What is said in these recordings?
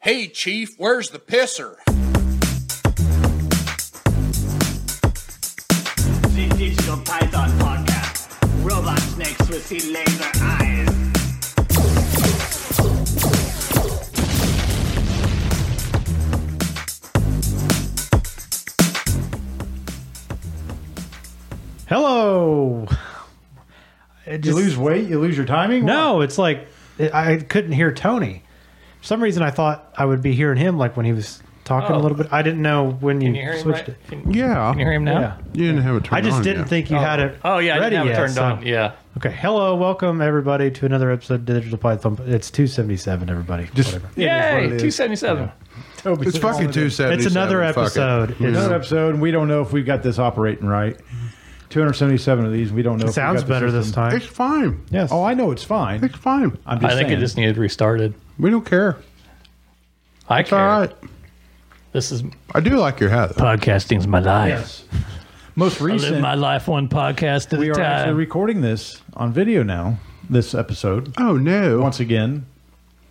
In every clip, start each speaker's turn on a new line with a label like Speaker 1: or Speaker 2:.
Speaker 1: Hey, Chief, where's the pisser?
Speaker 2: The Digital Python Podcast. Robot snakes with the laser eyes.
Speaker 3: Hello. It
Speaker 4: You
Speaker 3: just-
Speaker 4: lose weight, you lose your timing.
Speaker 3: No, it's like it, I couldn't hear Tony. For some reason, I thought I would be hearing him like when he was talking
Speaker 5: Oh.
Speaker 3: a little bit. I didn't know when you,
Speaker 5: Can you hear him?
Speaker 3: switched
Speaker 5: Right?
Speaker 3: it.
Speaker 5: Can,
Speaker 6: Yeah.
Speaker 5: can you hear him now?
Speaker 3: Yeah.
Speaker 6: You didn't have it turned
Speaker 3: I just
Speaker 6: on
Speaker 3: didn't
Speaker 6: yet.
Speaker 3: think you had it.
Speaker 5: Oh yeah, I
Speaker 3: ready
Speaker 5: didn't have
Speaker 3: yet,
Speaker 5: it turned
Speaker 3: so-
Speaker 5: on. Yeah.
Speaker 3: Okay. Hello, welcome everybody to another episode of Digital Python. It's two seventy seven. Everybody.
Speaker 4: Just-
Speaker 3: Whatever.
Speaker 4: it is what
Speaker 5: Yay,
Speaker 4: it
Speaker 5: two
Speaker 4: is.
Speaker 5: seventy seven.
Speaker 4: Toby,
Speaker 6: It's fucking two seventy.
Speaker 3: It's another episode. It's-
Speaker 4: Another episode, and we don't know if we've got this operating right. 277 of these, we don't know.
Speaker 3: It
Speaker 4: if we
Speaker 3: sounds
Speaker 4: got the
Speaker 3: better this
Speaker 4: system.
Speaker 3: time.
Speaker 6: It's fine.
Speaker 3: Yes.
Speaker 4: Oh, I know it's fine.
Speaker 6: It's fine.
Speaker 4: I'm just
Speaker 5: I think it
Speaker 4: saying.
Speaker 5: just needed restarted.
Speaker 6: We don't care.
Speaker 5: I
Speaker 6: It's all
Speaker 5: care.
Speaker 6: right.
Speaker 5: This is
Speaker 6: I do like your hat.
Speaker 4: Uh,
Speaker 6: though.
Speaker 5: podcasting's my life.
Speaker 4: Yes. Most
Speaker 5: I live
Speaker 4: recent,
Speaker 5: my life one podcast at
Speaker 4: we
Speaker 5: a
Speaker 4: are actually
Speaker 5: time.
Speaker 4: recording this on video now. This episode
Speaker 6: Oh no.
Speaker 4: once again.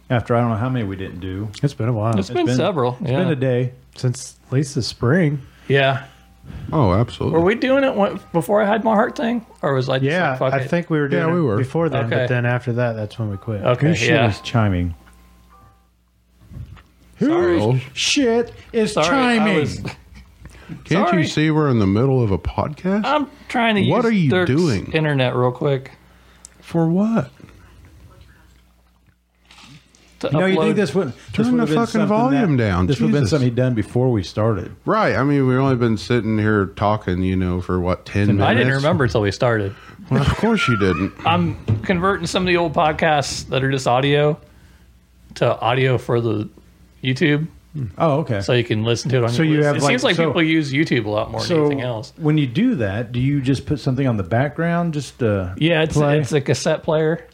Speaker 4: After I don't know how many we didn't do. It's
Speaker 3: It's been a while
Speaker 5: it's been,
Speaker 4: been-
Speaker 5: several. yeah.
Speaker 4: been a day.
Speaker 3: since at least the spring.
Speaker 5: yeah.
Speaker 6: oh,
Speaker 5: Were
Speaker 6: absolutely.
Speaker 5: we doing it when, before I had my heart thing, or was I? Just
Speaker 3: Yeah,
Speaker 5: like, fuck
Speaker 3: I
Speaker 5: it?
Speaker 3: think we were doing
Speaker 6: Yeah, we
Speaker 3: it
Speaker 6: were.
Speaker 3: before then,
Speaker 5: Okay.
Speaker 3: but then after that, that's when we quit.
Speaker 4: Whose
Speaker 5: Okay.
Speaker 4: shit
Speaker 5: Yeah.
Speaker 4: is chiming? Whose
Speaker 5: Sorry.
Speaker 4: shit is
Speaker 5: Sorry, I
Speaker 4: chiming?
Speaker 5: was-
Speaker 6: Can't
Speaker 5: Sorry.
Speaker 6: you see we're in the middle of a podcast?
Speaker 4: Um,
Speaker 5: I'm trying to.
Speaker 6: What
Speaker 5: use
Speaker 6: are you
Speaker 5: Dirk's
Speaker 6: doing?
Speaker 5: Internet, real quick.
Speaker 6: For what?
Speaker 5: To
Speaker 4: You know, you
Speaker 5: upload-
Speaker 4: think this would this
Speaker 6: Turn
Speaker 4: would
Speaker 6: the
Speaker 4: have been
Speaker 6: fucking
Speaker 4: something
Speaker 6: volume
Speaker 4: that-
Speaker 6: down.
Speaker 4: This would have been
Speaker 6: Jesus.
Speaker 4: something he'd done before we started.
Speaker 6: Right. I mean, we've only been sitting here talking, you know, for what ten minutes.
Speaker 5: I didn't remember until we started.
Speaker 6: Well, of course you didn't.
Speaker 4: Uh,
Speaker 5: I'm converting some of the old podcasts that are just audio to audio for the YouTube,
Speaker 4: Oh, okay.
Speaker 5: so you can listen to it on.
Speaker 4: So
Speaker 5: your
Speaker 4: you
Speaker 5: list.
Speaker 4: have,
Speaker 5: it
Speaker 4: like-
Speaker 5: seems like
Speaker 4: so-
Speaker 5: people use YouTube a lot more than
Speaker 4: so
Speaker 5: anything else.
Speaker 4: when you do that, do you just put something on the background? Just uh,
Speaker 5: Yeah, it's
Speaker 4: play?
Speaker 5: it's a cassette player.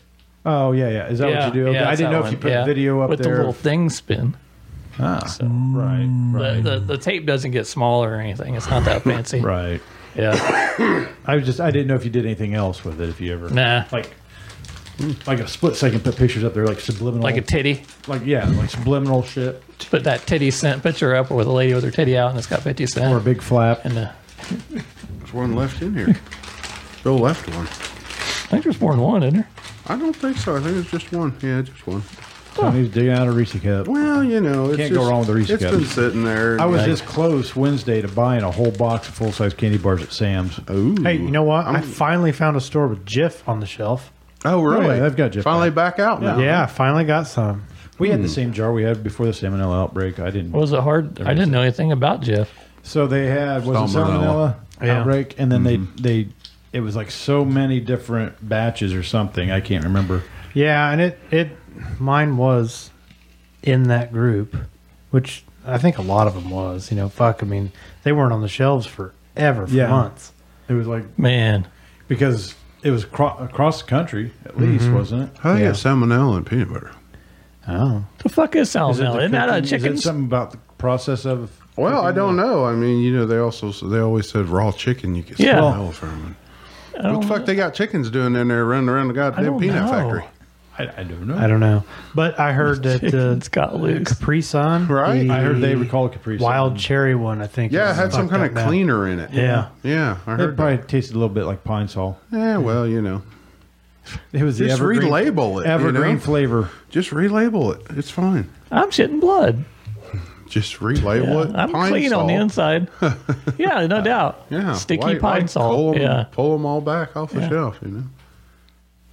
Speaker 4: oh yeah, yeah. Is that
Speaker 5: yeah,
Speaker 4: what you do? Okay.
Speaker 5: yeah,
Speaker 4: I
Speaker 5: it's
Speaker 4: didn't know
Speaker 5: that
Speaker 4: if
Speaker 5: one,
Speaker 4: you put
Speaker 5: yeah.
Speaker 4: video up
Speaker 5: with
Speaker 4: there. Mm.
Speaker 5: the little thing spin.
Speaker 4: ah,
Speaker 5: So
Speaker 4: right,
Speaker 5: the,
Speaker 4: right,
Speaker 5: the the tape doesn't get smaller or anything. It's not that fancy.
Speaker 4: right.
Speaker 5: Yeah.
Speaker 4: I was just I didn't know if you did anything else with it. If you ever
Speaker 5: Nah.
Speaker 4: like like a split second, put pictures up there like subliminal,
Speaker 5: Like a titty.
Speaker 4: like yeah, like subliminal shit
Speaker 5: Put that titty cent picture up with a lady with her titty out, and it's got fifty cent.
Speaker 4: or a big flap.
Speaker 5: and uh,
Speaker 6: There's one left in here. Bill left one.
Speaker 5: I think there's more than one, isn't there?
Speaker 6: I don't think so. I think it's just one. Yeah, just one.
Speaker 4: Tony's digging out a Reese cup.
Speaker 6: Well, you know, it's
Speaker 4: Can't go
Speaker 6: just-
Speaker 4: wrong with the Reese
Speaker 6: It's
Speaker 4: cups.
Speaker 6: been sitting there.
Speaker 4: I was
Speaker 6: Yeah.
Speaker 4: this close Wednesday to buying a whole box of full size candy bars at Sam's.
Speaker 6: Ooh.
Speaker 3: Hey, you know what? i
Speaker 6: I'm-
Speaker 3: finally found a store with GIF on the shelf.
Speaker 6: Oh, really?
Speaker 4: yeah, they've got Jeff
Speaker 6: Finally back, out now.
Speaker 3: Yeah, I finally got some.
Speaker 4: We had the
Speaker 6: Hmm.
Speaker 4: same jar we had before the salmonella outbreak. I didn't.
Speaker 5: Was it hard? I didn't know anything about Jeff.
Speaker 4: So they had was it
Speaker 6: Salmonella. Mm-hmm.
Speaker 4: salmonella
Speaker 3: Yeah.
Speaker 4: outbreak, and then they they it was like so many different batches or something. I can't remember.
Speaker 3: Yeah, and it it mine was in that group, which I think a lot of them was. You know, fuck. I mean, they weren't on the shelves forever for
Speaker 4: Yeah.
Speaker 3: months.
Speaker 4: It was like
Speaker 5: Man,
Speaker 4: because it was cro- across the country at
Speaker 6: Mm-hmm.
Speaker 4: least, wasn't it?
Speaker 6: How do you
Speaker 3: Yeah.
Speaker 6: get salmonella and peanut butter?
Speaker 3: Oh,
Speaker 5: the fuck is
Speaker 4: Is it
Speaker 5: salmonella?
Speaker 4: the
Speaker 5: Isn't that a
Speaker 4: cooking? Is it
Speaker 5: chicken?
Speaker 4: something about the process of.
Speaker 6: Well, I
Speaker 4: cooking?
Speaker 6: don't know. I mean, you know, they also they always said raw chicken you get
Speaker 5: Yeah.
Speaker 6: salmonella from.
Speaker 5: I
Speaker 6: What the
Speaker 5: don't-
Speaker 6: fuck they got chickens doing in there running around the goddamn
Speaker 5: don't
Speaker 6: peanut
Speaker 5: know.
Speaker 6: factory?
Speaker 4: I, I don't know.
Speaker 3: I don't know, but I heard that uh,
Speaker 5: Chicken's got loose.
Speaker 3: Capri Sun,
Speaker 6: Right?
Speaker 3: the
Speaker 4: I heard they recall a Capri Sun.
Speaker 3: wild cherry one. I think.
Speaker 6: Yeah, it
Speaker 3: is
Speaker 6: had some
Speaker 3: fucked
Speaker 6: kind
Speaker 3: up
Speaker 6: of
Speaker 3: now.
Speaker 6: cleaner in it.
Speaker 3: Yeah.
Speaker 6: Yeah, I
Speaker 4: It
Speaker 6: heard.
Speaker 4: probably tasted a little bit like pine sol.
Speaker 6: Yeah, well, you know,
Speaker 4: It was the
Speaker 6: Just
Speaker 4: evergreen,
Speaker 6: relabel it, you
Speaker 4: evergreen
Speaker 6: know?
Speaker 4: flavor.
Speaker 6: just relabel it. It's fine.
Speaker 5: I'm shitting blood.
Speaker 6: Just relabel it.
Speaker 5: I'm
Speaker 6: Pine
Speaker 5: clean on the
Speaker 6: salt.
Speaker 5: inside. yeah, no doubt.
Speaker 6: Yeah,
Speaker 5: Sticky
Speaker 6: white-
Speaker 5: pine
Speaker 6: white, Pull
Speaker 5: salt.
Speaker 6: them,
Speaker 5: Yeah.
Speaker 6: all back off the
Speaker 5: Yeah.
Speaker 6: shelf. You know.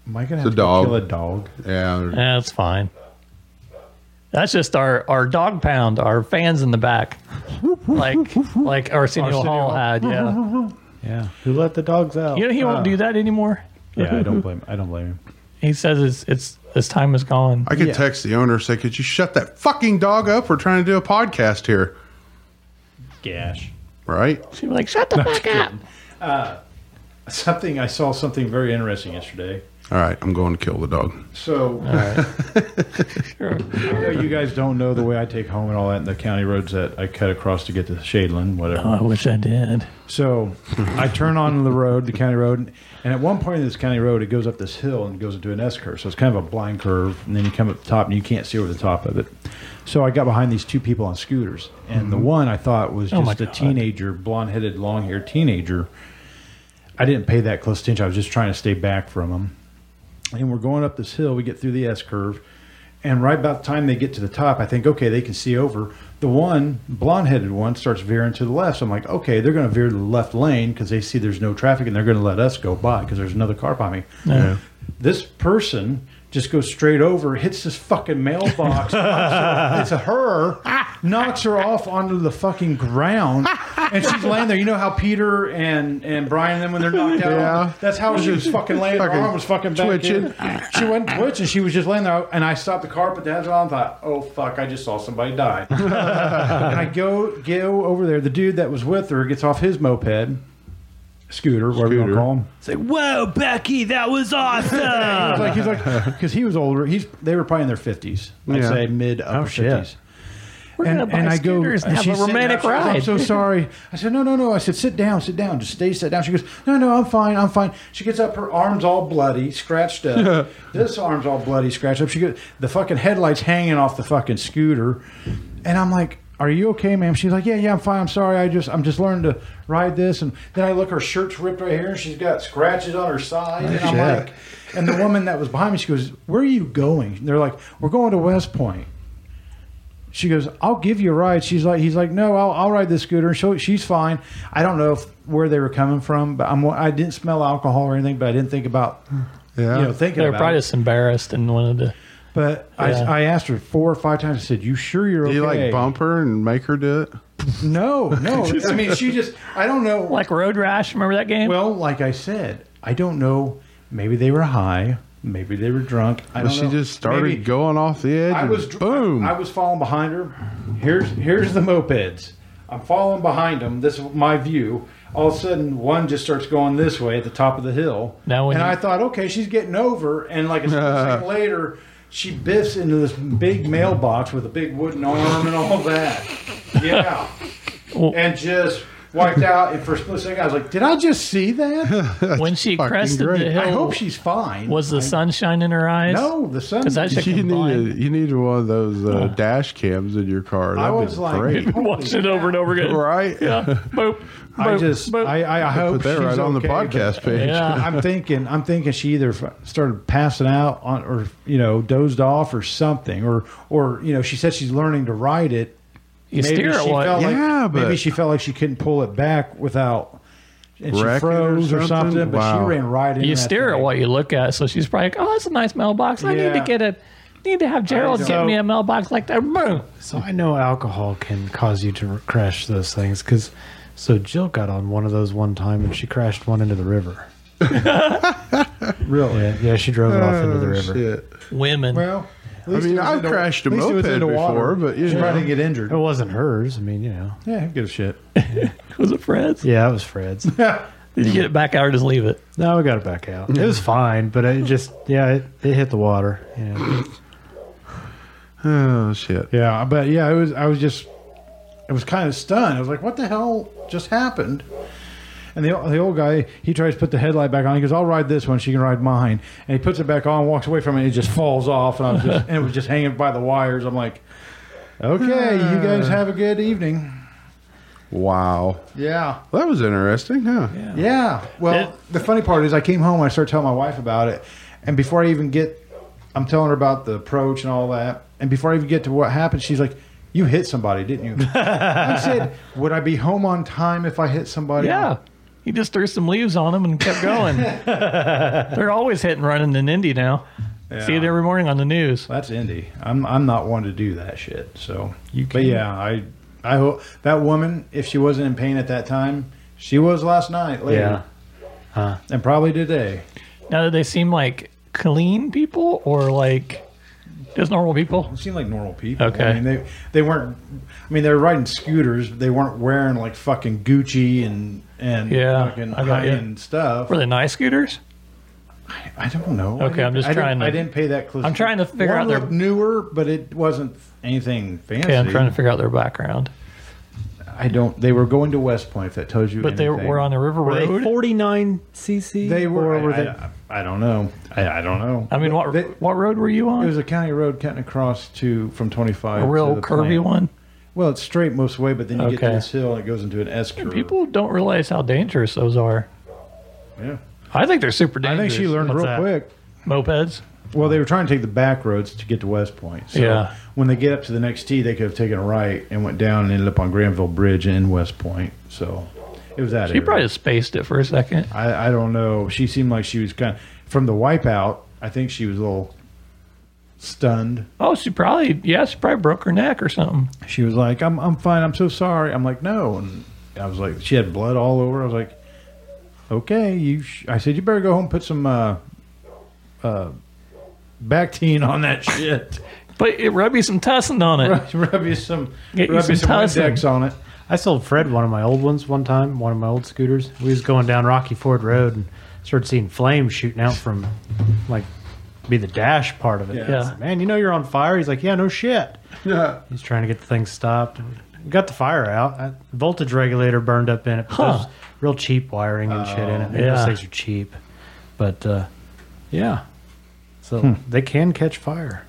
Speaker 4: Am I gonna
Speaker 6: It's a
Speaker 4: have to go
Speaker 6: dog.
Speaker 4: kill a dog?
Speaker 6: Yeah.
Speaker 5: That's fine. That's just our, our dog pound, our fans in the back. Like like Arsenio,
Speaker 4: Arsenio.
Speaker 5: Hall had, yeah.
Speaker 4: Yeah,
Speaker 3: Who let the dogs out?
Speaker 5: You know he won't do that anymore.
Speaker 4: yeah. I don't blame. I don't blame him.
Speaker 5: He says it's it's his time is gone.
Speaker 6: I could
Speaker 4: Yeah.
Speaker 6: text the owner and say, "Could you shut that fucking dog up? We're trying to do a podcast here,
Speaker 4: Gash.
Speaker 6: right?"
Speaker 5: She'd be like, Shut the fuck up.
Speaker 4: Something I saw something very interesting yesterday.
Speaker 6: All right, I'm going to kill the dog.
Speaker 4: So I know you guys don't know the way I take home and all that, and the county roads that I cut across to get to Shadeland, whatever.
Speaker 5: Oh, I wish I did.
Speaker 4: So I turn on the road, the county road, and at one point in this county road, it goes up this hill and goes into an S curve. So it's kind of a blind curve, and then you come up the top and you can't see over the top of it. So I got behind these two people on scooters, and the one I thought was
Speaker 5: Mm-hmm. Oh my
Speaker 4: just a
Speaker 5: God.
Speaker 4: teenager, blonde headed, long haired teenager. I didn't pay that close attention. I was just trying to stay back from him and we're going up this hill. We get through the S curve, and right about the time they get to the top, I think, okay, they can see over. The one blonde headed one starts veering to the left. So I'm like, okay, they're going to veer to the left lane because they see there's no traffic and they're going to let us go by because there's another car by me. This person just goes straight over, hits this fucking mailbox. knocks her- it's a her, knocks her off onto the fucking ground, and she's laying there. You know how Peter and and Brian and them when they're knocked out,
Speaker 6: Yeah.
Speaker 4: that's how she was fucking laying. Her
Speaker 6: Fucking
Speaker 4: arm was fucking back
Speaker 6: twitching.
Speaker 4: in. She went twitch and she was just laying there. And I stopped the car, put the headset on, and thought, oh fuck, I just saw somebody die. and I go go over there. The dude that was with her gets off his moped, scooter, whatever you want to
Speaker 6: Scooter.
Speaker 4: call him.
Speaker 5: It's like, whoa, Becky, that was awesome.
Speaker 4: Like he's like because he was older. He's they were probably in their fifties. I'd
Speaker 6: Yeah. Oh,
Speaker 4: say mid upper
Speaker 3: shit.
Speaker 4: fifties.
Speaker 5: We're gonna buy scooters and have
Speaker 4: she's
Speaker 5: a
Speaker 4: sitting
Speaker 5: romantic
Speaker 4: down. She goes, I'm
Speaker 5: ride.
Speaker 4: so sorry. I said, no, no, no. I said, sit down, sit down. Just stay, sit down. She goes, no, no, I'm fine, I'm fine. She gets up, her arms all bloody, scratched up. this arm's all bloody, scratched up. She goes, the fucking headlights hanging off the fucking scooter, and I'm like. Are you okay, ma'am? She's like, yeah, yeah, I'm fine. I'm sorry. I just, I'm just learning to ride this, and then I look, her shirt's ripped right here, and she's got scratches on her side, and I'm
Speaker 6: Shit.
Speaker 4: like, and the woman that was behind me, she goes, "Where are you going?" And they're like, "We're going to West Point." She goes, "I'll give you a ride." She's like, "He's like, no, I'll, I'll ride this scooter." And she, she's fine. I don't know if, where they were coming from, but I'm I didn't smell alcohol or anything, but I didn't think about
Speaker 6: Yeah.
Speaker 4: you know thinking
Speaker 5: They're
Speaker 4: about
Speaker 5: probably
Speaker 4: it.
Speaker 5: just embarrassed and wanted to.
Speaker 4: But
Speaker 5: Yeah.
Speaker 4: I, I asked her four or five times. I said, "You sure you're
Speaker 6: Do you
Speaker 4: okay?"
Speaker 6: like bump her and make her do it?
Speaker 4: No, no. I mean, she just I don't know.
Speaker 5: Like Road Rash, remember that game?
Speaker 4: well, like I said, I don't know. Maybe they were high. Maybe they were drunk. I
Speaker 6: But
Speaker 4: don't
Speaker 6: she
Speaker 4: know.
Speaker 6: just started
Speaker 4: Maybe-
Speaker 6: going off the edge.
Speaker 4: I
Speaker 6: and
Speaker 4: was
Speaker 6: boom.
Speaker 4: I, was following behind her. Here's here's the mopeds. I'm following behind them. This is my view. All of a sudden, one just starts going this way at the top of the hill.
Speaker 5: Now when
Speaker 4: and
Speaker 5: you-
Speaker 4: I thought, okay, she's getting over. And like a second later, she biffs into this big mailbox with a big wooden arm and all that. Yeah, and just wiped out. And for a split second, I was like, did I just see that?
Speaker 5: when she
Speaker 6: fucking
Speaker 5: crested
Speaker 6: great.
Speaker 5: the
Speaker 6: I
Speaker 5: hill,
Speaker 4: I hope she's fine.
Speaker 5: was the sunshine in her eyes?
Speaker 4: no the sun?
Speaker 5: Because that shit
Speaker 6: you
Speaker 5: can
Speaker 6: need
Speaker 5: blind.
Speaker 6: a, you need one of those uh, dash cams in your car. That'd
Speaker 4: I
Speaker 6: be
Speaker 4: was like,
Speaker 6: great.
Speaker 4: holy
Speaker 5: Watch it over and over again.
Speaker 6: right?
Speaker 5: Yeah. Boop.
Speaker 4: I
Speaker 5: boop,
Speaker 4: just,
Speaker 5: boop.
Speaker 4: I, I, I hope
Speaker 6: Put that
Speaker 4: she's
Speaker 6: right on the
Speaker 4: okay, but
Speaker 6: podcast page.
Speaker 5: yeah.
Speaker 4: I'm thinking, I'm thinking she either f- started passing out on, or you know, dozed off or something, or or you know, she said she's learning to ride it.
Speaker 5: You steer it
Speaker 4: she
Speaker 5: one.
Speaker 4: felt like
Speaker 6: Yeah, but-
Speaker 4: maybe she felt like she couldn't pull it back without, and she
Speaker 6: Wrecking or
Speaker 4: froze or something.
Speaker 6: something?
Speaker 4: but
Speaker 6: Wow.
Speaker 4: she ran right in.
Speaker 5: you steer at what you look at. So she's probably like, oh, that's a nice mailbox. I need
Speaker 4: Yeah.
Speaker 5: to get a, need to have Gerald
Speaker 4: don't
Speaker 5: get
Speaker 4: know.
Speaker 5: me a mailbox like that. Boom.
Speaker 3: So I know alcohol can cause you to crash those things because. So Jill got on one of those one time and she crashed one into the river.
Speaker 4: Really?
Speaker 3: Yeah, yeah she drove it off into the river.
Speaker 6: Oh, Shit.
Speaker 5: Women.
Speaker 4: Well, at
Speaker 6: I
Speaker 4: least
Speaker 6: mean,
Speaker 4: it was
Speaker 6: I've
Speaker 4: into-
Speaker 6: crashed a
Speaker 4: at least it was
Speaker 6: moped
Speaker 4: into water.
Speaker 6: before, but you
Speaker 4: she probably didn't
Speaker 6: know.
Speaker 4: get injured.
Speaker 3: It wasn't hers. I mean, you know.
Speaker 4: Yeah, who gives a shit?
Speaker 5: was it Fred's?
Speaker 3: Yeah, it was Fred's.
Speaker 5: Did you get it back out or just leave it?
Speaker 3: no, we got it back out. It was fine, but it just, yeah, it, it hit the water. You know.
Speaker 6: Oh shit!
Speaker 4: Yeah, but yeah, it was. I was just, I was kind of stunned. I was like, "What the hell just happened?" And the the old guy, he tries to put the headlight back on. He goes, "I'll ride this one. She can ride mine." And he puts it back on, walks away from it, and it just falls off. And I was just, and it was just hanging by the wires. I'm like, "Okay, you guys have a good evening."
Speaker 6: Wow,
Speaker 4: Yeah,
Speaker 6: well, that was interesting, huh?
Speaker 4: yeah. Well,
Speaker 5: It-
Speaker 4: the funny part is, I came home. I started telling my wife about it, and before I even get, I'm telling her about the approach and all that. And before I even get to what happened, she's like, "You hit somebody, didn't you?" I said, "Would I be home on time if I hit somebody?"
Speaker 5: Yeah. He just threw some leaves on them and kept going. They're always hitting running in Indy now. See it every morning on the news.
Speaker 4: that's Indy. I'm I'm not one to do that shit. So you, but yeah, I I hope that woman, if she wasn't in pain at that time, she was last night. Later,
Speaker 3: Yeah.
Speaker 4: and probably today.
Speaker 5: Now, do they seem like clean people or like just normal people?
Speaker 4: seemed like normal people.
Speaker 5: Okay.
Speaker 4: I mean, they they weren't. I mean, they were riding scooters. They weren't wearing like fucking Gucci and and
Speaker 5: Yeah,
Speaker 4: fucking
Speaker 5: I got
Speaker 4: high
Speaker 5: you.
Speaker 4: end stuff.
Speaker 5: Were they nice scooters?
Speaker 4: I don't know.
Speaker 5: Okay, I'm just
Speaker 4: I didn't-
Speaker 5: trying to-
Speaker 4: I didn't pay that close.
Speaker 5: I'm trying to figure
Speaker 4: One
Speaker 5: out their-
Speaker 4: looked newer, but it wasn't anything fancy.
Speaker 5: Okay, I'm trying to figure out their background.
Speaker 4: I don't. They were going to West Point. If that tells you.
Speaker 5: But they
Speaker 4: anything.
Speaker 5: were on a river
Speaker 3: Were they
Speaker 5: road.
Speaker 3: 49 cc?
Speaker 4: They were.
Speaker 3: Or were
Speaker 4: I,
Speaker 3: they?
Speaker 4: I, I don't know. I, I don't know.
Speaker 5: I mean, what
Speaker 4: They-
Speaker 5: what road were you
Speaker 4: it
Speaker 5: on?
Speaker 4: was a county road cutting across to from 25.
Speaker 5: A
Speaker 4: to
Speaker 5: real
Speaker 4: the
Speaker 5: curvy
Speaker 4: plant.
Speaker 5: one.
Speaker 4: Well, it's straight most of the way, but then you get to
Speaker 5: Okay.
Speaker 4: this hill and it goes into an S curve.
Speaker 5: People don't realize how dangerous those are.
Speaker 4: Yeah.
Speaker 5: I think they're super
Speaker 4: I
Speaker 5: dangerous.
Speaker 4: think she learned
Speaker 3: What's
Speaker 4: real
Speaker 3: that?
Speaker 4: quick.
Speaker 5: mopeds.
Speaker 4: Well, they were trying to take the back roads to get to West Point. So
Speaker 5: Yeah.
Speaker 4: when they get up to the next tee, they could have taken a right and went down and ended up on Granville Bridge in West Point. So it was that.
Speaker 5: She
Speaker 4: area.
Speaker 5: probably spaced it for a second.
Speaker 4: I, I don't know. She seemed like she was kind of from the wipeout. I think she was a little stunned.
Speaker 5: Oh, she probably yeah, she probably broke her neck or something.
Speaker 4: She was like, "I'm I'm fine. I'm so sorry." I'm like, "No," and I was like, "She had blood all over." I was like, "Okay, you." Sh-. I said, "You better go home and put some uh, uh, Bactine on that shit."
Speaker 5: But it rub you some tussin on it.
Speaker 4: rub, rub you some
Speaker 5: Get you
Speaker 4: rub you
Speaker 5: some
Speaker 4: some
Speaker 5: Tussin.
Speaker 4: Windex on it.
Speaker 3: I sold Fred one of my old ones one time, one of my old scooters. We was going down Rocky Ford Road and started seeing flames shooting out from, like, be the dash part of it. I
Speaker 5: Yeah.
Speaker 3: said, Man, you know you're on fire. He's like, yeah, no shit.
Speaker 6: Yeah.
Speaker 3: He's trying to get the thing stopped. We got the fire out. I, voltage regulator burned up in it. But there's
Speaker 5: Huh.
Speaker 3: real cheap wiring and shit in it. Maybe
Speaker 5: Yeah.
Speaker 3: Those things are cheap, but uh, yeah. So they can catch fire.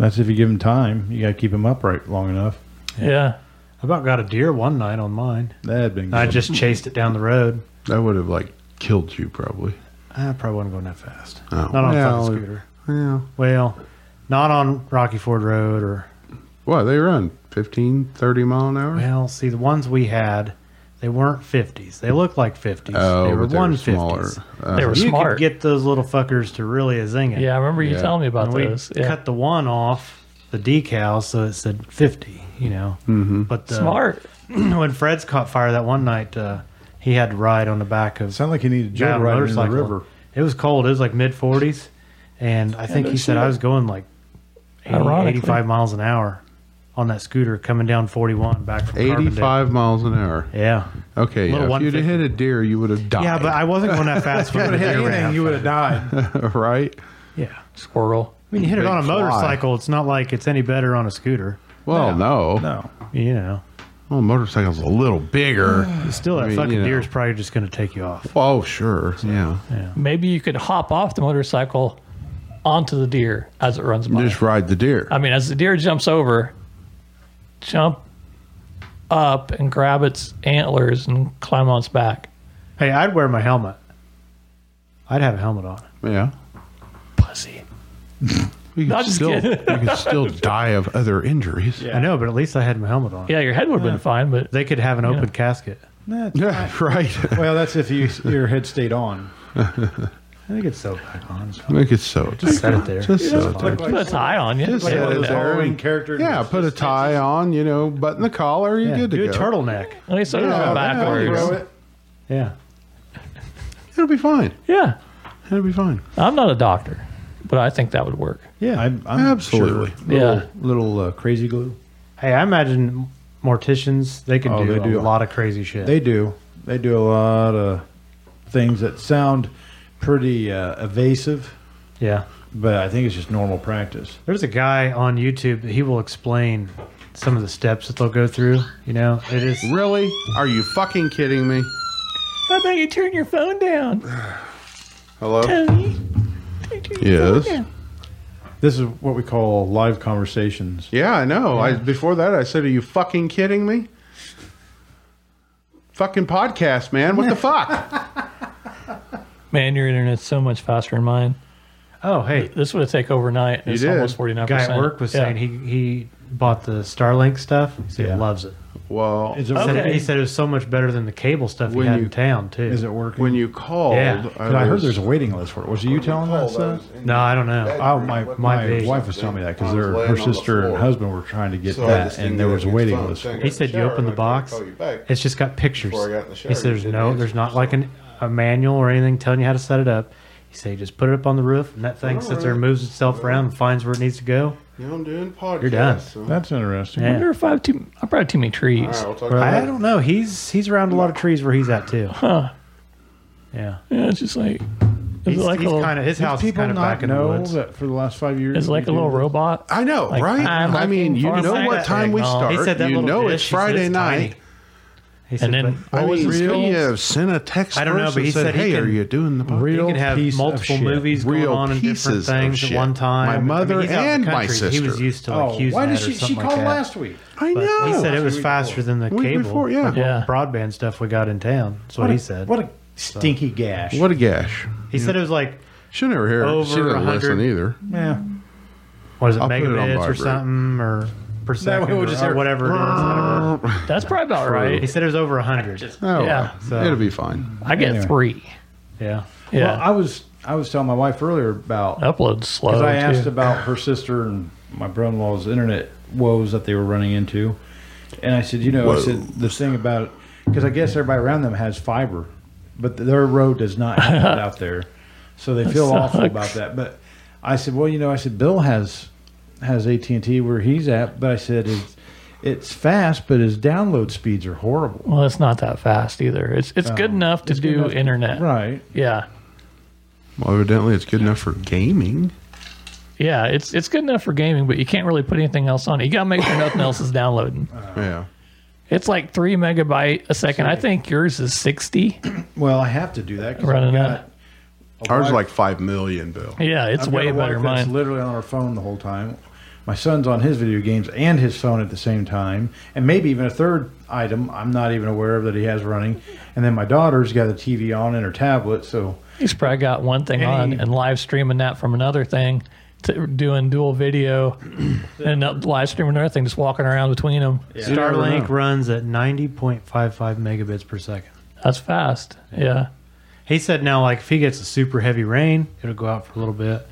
Speaker 4: That's if you give them time. You got to keep them upright long enough.
Speaker 5: Yeah.
Speaker 3: I about got a deer one night on mine.
Speaker 4: That had been. Good.
Speaker 3: I just chased it down the road.
Speaker 6: That would have like killed you probably.
Speaker 3: I probably wasn't going that fast.
Speaker 6: Oh.
Speaker 3: Not on a
Speaker 6: Yeah,
Speaker 3: fucking
Speaker 6: well-
Speaker 3: scooter.
Speaker 6: Yeah.
Speaker 3: Well, not on Rocky Ford Road or
Speaker 6: What, they run 15, 30 mile an hour?
Speaker 3: well, see the ones we had, they weren't fifties. They looked like fifties.
Speaker 6: oh,
Speaker 3: they were
Speaker 6: but they were
Speaker 3: one
Speaker 6: smaller.
Speaker 3: fifties.
Speaker 6: Uh,
Speaker 5: They were
Speaker 3: You
Speaker 5: smart.
Speaker 3: could get those little fuckers to really a zinging.
Speaker 5: yeah, I remember you
Speaker 6: Yeah.
Speaker 5: telling me about
Speaker 3: And we
Speaker 5: those. Yeah.
Speaker 3: cut the one off the decal, so it said fifty. You know, mm-hmm. but the,
Speaker 5: Smart.
Speaker 3: when Fred's caught fire that one night, uh, he had to ride on the back of
Speaker 4: sound like you needed
Speaker 3: guy
Speaker 4: Joe
Speaker 3: on a
Speaker 4: right in the
Speaker 3: motorcycle.
Speaker 4: river.
Speaker 3: It was cold. It was like mid forties, and I think he said I was going like 80,
Speaker 5: Ironically.
Speaker 3: 85 miles an hour on that scooter coming down forty one back from Carbondale.
Speaker 6: 85 miles an hour.
Speaker 3: Yeah,
Speaker 6: Okay,
Speaker 3: Little
Speaker 6: yeah, if you'd
Speaker 3: 150.
Speaker 6: have hit a deer, you would have died.
Speaker 3: yeah, but I wasn't going that fast. when the deer ran out.
Speaker 4: would have died.
Speaker 6: right?
Speaker 3: Yeah,
Speaker 5: Squirrel.
Speaker 3: I mean you hit it
Speaker 6: Big
Speaker 3: on a
Speaker 6: fly.
Speaker 3: motorcycle. It's not like it's any better on a scooter.
Speaker 6: Well, no.
Speaker 4: No,
Speaker 3: You know,
Speaker 6: Well, motorcycle's a little bigger.
Speaker 3: still that
Speaker 6: I mean,
Speaker 3: fucking
Speaker 6: you know.
Speaker 3: deer is probably just going to take you off.
Speaker 6: oh, sure. Yeah.
Speaker 5: Maybe you could hop off the motorcycle onto the deer as it runs by.
Speaker 6: Just ride the deer.
Speaker 5: I mean, as the deer jumps over, jump up and grab its antlers and climb on its back.
Speaker 3: Hey, I'd wear my helmet. I'd have a helmet on.
Speaker 6: yeah.
Speaker 5: Pussy.
Speaker 6: You
Speaker 5: No,
Speaker 6: can,
Speaker 5: I'm just
Speaker 6: still, you
Speaker 5: kidding.
Speaker 6: can still die of other injuries.
Speaker 3: I know, but at least I had my helmet on.
Speaker 5: Yeah, your head would have been fine, but
Speaker 3: They could have an open casket.
Speaker 4: That's-
Speaker 6: Yeah, right.
Speaker 4: well, that's if you your head stayed on.
Speaker 3: I think it's so back on.
Speaker 6: Make it so. Just
Speaker 3: Set it there.
Speaker 6: Just so.
Speaker 4: Like,
Speaker 5: put a tie on you.
Speaker 6: Just
Speaker 5: Yeah,
Speaker 6: set
Speaker 5: well,
Speaker 6: it
Speaker 5: no.
Speaker 6: there.
Speaker 4: Halloween character.
Speaker 6: Yeah, put a tie on, you know, button the collar, you're
Speaker 3: Yeah,
Speaker 6: good to
Speaker 3: do
Speaker 6: go.
Speaker 3: a turtleneck.
Speaker 5: At least I don't go backwards.
Speaker 4: Throw it.
Speaker 3: Yeah.
Speaker 6: It'll be fine.
Speaker 5: Yeah.
Speaker 6: It'll be fine.
Speaker 5: I'm not a doctor, but I think that would work.
Speaker 4: Yeah, I'm, I'm
Speaker 6: Absolutely.
Speaker 4: sure. Little,
Speaker 5: Yeah.
Speaker 4: little uh, crazy glue.
Speaker 3: Hey, I imagine morticians they can
Speaker 4: Oh,
Speaker 3: do
Speaker 4: they
Speaker 3: a
Speaker 4: do.
Speaker 3: lot of crazy shit.
Speaker 4: They do. They do a lot of things that sound pretty uh, evasive,
Speaker 3: yeah.
Speaker 4: but I think it's just normal practice.
Speaker 3: There's a guy on YouTube that he will explain some of the steps that they'll go through. You know, it is.
Speaker 6: Really? Are you fucking kidding me?
Speaker 5: How about you turn your phone down,
Speaker 6: Hello?
Speaker 5: Tony?
Speaker 6: Yes.
Speaker 4: This is what we call live conversations.
Speaker 6: Yeah, I know. I before that I said, Are you fucking kidding me? Fucking podcast, man. What the fuck?
Speaker 5: Man, your internet's so much faster than mine.
Speaker 3: Oh, hey,
Speaker 5: This would have taken overnight. and
Speaker 6: You
Speaker 5: It's
Speaker 6: did.
Speaker 5: almost 49%.
Speaker 3: guy at work was
Speaker 5: Yeah.
Speaker 3: saying he he bought the Starlink stuff. He said
Speaker 4: Yeah.
Speaker 3: he loves it.
Speaker 6: Well
Speaker 4: Is it,
Speaker 3: Said
Speaker 5: Okay.
Speaker 3: he said it was so much better than the cable stuff
Speaker 6: When
Speaker 3: he had
Speaker 6: you-
Speaker 3: in town too.
Speaker 4: is it working?
Speaker 6: when you called
Speaker 3: Yeah.
Speaker 4: I, heard there's a waiting list for it. Was it you telling us that?
Speaker 3: no, I don't know.
Speaker 4: Oh, my my
Speaker 3: vision.
Speaker 4: wife was telling me that because
Speaker 7: I was laying
Speaker 4: her
Speaker 7: on the
Speaker 4: sister and
Speaker 7: floor.
Speaker 4: husband were trying to get
Speaker 7: So I
Speaker 4: that,
Speaker 7: just
Speaker 4: and
Speaker 7: didn't
Speaker 4: there
Speaker 7: get
Speaker 4: was
Speaker 7: it
Speaker 4: a
Speaker 7: in
Speaker 4: waiting
Speaker 7: phone.
Speaker 4: list. for it.
Speaker 7: Thank
Speaker 3: He said you open the box.
Speaker 6: "Oh,
Speaker 7: call you back.
Speaker 3: It's just got pictures.
Speaker 7: Before I got in the shower,
Speaker 3: he said
Speaker 7: you
Speaker 3: there's
Speaker 7: didn't
Speaker 3: no,
Speaker 7: answer,
Speaker 3: there's not like an, a manual or anything telling you how to set it up. He said you just put it up on the roof and that thing sits there and moves itself around and finds where it needs to go.
Speaker 7: You know, I'm doing podcasts.
Speaker 3: You're done.
Speaker 7: So.
Speaker 4: That's interesting.
Speaker 5: I wonder if I have too, I probably have too many
Speaker 7: All
Speaker 5: trees.
Speaker 7: right, we'll talk
Speaker 3: I
Speaker 7: about
Speaker 3: don't know. He's he's around a lot of trees where he's at too. Huh. Yeah.
Speaker 5: Yeah, it's just like, It's
Speaker 3: He's,
Speaker 5: like a
Speaker 3: he's
Speaker 5: little-
Speaker 3: kind of his
Speaker 4: Did
Speaker 3: house is
Speaker 4: "Oh, people
Speaker 3: kind of
Speaker 4: not
Speaker 3: back in the
Speaker 4: know
Speaker 3: woods.
Speaker 4: that for the last five years.
Speaker 5: It's like
Speaker 4: we
Speaker 5: a little
Speaker 4: do this?
Speaker 5: robot.
Speaker 6: I know,
Speaker 5: Like,
Speaker 6: right?
Speaker 5: I'm
Speaker 6: I mean,
Speaker 5: looking
Speaker 6: you
Speaker 5: for
Speaker 6: know
Speaker 5: my
Speaker 6: what
Speaker 5: bag.
Speaker 6: time we
Speaker 5: Oh.
Speaker 6: start.
Speaker 3: He said that
Speaker 6: you
Speaker 3: little
Speaker 6: know
Speaker 3: bitch,
Speaker 6: it's
Speaker 3: he said
Speaker 6: Friday
Speaker 3: it's
Speaker 6: night.
Speaker 3: tiny. He said,
Speaker 5: And then
Speaker 3: but
Speaker 5: what
Speaker 6: I
Speaker 5: was
Speaker 6: mean,
Speaker 5: real?
Speaker 6: couldn't you have sent a text
Speaker 3: I don't know,
Speaker 6: first
Speaker 3: but
Speaker 6: and
Speaker 3: he
Speaker 6: said,
Speaker 3: said he
Speaker 6: "Hey, are
Speaker 3: can-
Speaker 6: you doing the podcast?"
Speaker 4: real
Speaker 3: he can have
Speaker 4: piece of
Speaker 3: multiple
Speaker 4: shit.
Speaker 3: movies going
Speaker 6: Real
Speaker 3: on and different
Speaker 6: pieces of
Speaker 3: things
Speaker 6: shit.
Speaker 3: at one time.
Speaker 6: My
Speaker 3: I mean,
Speaker 6: mother
Speaker 3: he's out in the
Speaker 6: and my
Speaker 3: country. He was
Speaker 6: sister.
Speaker 3: used to like
Speaker 4: Oh,
Speaker 3: using
Speaker 4: why did
Speaker 3: that
Speaker 4: she?
Speaker 3: or something
Speaker 4: She
Speaker 3: like
Speaker 4: called
Speaker 3: that.
Speaker 4: last week.
Speaker 6: I
Speaker 3: But
Speaker 6: know.
Speaker 3: he said it
Speaker 4: Last
Speaker 3: was
Speaker 4: week
Speaker 3: faster
Speaker 4: before.
Speaker 3: than the
Speaker 6: Week
Speaker 3: cable
Speaker 6: before, yeah.
Speaker 5: Yeah.
Speaker 3: broadband stuff we got in town. That's what,
Speaker 4: a-
Speaker 3: he said.
Speaker 4: What a stinky gash.
Speaker 6: What a gash.
Speaker 3: he said it was like
Speaker 6: She'll never hear it. She
Speaker 3: Over
Speaker 6: doesn't
Speaker 3: 100.
Speaker 6: listen either.
Speaker 4: Yeah.
Speaker 3: what is it
Speaker 6: I'll put it on
Speaker 3: megabits or
Speaker 6: vibrate.
Speaker 3: something or per second
Speaker 4: way we'll
Speaker 3: or
Speaker 4: just hear-
Speaker 3: whatever it is. whatever.
Speaker 5: That's probably about
Speaker 3: He
Speaker 5: right.
Speaker 3: said it was over hundred.
Speaker 6: Oh,
Speaker 5: Yeah.
Speaker 6: well,
Speaker 3: So-
Speaker 6: it'll be fine.
Speaker 5: I get
Speaker 4: Anyway.
Speaker 5: three.
Speaker 3: Yeah,
Speaker 5: Yeah.
Speaker 4: Well, I was I was telling my wife earlier about
Speaker 5: Upload slow.
Speaker 4: because I asked
Speaker 5: too.
Speaker 4: about her sister and my brother-in-law's internet woes that they were running into, and I said, you know, I said the thing about it because I guess everybody around them has fiber, but their road does not have it out there, so they feel awful about that. But I said, well, you know, I said Bill has has AT and T where he's at, but I said it's it's fast, but his download speeds are horrible.
Speaker 5: Well, it's not that fast either. It's it's good enough to
Speaker 4: It's good
Speaker 5: do
Speaker 4: enough-
Speaker 5: internet.
Speaker 4: right?
Speaker 5: Yeah.
Speaker 6: Well, evidently it's good enough for gaming.
Speaker 5: Yeah, it's it's good enough for gaming, but you can't really put anything else on it. You gotta make sure nothing else is downloading.
Speaker 6: Yeah.
Speaker 5: It's like three megabyte a second. I think yours is sixty.
Speaker 4: Well, I have to do that because I've
Speaker 5: Running
Speaker 4: got.
Speaker 5: that.
Speaker 4: a
Speaker 6: Ours
Speaker 4: wife-
Speaker 6: is like 5 million, Bill.
Speaker 5: Yeah, it's
Speaker 4: I've got
Speaker 5: way
Speaker 4: a wife
Speaker 5: better than
Speaker 4: that's
Speaker 5: mine.
Speaker 4: literally on her phone the whole time. My son's on his video games and his phone at the same time, and maybe even a third item I'm not even aware of that he has running. And then my daughter's got the TV on and her tablet, so
Speaker 5: He's probably got one thing on
Speaker 4: Any-
Speaker 5: and live streaming that from another thing, to doing dual video and up- live streaming another thing, just walking around between them.
Speaker 4: You never know.
Speaker 3: Starlink runs at ninety point five five megabits per second.
Speaker 5: That's fast. Yeah.
Speaker 3: He said now, like if he gets a super heavy rain, it'll go out for a little bit.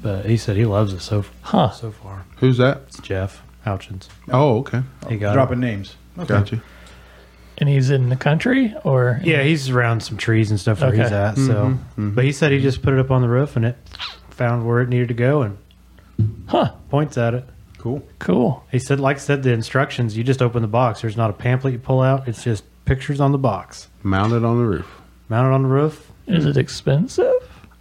Speaker 3: But he said he loves it so
Speaker 5: Huh.
Speaker 3: so far.
Speaker 6: Who's that?
Speaker 3: It's Jeff Houchins.
Speaker 6: Oh, okay.
Speaker 3: He got it.
Speaker 4: dropping names. Okay.
Speaker 6: Got you.
Speaker 5: And he's in the country or
Speaker 3: Yeah, he's around some trees and stuff where he's
Speaker 5: Okay.
Speaker 3: at.
Speaker 5: Mm-hmm.
Speaker 3: So, but he said he just put it up on the roof and it found where it needed to go and
Speaker 5: Huh.
Speaker 3: points at it.
Speaker 4: Cool.
Speaker 5: Cool.
Speaker 3: He said, like I said, the instructions. You just open the box. There's not a pamphlet you pull out. It's just pictures on the box.
Speaker 6: Mounted on the roof.
Speaker 3: Mount it on the roof.
Speaker 5: Is it expensive?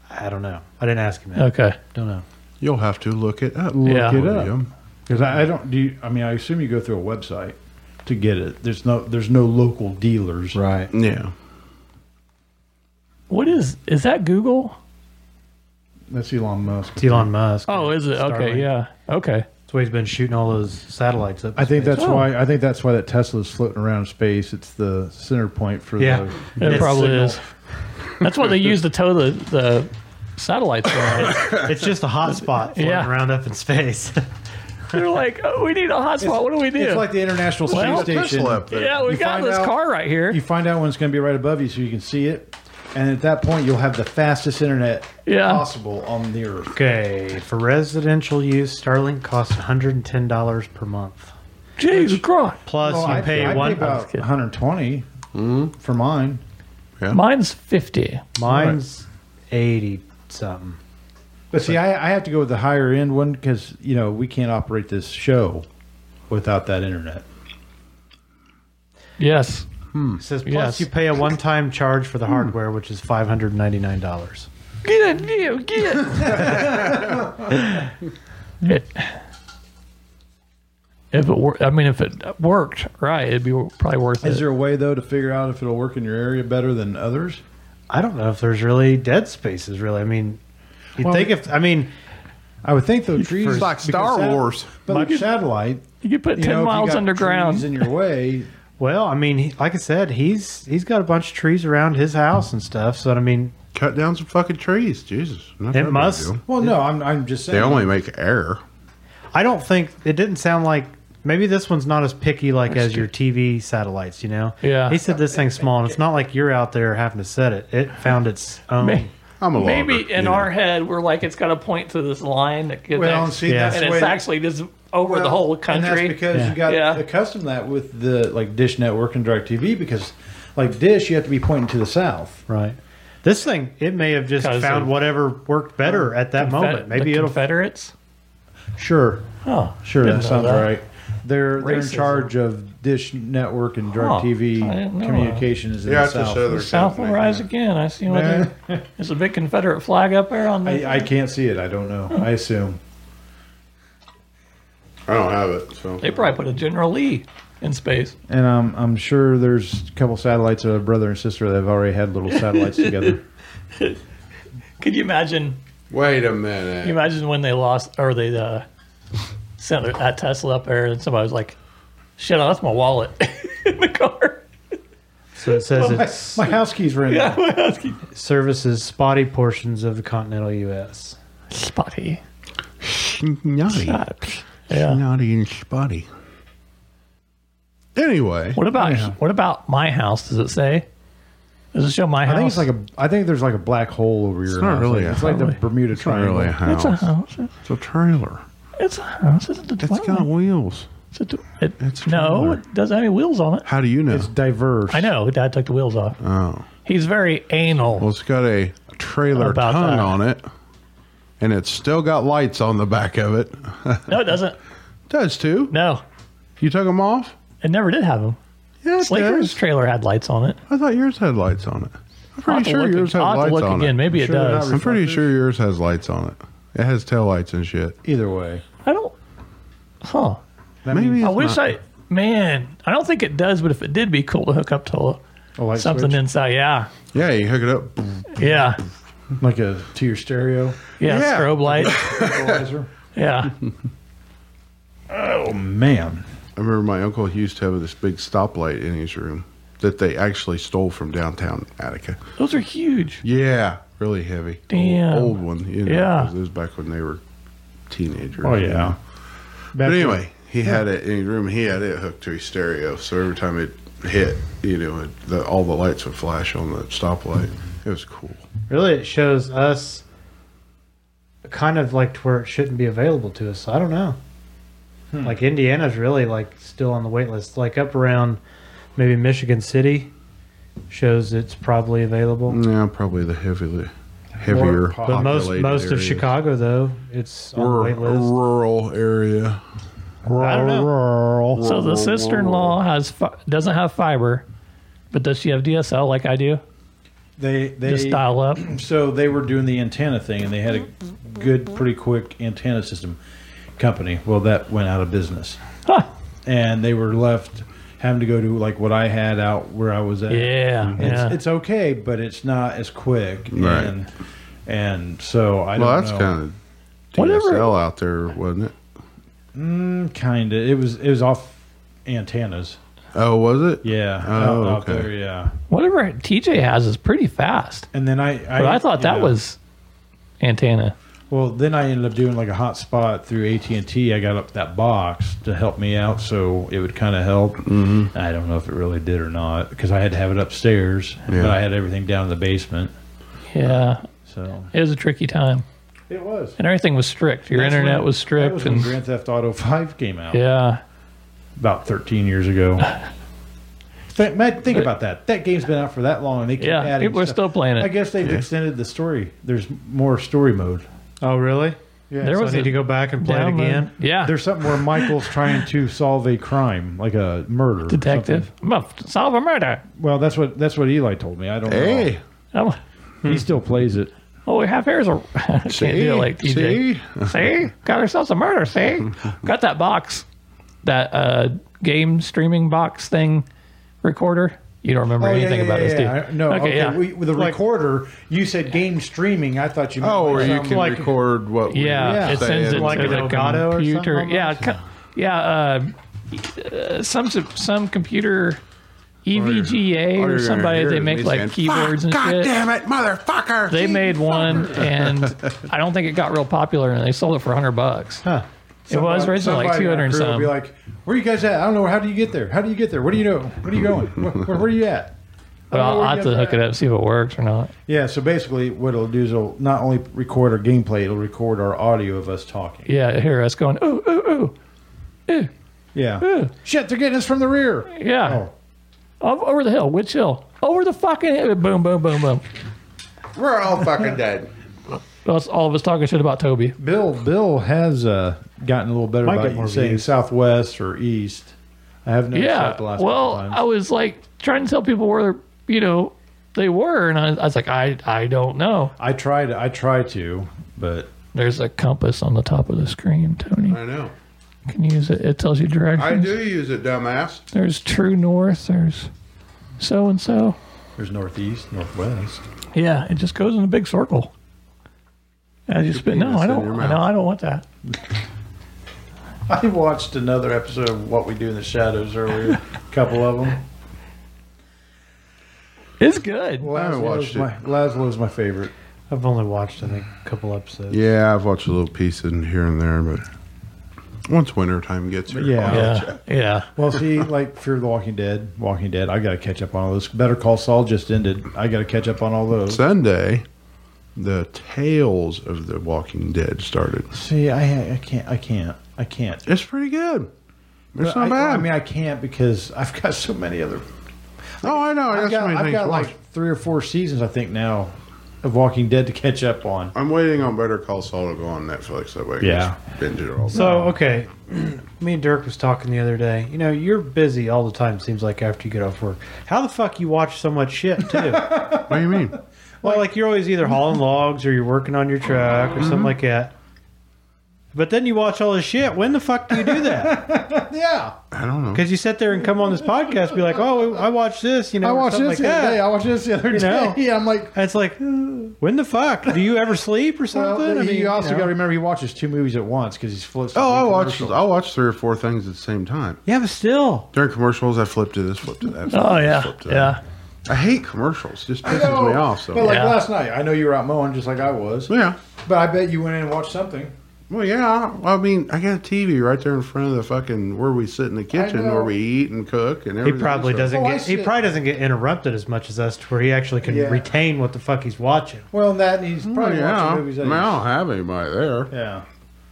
Speaker 3: I don't know. I didn't ask him. That.
Speaker 5: Okay.
Speaker 3: Don't know.
Speaker 6: You'll have to look it up.
Speaker 5: Yeah.
Speaker 4: Look it up.
Speaker 6: William.
Speaker 4: Because I, I don't do. You, I mean, I assume you go through a website to get it. There's no. There's no local dealers.
Speaker 3: Right.
Speaker 6: Yeah.
Speaker 5: What is is that Google?
Speaker 4: That's Elon Musk.
Speaker 3: It's Elon Musk.
Speaker 5: Oh, is it?
Speaker 3: Starlink.
Speaker 5: Okay, yeah. Okay.
Speaker 3: That's why he's been shooting all those satellites up.
Speaker 4: I think that's
Speaker 5: Oh.
Speaker 4: why. I think that's why that Tesla's floating around in space. It's the center point for
Speaker 3: Yeah.
Speaker 4: the.
Speaker 5: It
Speaker 3: It's
Speaker 5: probably
Speaker 3: signal.
Speaker 5: is. That's what they use to tow the, the satellites around.
Speaker 3: It's just a hot spot floating
Speaker 5: Yeah.
Speaker 3: around up in space.
Speaker 5: They're like, oh, we need a hotspot. What do we do?
Speaker 4: It's like the International Space
Speaker 5: Well,
Speaker 4: Station.
Speaker 6: Tesla up there.
Speaker 5: yeah, we
Speaker 4: you
Speaker 5: got
Speaker 4: find
Speaker 5: this
Speaker 4: out-
Speaker 5: car right here.
Speaker 4: You find out when it's going to be right above you, so you can see it. And at that point, you'll have the fastest internet
Speaker 5: Yeah.
Speaker 4: possible on the Earth.
Speaker 3: okay. For residential use, Starlink costs $110 per month.
Speaker 5: Jesus Christ.
Speaker 3: Plus,
Speaker 4: Well,
Speaker 3: you
Speaker 4: I,
Speaker 3: pay
Speaker 4: I
Speaker 3: one.
Speaker 4: pay about
Speaker 5: kidding.
Speaker 4: 120
Speaker 6: Hmm?
Speaker 4: for mine.
Speaker 5: Mine's 50.
Speaker 3: Mine's 80 something.
Speaker 4: But see, I, I have to go with the higher end one because you know we can't operate this show without that internet.
Speaker 5: Yes.
Speaker 3: It says plus
Speaker 5: Yes.
Speaker 3: you pay a one-time charge for the hardware, which is five hundred ninety-nine dollars.
Speaker 5: Get it, get it, get it. It- If it were, I mean, if it worked, right, it'd be probably worth
Speaker 4: Is
Speaker 5: it.
Speaker 4: there a way though to figure out if it'll work in your area better than others?
Speaker 3: I don't know if there's really dead spaces. Really, I mean, you
Speaker 4: Well,
Speaker 3: would think if I mean,
Speaker 4: I would think though trees
Speaker 6: It's like
Speaker 4: because
Speaker 6: Star
Speaker 4: sat-
Speaker 6: Wars.
Speaker 4: but like satellite.
Speaker 5: you could put
Speaker 4: You
Speaker 5: 10
Speaker 4: know, if you
Speaker 5: miles
Speaker 4: got
Speaker 5: underground.
Speaker 4: trees in your way.
Speaker 3: well, I mean, he, like I said, he's he's got a bunch of trees around his house and stuff. So I mean,
Speaker 6: Cut down some fucking trees. Jesus. Not that big a
Speaker 3: must-
Speaker 6: deal.
Speaker 4: Well, no, I'm, I'm just saying.
Speaker 6: They only make air.
Speaker 3: I don't think it didn't sound like maybe this one's not as picky like as your TV satellites. You know?
Speaker 5: Yeah.
Speaker 3: He said this thing's small, and it's not like you're out there having to set it. It found its own.
Speaker 5: May-
Speaker 6: I'm a
Speaker 5: Maybe
Speaker 6: logger,
Speaker 5: in
Speaker 6: you
Speaker 5: our
Speaker 6: know.
Speaker 5: head, we're like, it's got to point to this line that connects.
Speaker 4: Well, and see,
Speaker 3: Yeah.
Speaker 4: that's
Speaker 5: and
Speaker 4: the
Speaker 5: it's
Speaker 4: way-
Speaker 5: actually just over
Speaker 4: well,
Speaker 5: the whole
Speaker 4: and
Speaker 5: country.
Speaker 4: that's because
Speaker 3: Yeah.
Speaker 4: you got
Speaker 5: Yeah.
Speaker 4: accustomed to that with the like Dish Network and Direct TV because like Dish, you have to be pointing to the south.
Speaker 3: Right. This thing, it may have just
Speaker 5: 'Cause
Speaker 3: found
Speaker 5: of-
Speaker 3: whatever worked better at that
Speaker 5: Confed-
Speaker 3: moment. Maybe
Speaker 5: the
Speaker 3: it'll
Speaker 5: Confederates.
Speaker 4: Sure,
Speaker 5: Oh,
Speaker 4: sure,
Speaker 5: didn't
Speaker 4: that
Speaker 5: know
Speaker 4: sounds
Speaker 5: that.
Speaker 4: right. They're they're in
Speaker 5: Racism.
Speaker 4: charge of Dish Network and Direct
Speaker 5: Huh.
Speaker 4: TV
Speaker 5: I didn't know that.
Speaker 4: communications in
Speaker 6: Yeah,
Speaker 4: the
Speaker 6: it's a
Speaker 4: South.
Speaker 6: southern
Speaker 5: South will
Speaker 6: company.
Speaker 5: rise again. I see. What they- There's a big Confederate flag up there on the.
Speaker 4: I, I can't see it. I don't know. I assume.
Speaker 6: I don't have it. So
Speaker 5: they probably put a General Lee in space.
Speaker 4: And um, I'm sure there's a couple satellites of a brother and sister that have already had little satellites together.
Speaker 5: Could you imagine?
Speaker 6: Wait a
Speaker 5: Can you
Speaker 6: minute.
Speaker 5: imagine when they lost or they uh, sent that Tesla up there and somebody was like, "Shit, that's my wallet in the car."
Speaker 3: So it says
Speaker 4: my,
Speaker 3: it's
Speaker 4: my house keys were in there.
Speaker 3: services spotty portions of the continental U.S.
Speaker 5: Spotty.
Speaker 6: Naughty.
Speaker 5: Yeah.
Speaker 6: Naughty and spotty. Anyway,
Speaker 5: What about what about my house? Does it say? Does it show my house?
Speaker 4: I think it's like a. I think there's like a black hole over your.
Speaker 6: not
Speaker 4: house.
Speaker 6: really
Speaker 4: Like,
Speaker 6: a
Speaker 4: It's like the
Speaker 5: highway.
Speaker 4: Bermuda
Speaker 6: it's not
Speaker 4: Triangle.
Speaker 6: really a
Speaker 5: It's
Speaker 6: house.
Speaker 5: a house.
Speaker 6: It's a trailer.
Speaker 5: It's a house. It's a
Speaker 6: It's
Speaker 5: dwelling.
Speaker 6: got wheels.
Speaker 5: It's a dw- it-
Speaker 6: It's
Speaker 5: no,
Speaker 6: trailer.
Speaker 5: it doesn't have any wheels on it.
Speaker 6: How do you know?
Speaker 4: It's diverse.
Speaker 5: I know. Dad took the wheels off. Oh. He's very anal.
Speaker 6: Well, it's got a trailer
Speaker 5: About
Speaker 6: tongue
Speaker 5: that.
Speaker 6: on it, and it's still got lights on the back of it.
Speaker 5: no, it doesn't.
Speaker 6: Does too?
Speaker 5: No,
Speaker 6: You took them off?
Speaker 5: it never did have them.
Speaker 6: Yeah, it
Speaker 5: Slinker's
Speaker 6: does.
Speaker 5: trailer had lights on it.
Speaker 6: I thought yours had lights on it. I'm
Speaker 5: I'll have
Speaker 6: pretty
Speaker 5: to
Speaker 6: sure
Speaker 5: look,
Speaker 6: yours had
Speaker 5: I'll have to
Speaker 6: lights
Speaker 5: look
Speaker 6: on
Speaker 5: again.
Speaker 6: it.
Speaker 5: Maybe it
Speaker 4: sure they're not
Speaker 5: does.
Speaker 4: re-
Speaker 6: I'm pretty sure yours has lights on it. It has tail lights and shit.
Speaker 4: Either way,
Speaker 5: I don't. Huh.
Speaker 4: that
Speaker 6: Maybe
Speaker 4: means
Speaker 5: I
Speaker 6: It's
Speaker 5: wish
Speaker 6: not-
Speaker 5: I. Man, I don't think it does. But if it did, be cool to hook up to a-
Speaker 4: a light
Speaker 5: something
Speaker 4: switch,
Speaker 5: inside. Yeah.
Speaker 6: Yeah, you hook it up.
Speaker 5: Yeah.
Speaker 4: like a to your stereo.
Speaker 5: Yeah.
Speaker 6: Yeah.
Speaker 5: Strobe light.
Speaker 4: equalizer.
Speaker 5: yeah.
Speaker 4: oh man,
Speaker 6: I remember my uncle he used to have this big stoplight in his room that they actually stole from downtown Attica.
Speaker 5: Those are huge.
Speaker 6: Yeah, really heavy.
Speaker 5: Damn.
Speaker 6: Old, old one. You know,
Speaker 5: Yeah.
Speaker 6: 'cause It was back when they were teenagers.
Speaker 4: Oh yeah.
Speaker 6: But anyway, he had it in his room. He had it hooked to his stereo, so every time it hit, you know, it, the, all the lights would flash on the stoplight. It was cool.
Speaker 3: Really, it shows us kind of like to where it shouldn't be available to us. I don't know.
Speaker 5: Hmm.
Speaker 3: Like Indiana's really like still on the wait list. Like up around maybe Michigan City shows it's probably available.
Speaker 6: Yeah, probably the heavily heavier,
Speaker 3: But most
Speaker 6: populated
Speaker 3: most of
Speaker 6: areas.
Speaker 3: Chicago though, it's on the
Speaker 6: Rural,
Speaker 3: wait list.
Speaker 6: rural area.
Speaker 5: I don't know.
Speaker 4: Rural.
Speaker 5: So the sister-in-law has fi- doesn't have fiber, but does she have DSL like I do?
Speaker 4: They they
Speaker 5: Just dial up.
Speaker 4: so they were doing the antenna thing and they had a good pretty quick antenna system company well that went out of business and they were left having to go to like what i had out where i was at
Speaker 5: Yeah,
Speaker 4: it's,
Speaker 5: yeah.
Speaker 4: it's okay but it's not as quick
Speaker 6: Right.
Speaker 4: and and so i
Speaker 6: Well,
Speaker 4: don't
Speaker 6: that's
Speaker 4: know
Speaker 6: kind of DSL
Speaker 5: Whatever.
Speaker 6: out there, wasn't it?
Speaker 4: kind of it was it was off antennas
Speaker 6: Oh, was it?
Speaker 4: yeah
Speaker 6: Oh,
Speaker 4: out,
Speaker 6: okay.
Speaker 4: out there yeah
Speaker 5: Whatever TJ has is pretty fast.
Speaker 4: and then i i,
Speaker 5: But I thought
Speaker 4: you
Speaker 5: that
Speaker 4: know,
Speaker 5: was antenna.
Speaker 4: Well, then I ended up doing like a hotspot through AT and T. I got up that box to help me out, so it would kind of help. Mm-hmm. I don't know if it really did or not because I had to have it upstairs, but
Speaker 6: Yeah.
Speaker 4: I had everything down in the basement.
Speaker 5: Yeah,
Speaker 4: So
Speaker 5: it was a tricky time,
Speaker 4: it was.
Speaker 5: and everything was strict. Your internet was
Speaker 4: That
Speaker 5: strict,
Speaker 4: was when
Speaker 5: and
Speaker 4: Grand Theft Auto Five came out
Speaker 5: yeah,
Speaker 4: about 13 years ago. Th- Matt, think about that. That game's been out for that long, and they keep
Speaker 5: Yeah,
Speaker 4: adding.
Speaker 5: people are
Speaker 4: stuff.
Speaker 5: still playing it.
Speaker 4: I guess they've extended the story. There's more story mode.
Speaker 3: Oh, really? Yeah.
Speaker 5: There
Speaker 3: so
Speaker 5: was
Speaker 3: I need
Speaker 5: a
Speaker 3: to go back and play it
Speaker 5: download-
Speaker 3: again.
Speaker 5: Yeah,
Speaker 4: There's something where Michael's trying to solve a crime, like a murder. or
Speaker 5: detective.
Speaker 4: something.
Speaker 5: I'm gonna f- solve a murder.
Speaker 4: Well, that's what that's what Eli told me. I don't
Speaker 6: Hey,
Speaker 5: I'm,
Speaker 4: know. He still plays it.
Speaker 5: all we have here is a I can't
Speaker 6: see,
Speaker 5: do it like E TJ.
Speaker 6: see,
Speaker 5: See, got ourselves a murder. See, got that box, that uh, game streaming box thing, recorder. You don't
Speaker 4: Oh,
Speaker 5: remember anything about this, dude?
Speaker 4: I- no, okay,
Speaker 5: yeah.
Speaker 4: we, with the recorder, you said game streaming. I thought you. meant
Speaker 6: Oh,
Speaker 4: like
Speaker 6: or you
Speaker 4: some- uh,
Speaker 6: can
Speaker 3: like-
Speaker 6: record what? we
Speaker 5: Yeah,
Speaker 6: were
Speaker 5: it sends it
Speaker 6: saying.
Speaker 3: Like
Speaker 5: to
Speaker 3: an
Speaker 5: the
Speaker 3: Elgato or
Speaker 5: computer.
Speaker 3: something
Speaker 5: yeah,
Speaker 3: almost?
Speaker 5: co- yeah. Uh, uh, some some computer E EVGA
Speaker 6: All you're
Speaker 5: or
Speaker 6: gonna
Speaker 5: somebody
Speaker 6: hear
Speaker 5: they
Speaker 6: is
Speaker 5: make
Speaker 6: me
Speaker 5: like
Speaker 6: saying,
Speaker 5: keyboards and
Speaker 6: "Fuck,
Speaker 5: shit.
Speaker 6: God damn it, motherfucker!
Speaker 5: They made one, and I don't think it got real popular, and they sold it for hundred bucks.
Speaker 3: Huh.
Speaker 5: It was
Speaker 4: somebody-
Speaker 5: originally like
Speaker 4: somebody in
Speaker 5: two hundred
Speaker 4: our
Speaker 5: and
Speaker 4: crew will
Speaker 5: some.
Speaker 4: Be like, where you guys at? I don't know. How do you get there? How do you get there? What do you know? What are you going? where, where, where are you at?
Speaker 5: but I'll,
Speaker 4: "Oh,
Speaker 5: I'll have to
Speaker 4: yeah,
Speaker 5: hook it up, see if it works or not.
Speaker 4: Yeah. So basically, what it'll do is it'll not only record our gameplay, it'll record our audio of us talking.
Speaker 5: Yeah, hear us going. Ooh, ooh, ooh.
Speaker 4: Yeah. Shit, they're getting us from the rear.
Speaker 5: Yeah,
Speaker 4: Oh,
Speaker 5: Up- over the hill. Which hill? Over the fucking hill. Boom, boom, boom, boom.
Speaker 6: We're all fucking dead.
Speaker 5: Well, it's all of us talking shit about Toby.
Speaker 4: Bill Bill has uh, gotten a little better
Speaker 3: Might
Speaker 4: by
Speaker 3: get more
Speaker 4: saying
Speaker 3: views.
Speaker 4: southwest or east. I have noticed
Speaker 5: yeah.
Speaker 4: that the last
Speaker 5: well,
Speaker 4: couple
Speaker 5: I
Speaker 4: times.
Speaker 5: was like trying to tell people where you know they were, and I, I was like, I I don't know.
Speaker 4: I try to I try to, but
Speaker 5: There's a compass on the top of the screen, Tony.
Speaker 6: I know.
Speaker 5: You Can use it. It tells you directions.
Speaker 6: I do use it, dumbass.
Speaker 5: There's true north. There's so and so.
Speaker 4: there's northeast, northwest.
Speaker 5: Yeah, it just goes in a big circle. As you spit. No,
Speaker 6: penis
Speaker 5: I
Speaker 6: in
Speaker 5: don't.
Speaker 6: your
Speaker 5: No,
Speaker 6: mouth.
Speaker 5: I don't want that.
Speaker 4: I watched another episode of What We Do in the Shadows earlier, a couple of them.
Speaker 5: It's good.
Speaker 6: I haven't watched it.
Speaker 4: My, Laszlo's my favorite.
Speaker 3: I've only watched I think a couple episodes.
Speaker 6: Yeah, I've watched a little piece in here and there, but once winter time gets here,
Speaker 4: yeah.
Speaker 6: I'll-
Speaker 5: yeah, yeah.
Speaker 4: Well, see, like Fear the Walking Dead, Walking Dead, I got to catch up on all those. Better Call Saul just ended. I got to catch up on all those.
Speaker 6: Sunday, the tales of the Walking Dead started.
Speaker 4: See, I ha- I can't I can't I can't.
Speaker 6: It's pretty good. It's
Speaker 4: I,
Speaker 6: not bad.
Speaker 4: I mean, I can't because I've got so many other.
Speaker 6: oh, I know.
Speaker 4: I've
Speaker 6: That's
Speaker 4: got,
Speaker 6: many
Speaker 4: I've
Speaker 6: things
Speaker 4: got
Speaker 6: to watch.
Speaker 4: like three or four seasons, I think now, of Walking Dead to catch up on.
Speaker 6: I'm waiting on Better Call Saul to go on Netflix. That way, I can
Speaker 4: Yeah.
Speaker 6: just binge it all.
Speaker 3: So okay, me and Dirk was talking the other day. You know, you're busy all the time. Seems like after you get off work, how the fuck you watch so much shit too?
Speaker 6: what do you mean?
Speaker 3: well, like you're always either hauling logs or you're working on your truck or
Speaker 4: Mm-hmm.
Speaker 3: something like that. But then you watch all this shit. When the fuck do you do that?
Speaker 4: Yeah,
Speaker 6: I don't know.
Speaker 3: Because you sit there and come on this podcast, be like, "Oh, I watched this," you know,
Speaker 4: I
Speaker 3: or
Speaker 4: watched
Speaker 3: something like
Speaker 4: this the
Speaker 3: that.
Speaker 4: other day. I watched this the other
Speaker 3: You know?
Speaker 4: day. Yeah, I'm like,
Speaker 3: And it's like, when the fuck do you ever sleep or
Speaker 4: well,
Speaker 3: something? I mean,
Speaker 4: you also
Speaker 3: know.
Speaker 4: got to remember he watches two movies at once because he's flips.
Speaker 6: Oh, I watch.
Speaker 4: commercials.
Speaker 6: I watch three or four things at the same time
Speaker 3: yeah, but still,
Speaker 6: during commercials. I flip to this, flip to that. flip
Speaker 5: Oh
Speaker 6: to this,
Speaker 5: yeah,
Speaker 6: flip to that.
Speaker 5: yeah.
Speaker 6: I hate commercials. Just
Speaker 4: I
Speaker 6: pisses
Speaker 4: know,
Speaker 6: me off. So
Speaker 4: But like
Speaker 5: Yeah.
Speaker 4: last night, I know you were out mowing just like I was.
Speaker 6: yeah.
Speaker 4: But I bet you went in and watched something.
Speaker 6: Well, yeah. I I mean, I got a TV right there in front of the fucking where we sit in the kitchen,
Speaker 4: know.
Speaker 6: where we eat and cook, and
Speaker 3: he
Speaker 6: everything.
Speaker 3: probably
Speaker 6: so-
Speaker 3: doesn't
Speaker 4: Oh, I
Speaker 3: get. He
Speaker 4: sit-
Speaker 3: probably doesn't get interrupted as much as us, to where he actually can
Speaker 4: Yeah.
Speaker 3: retain what the fuck he's watching.
Speaker 4: Well, and that and he's
Speaker 6: Well,
Speaker 4: probably
Speaker 6: Oh, yeah. I,
Speaker 4: watching movies. that
Speaker 6: mean, I
Speaker 4: he's-
Speaker 6: don't have anybody there.
Speaker 4: Yeah.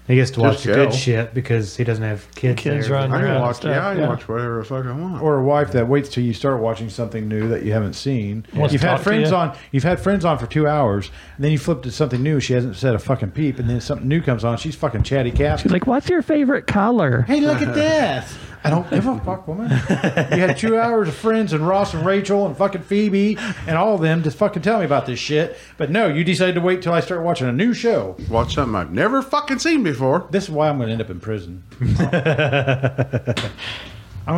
Speaker 3: He gets to watch the
Speaker 6: go.
Speaker 3: good shit because he doesn't have kids.
Speaker 5: Kids
Speaker 3: there.
Speaker 5: run
Speaker 6: I
Speaker 5: around
Speaker 6: can
Speaker 5: and
Speaker 6: watch.
Speaker 5: stuff,
Speaker 6: Yeah, I can
Speaker 5: yeah.
Speaker 6: watch whatever the fuck I want.
Speaker 4: Or a wife that waits till you start watching something new that you haven't seen.
Speaker 5: Wants
Speaker 4: you've
Speaker 5: to
Speaker 4: had
Speaker 5: talk to
Speaker 4: friends
Speaker 5: you.
Speaker 4: on. You've had friends on for two hours, and then you flip to something new. She hasn't said a fucking peep, and then something new comes on. She's fucking chatty cat.
Speaker 5: She's like, "What's your favorite color?"
Speaker 4: Hey, look at this. I don't give a fuck, woman. You had two hours of friends and Ross and Rachel and fucking Phoebe and all of them to fucking tell me about this shit. But no, you decided to wait till I start watching a new show.
Speaker 6: Watch something I've never fucking seen before.
Speaker 4: This is why I'm going to end up in prison. I'm going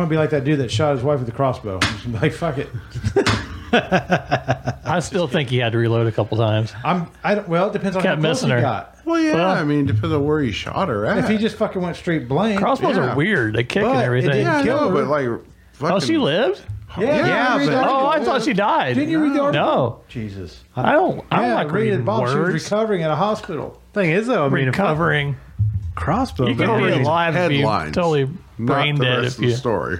Speaker 4: to be like that dude that shot his wife with a crossbow. I'm just gonna be like, fuck it.
Speaker 5: I still think he had to reload a couple times.
Speaker 4: I'm, I don't, well, it depends on
Speaker 5: Kept
Speaker 4: how close he
Speaker 5: missing her.
Speaker 4: got.
Speaker 6: Well, yeah.
Speaker 5: Well-
Speaker 6: I mean, depends on where he shot her at.
Speaker 4: If he just fucking went straight blank.
Speaker 5: Crossbows
Speaker 6: Yeah.
Speaker 5: are weird. They kick
Speaker 4: But
Speaker 5: and
Speaker 4: it
Speaker 5: everything.
Speaker 4: didn't
Speaker 6: yeah, I
Speaker 4: kill
Speaker 6: know,
Speaker 4: her.
Speaker 6: but like, fucking,
Speaker 5: Oh, she lived.
Speaker 4: yeah,
Speaker 6: Yeah,
Speaker 4: read the
Speaker 6: but-
Speaker 5: Oh, I
Speaker 4: article.
Speaker 5: thought she died.
Speaker 4: Didn't you read the article?
Speaker 5: No,
Speaker 4: Jesus.
Speaker 5: I don't. I don't
Speaker 4: Yeah,
Speaker 5: like
Speaker 4: read it.
Speaker 5: reading
Speaker 4: Bob, she was
Speaker 5: words.
Speaker 4: recovering at a hospital.
Speaker 3: Thing is, though, I mean, if
Speaker 5: Recovering.
Speaker 3: crossbow.
Speaker 5: You
Speaker 3: but
Speaker 5: can be
Speaker 6: read
Speaker 5: alive if you
Speaker 6: headlines,
Speaker 5: totally
Speaker 6: not
Speaker 5: brain
Speaker 6: the
Speaker 5: dead if
Speaker 6: rest of the
Speaker 5: you.
Speaker 6: story.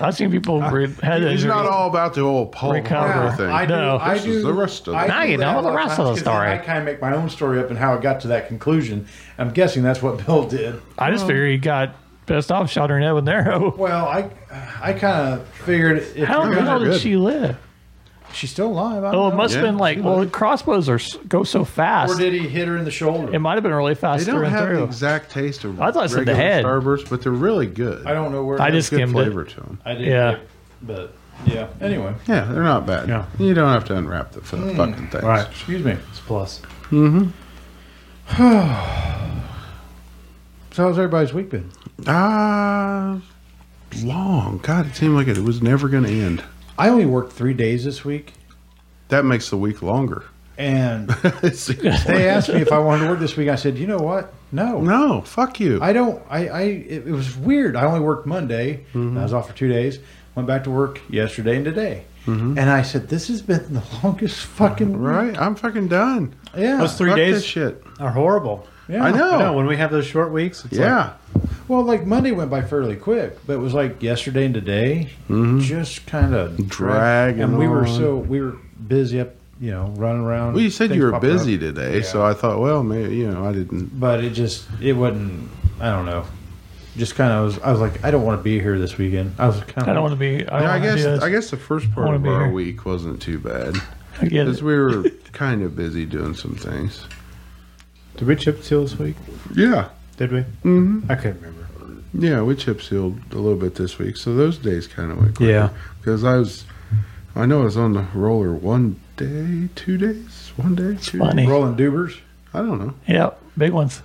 Speaker 5: I've seen people re- head
Speaker 6: It's
Speaker 5: injuries.
Speaker 6: not all about the whole Paul
Speaker 5: Recover.
Speaker 6: Walker thing.
Speaker 4: I do.
Speaker 5: No.
Speaker 4: I
Speaker 6: This
Speaker 4: do.
Speaker 6: is the rest of
Speaker 4: I
Speaker 6: it.
Speaker 4: do
Speaker 5: Now you
Speaker 4: that
Speaker 5: know
Speaker 4: a lot
Speaker 5: the
Speaker 4: of
Speaker 5: rest
Speaker 4: times
Speaker 5: of the
Speaker 4: 'cause then
Speaker 5: story.
Speaker 4: I kind of make my own story up and how it got to that conclusion. I'm guessing that's what Bill did.
Speaker 5: I just figured he got pissed off, shot her in the head with an arrow.
Speaker 4: Well, I, I kind of figured if
Speaker 5: How the
Speaker 6: guys
Speaker 5: hell
Speaker 6: are
Speaker 5: did
Speaker 6: good.
Speaker 5: she live?
Speaker 4: she's still alive. I don't
Speaker 5: Oh, it
Speaker 4: know.
Speaker 5: must have
Speaker 6: Yeah,
Speaker 5: been like,
Speaker 6: she
Speaker 5: well,
Speaker 6: lived.
Speaker 5: crossbows are s- go so
Speaker 4: Or
Speaker 5: fast.
Speaker 4: did he hit her in the shoulder?
Speaker 5: It might have been really fast
Speaker 6: They don't
Speaker 5: through and
Speaker 6: have the
Speaker 5: through.
Speaker 6: exact taste of
Speaker 5: I thought it said the
Speaker 6: regular
Speaker 5: head.
Speaker 6: Starburst, but they're really good.
Speaker 4: I don't know where.
Speaker 5: I
Speaker 4: it
Speaker 5: just
Speaker 6: good
Speaker 5: skimmed
Speaker 6: flavor
Speaker 5: it.
Speaker 6: to them.
Speaker 4: was. I didn't.
Speaker 5: yeah.
Speaker 4: get- But yeah. Anyway,
Speaker 6: Yeah, they're not bad.
Speaker 3: Yeah.
Speaker 6: You don't have to unwrap the fu- fucking things.
Speaker 3: Right.
Speaker 4: excuse me.
Speaker 3: it's a plus.
Speaker 4: Mm-hmm. So how's everybody's week been?
Speaker 6: Ah, long. God, it seemed like it was never going to end.
Speaker 4: I only worked three days this week,
Speaker 6: That makes the week longer.
Speaker 4: and
Speaker 6: It seems like-
Speaker 4: they asked me if I wanted to work this week. I said, you know what? No.
Speaker 6: no, fuck you.
Speaker 4: I don't. I. I. It, it was weird. I only worked Monday. I was off for two days. Went back to work yesterday and today. And I said, "This has been the longest fucking
Speaker 6: right? I'm fucking done.
Speaker 4: Yeah.
Speaker 3: Those three
Speaker 6: Fuck
Speaker 3: days
Speaker 6: this shit.
Speaker 3: are horrible.
Speaker 4: Yeah.
Speaker 6: I know.
Speaker 3: I know when we have those short weeks, it's like,
Speaker 6: yeah.
Speaker 4: Well, like Monday went by fairly quick, but it was like yesterday and today, just kind of
Speaker 6: Mm-hmm. Dragging
Speaker 4: And we were
Speaker 6: on.
Speaker 4: so we were busy up, you know, running around.
Speaker 6: Well, you said
Speaker 4: things
Speaker 6: you were
Speaker 4: popping up.
Speaker 6: busy today, so
Speaker 4: Yeah.
Speaker 6: I thought, well, maybe you know, I didn't.
Speaker 4: but it just it wasn't. I don't know. Just kind of was. I was like, I don't want to be here this weekend. I was kind of.
Speaker 5: I don't want to be. I, don't
Speaker 6: I
Speaker 5: wanna do
Speaker 6: guess
Speaker 5: this.
Speaker 6: I guess the first part
Speaker 5: wanna
Speaker 6: of
Speaker 5: be
Speaker 6: our
Speaker 5: here.
Speaker 6: week wasn't too bad
Speaker 5: I get
Speaker 6: because
Speaker 5: it.
Speaker 6: we were kind of busy doing some things.
Speaker 4: Did we chip seal this week?
Speaker 6: Yeah.
Speaker 4: Did we? Mm-hmm. I couldn't remember.
Speaker 6: Yeah, we chip sealed a little bit this week, so those days kind of went quicker.
Speaker 3: Yeah.
Speaker 6: because I was, I know I was on the roller one day, two days, one day, two.
Speaker 5: funny.
Speaker 6: days.
Speaker 4: Rolling dubers.
Speaker 6: I don't know.
Speaker 5: Yep, big ones.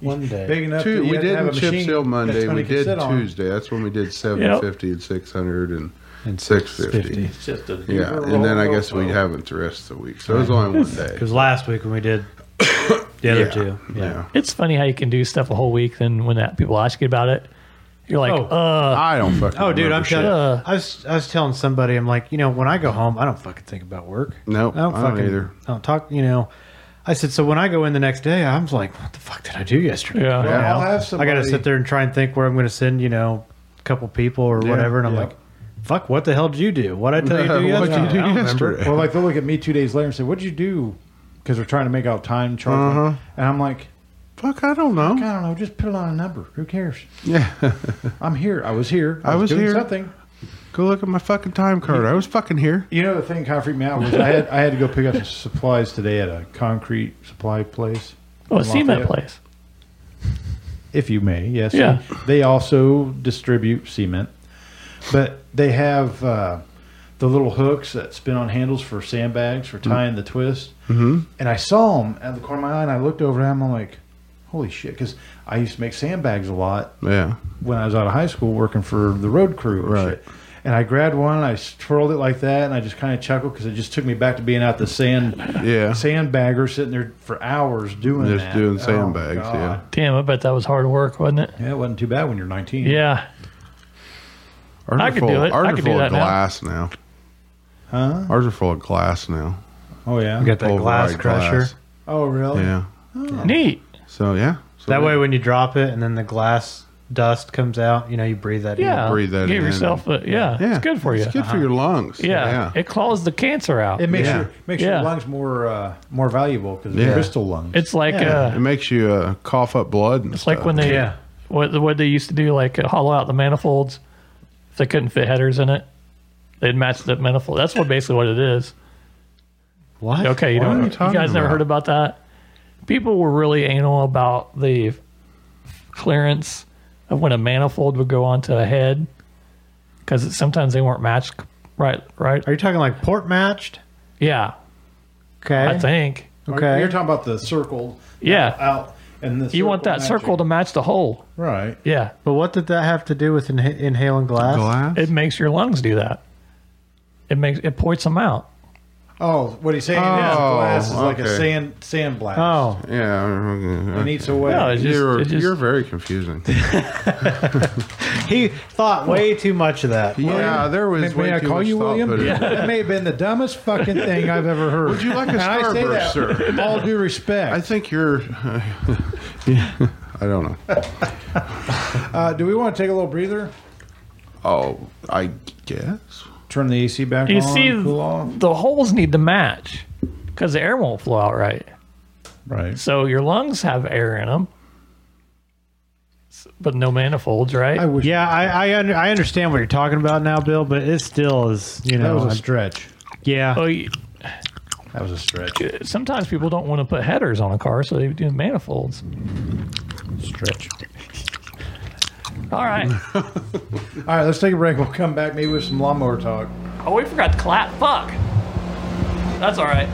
Speaker 3: One day.
Speaker 4: Big enough.
Speaker 6: Two,
Speaker 4: that you
Speaker 6: we
Speaker 4: had to have
Speaker 6: didn't
Speaker 4: a
Speaker 6: chip
Speaker 4: machine
Speaker 6: seal
Speaker 4: that
Speaker 6: Monday.
Speaker 4: Tony
Speaker 6: We
Speaker 4: could
Speaker 6: did
Speaker 4: sit on.
Speaker 6: Tuesday. That's when we did seven fifty and six hundred and
Speaker 3: And
Speaker 6: six fifty.
Speaker 3: 50.
Speaker 5: It's just a
Speaker 6: Yeah, and then I guess we haven't the rest of the week. So it was only one day.
Speaker 3: Because last week when we did the other
Speaker 6: Yeah.
Speaker 3: two. Yeah.
Speaker 5: It's funny how you can do stuff a whole week, then when that people ask you about it, you're like,
Speaker 3: Oh.
Speaker 5: uh,
Speaker 6: I don't fucking.
Speaker 3: Oh, dude,
Speaker 6: remember
Speaker 3: I'm telling.
Speaker 6: shit.
Speaker 5: Uh.
Speaker 3: I was I was telling somebody, I'm like, you know, when I go home, I don't fucking think about work.
Speaker 6: Nope, I don't
Speaker 3: fucking
Speaker 6: either.
Speaker 3: I don't talk. You know, I said so when I go in the next day, I'm like, what the fuck did I do yesterday?
Speaker 5: Yeah.
Speaker 3: You
Speaker 5: Well,
Speaker 6: I'll
Speaker 3: know?
Speaker 6: have
Speaker 3: I got to
Speaker 6: somebody-
Speaker 3: sit there and try and think where I'm going to send, you know, a couple people or whatever, and I'm
Speaker 4: yeah.
Speaker 3: like, fuck, what the hell did you do? What I tell you to do
Speaker 6: What'd
Speaker 3: yesterday?
Speaker 6: you do
Speaker 3: I don't remember.
Speaker 6: yesterday?
Speaker 4: Well, like they'll look at me two days later and say, "What did you do?" Because they're trying to make out time chart,
Speaker 6: Uh-huh.
Speaker 4: and I'm like,
Speaker 6: Fuck, I don't know.
Speaker 4: I don't know, just put it on a number. Who cares?
Speaker 6: Yeah,
Speaker 4: I'm here. I was here.
Speaker 6: I was
Speaker 4: doing
Speaker 6: here.
Speaker 4: Something.
Speaker 6: go look at my fucking time card. I was fucking here.
Speaker 4: You know the thing kind of freaked me out was I had I had to go pick up some supplies today at a concrete supply place.
Speaker 5: oh, a cement
Speaker 4: Lafayette.
Speaker 5: place.
Speaker 4: if you may. Yes.
Speaker 5: Yeah.
Speaker 4: They also distribute cement, but they have uh, the little hooks that spin on handles for sandbags for tying the twist. Mm-hmm. And I saw them at the corner of my eye, and I looked over at them. I'm like, "Holy shit!" Because I used to make sandbags a lot
Speaker 6: Yeah,
Speaker 4: when I was out of high school working for the road crew. And
Speaker 6: Right.
Speaker 4: Shit. And I grabbed one, and I twirled it like that, and I just kind of chuckled because it just took me back to being out the sand
Speaker 6: yeah.
Speaker 4: sandbagger sitting there for hours doing
Speaker 6: Just
Speaker 4: that.
Speaker 6: doing
Speaker 4: Oh,
Speaker 6: sandbags,
Speaker 4: God.
Speaker 6: yeah.
Speaker 5: Damn, I bet that was hard work, wasn't it?
Speaker 4: Yeah, it wasn't too bad when you're 19.
Speaker 5: Yeah. I could do it. I
Speaker 6: Ours are
Speaker 5: could do
Speaker 6: full of
Speaker 5: that now.
Speaker 6: glass now.
Speaker 4: Huh?
Speaker 6: Ours are full of glass now.
Speaker 4: Oh yeah.
Speaker 3: You got that glass
Speaker 6: Pulverized
Speaker 3: crusher.
Speaker 6: glass.
Speaker 4: Oh really?
Speaker 6: Yeah.
Speaker 5: Neat.
Speaker 6: So yeah. So
Speaker 3: That
Speaker 6: we
Speaker 3: way, when you drop it, and then the glass dust comes out, you know, you breathe that. in.
Speaker 5: Yeah.
Speaker 6: breathe that
Speaker 5: Give
Speaker 6: in.
Speaker 5: yourself a, yeah,
Speaker 6: Yeah.
Speaker 5: It's good for you. Uh-huh.
Speaker 6: It's good for your lungs.
Speaker 5: yeah.
Speaker 6: Yeah.
Speaker 5: It claws the cancer out.
Speaker 4: It makes
Speaker 6: Yeah.
Speaker 4: your makes
Speaker 5: Yeah.
Speaker 4: your lungs more uh, more valuable because
Speaker 6: Yeah.
Speaker 4: they're crystal lungs.
Speaker 5: it's like
Speaker 6: Yeah.
Speaker 5: uh,
Speaker 6: It makes you uh, cough up blood. And
Speaker 5: It's like when they
Speaker 3: Yeah.
Speaker 5: what what they used to do, like uh, hollow out the manifolds. If they couldn't fit headers in it, they'd match the manifold. That's what basically what it is.
Speaker 3: What?
Speaker 5: Okay, you
Speaker 6: What are
Speaker 5: don't.
Speaker 6: you
Speaker 5: You,
Speaker 6: talking
Speaker 5: guys never
Speaker 6: about?
Speaker 5: heard about that? People were really anal about the clearance of when a manifold would go onto a head because sometimes they weren't matched right. Right?
Speaker 3: Are you talking like port matched?
Speaker 5: Yeah,
Speaker 3: Okay.
Speaker 5: I think.
Speaker 3: Okay. Uh,
Speaker 4: You're talking about the circle
Speaker 5: Yeah,
Speaker 4: out and the
Speaker 5: you want that circle to match the hole.
Speaker 4: right.
Speaker 5: Yeah,
Speaker 3: But what did that have to do with inha- inhaling glass?
Speaker 6: glass.
Speaker 5: it makes your lungs do that. It makes it points them out.
Speaker 4: Oh, what he's saying is
Speaker 6: Oh,
Speaker 4: glass is like
Speaker 6: okay.
Speaker 4: a sand sand blast.
Speaker 3: Oh,
Speaker 6: yeah. okay,
Speaker 4: it
Speaker 6: okay.
Speaker 4: eats away.
Speaker 5: Oh. No, it's just-
Speaker 6: you're,
Speaker 5: it just-
Speaker 6: you're very confusing.
Speaker 3: he thought way too much of that.
Speaker 6: yeah, there
Speaker 4: May,
Speaker 6: was way
Speaker 4: may I
Speaker 6: too
Speaker 4: call
Speaker 6: much
Speaker 4: you
Speaker 6: thought put
Speaker 4: William?
Speaker 6: into that.
Speaker 4: That may have been the dumbest fucking thing I've ever heard.
Speaker 6: Would you like a
Speaker 4: and I say
Speaker 6: Starburst,
Speaker 4: that
Speaker 6: sir?
Speaker 4: with all due
Speaker 6: I
Speaker 4: respect.
Speaker 6: think you're. yeah, I don't know.
Speaker 4: Uh, do we want to take a little breather?
Speaker 6: Oh, I guess.
Speaker 4: Turn the AC back
Speaker 5: You
Speaker 4: on.
Speaker 5: see,
Speaker 4: cool off.
Speaker 5: the holes need to match because the air won't flow out right.
Speaker 4: Right.
Speaker 5: So your lungs have air in them, but no manifolds, right?
Speaker 4: I wish
Speaker 3: Yeah, I I, under, I understand what you're talking about now, Bill, but it still is, you
Speaker 4: that
Speaker 3: know,
Speaker 4: was a
Speaker 3: I'm-
Speaker 4: stretch.
Speaker 3: yeah.
Speaker 5: so you- uh,
Speaker 4: That was a stretch.
Speaker 5: sometimes people don't want to put headers on a car, so they do manifolds.
Speaker 4: Stretch.
Speaker 5: All right.
Speaker 4: All right, let's take a break. We'll come back maybe with some lawnmower talk.
Speaker 5: oh, we forgot to clap. Fuck. That's all right.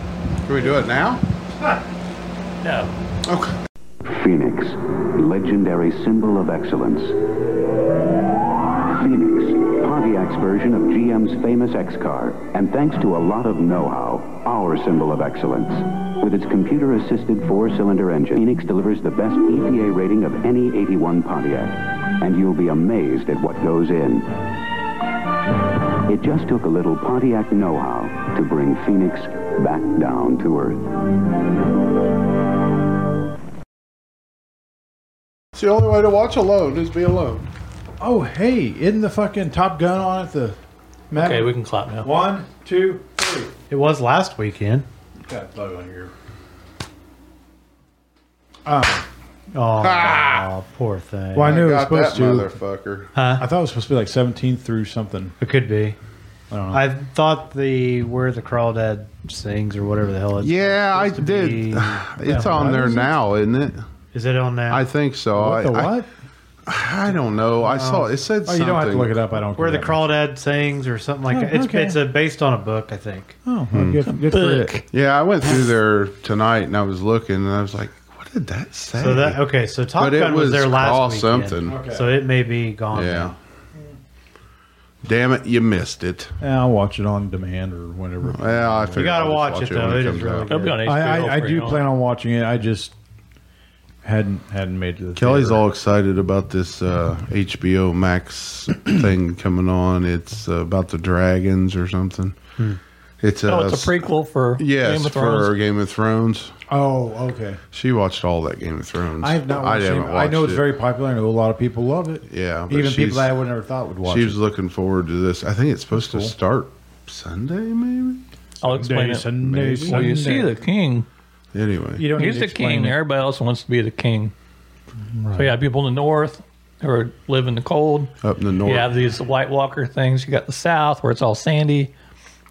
Speaker 6: Can we do it now?
Speaker 5: No.
Speaker 6: Okay.
Speaker 7: Phoenix, legendary symbol of excellence. Phoenix, Pontiac's version of GM's famous X car, and thanks to a lot of know-how, our symbol of excellence. With its computer-assisted four-cylinder engine, Phoenix delivers the best EPA rating of any 81 Pontiac, and you'll be amazed at what goes in. It just took a little Pontiac know-how to bring Phoenix back down to earth.
Speaker 6: It's the only way to watch alone is be alone.
Speaker 4: Oh, hey, isn't the fucking Top Gun on at the Maverick?
Speaker 5: Okay, we can clap now.
Speaker 4: One, two, three.
Speaker 3: It was last weekend.
Speaker 4: Got blood on your.
Speaker 3: Oh,
Speaker 4: Ah.
Speaker 3: oh, poor thing.
Speaker 4: Well, I knew it was
Speaker 6: Got that
Speaker 4: supposed to.
Speaker 6: motherfucker.
Speaker 4: I thought it was supposed to be like 17 through something.
Speaker 3: It could be. I thought the where the crawdad sings or whatever the hell it's
Speaker 6: Yeah, I
Speaker 3: supposed to
Speaker 6: did.
Speaker 3: be-
Speaker 6: it's on there now, isn't it?
Speaker 3: Is it on now?
Speaker 6: I think so.
Speaker 4: What
Speaker 6: I,
Speaker 4: the
Speaker 6: Oh, I-
Speaker 4: what?
Speaker 6: I, don't know. I saw it said
Speaker 4: Oh,
Speaker 6: something.
Speaker 4: you don't have to look it up. I don't.
Speaker 3: where the
Speaker 4: care that
Speaker 3: crawdad sings or something like
Speaker 4: Oh,
Speaker 3: that. It's
Speaker 4: okay.
Speaker 3: it's a, based on a book, I think.
Speaker 4: much. Oh,
Speaker 6: Hmm.
Speaker 4: well, good, good for
Speaker 5: Book.
Speaker 4: it.
Speaker 6: Yeah, I went through there tonight and I was looking and I was like, what did that say?
Speaker 3: So that okay, so Top
Speaker 6: But it
Speaker 3: Gun was,
Speaker 6: was
Speaker 3: there
Speaker 6: called
Speaker 3: last weekend,
Speaker 6: something. Okay.
Speaker 3: so it may be gone.
Speaker 6: yeah.
Speaker 3: now.
Speaker 6: Damn it, you missed it.
Speaker 4: Yeah, I'll watch it on demand or whenever.
Speaker 6: Well, I figured
Speaker 3: gotta
Speaker 6: I'll just
Speaker 3: watch it, though.
Speaker 6: when
Speaker 3: It is
Speaker 6: comes
Speaker 3: really
Speaker 6: out.
Speaker 5: It'll be on HBO.
Speaker 4: I, I, I
Speaker 5: pretty
Speaker 4: do
Speaker 5: long.
Speaker 4: plan on watching it. I just hadn't hadn't made it. To the
Speaker 6: Kelly's
Speaker 4: theater.
Speaker 6: all excited about this uh, HBO Max thing coming on. It's uh, about the dragons or something. It's a,
Speaker 5: Oh, it's a prequel for
Speaker 6: Yes,
Speaker 5: Game of
Speaker 6: for
Speaker 5: Thrones.
Speaker 6: Game of Thrones.
Speaker 4: Oh, okay.
Speaker 6: She watched all that Game of Thrones.
Speaker 4: I have not. Watched it.
Speaker 6: haven't
Speaker 4: I know it's
Speaker 6: watched it.
Speaker 4: very popular. I know a lot of people love it.
Speaker 6: Yeah, but
Speaker 4: even
Speaker 6: she's-
Speaker 4: people that I would never thought would watch
Speaker 6: She was
Speaker 4: it.
Speaker 6: looking forward to this. I think it's supposed to start Sunday, maybe.
Speaker 5: I'll explain it. Well, you see the king.
Speaker 6: Anyway,
Speaker 4: You don't need
Speaker 5: He's
Speaker 4: to
Speaker 5: the king.
Speaker 4: explain it.
Speaker 5: Everybody else wants to be the king. So you have people in the north who are live in the cold.
Speaker 6: up in the north.
Speaker 5: You have these White Walker things. You got the south where it's all sandy.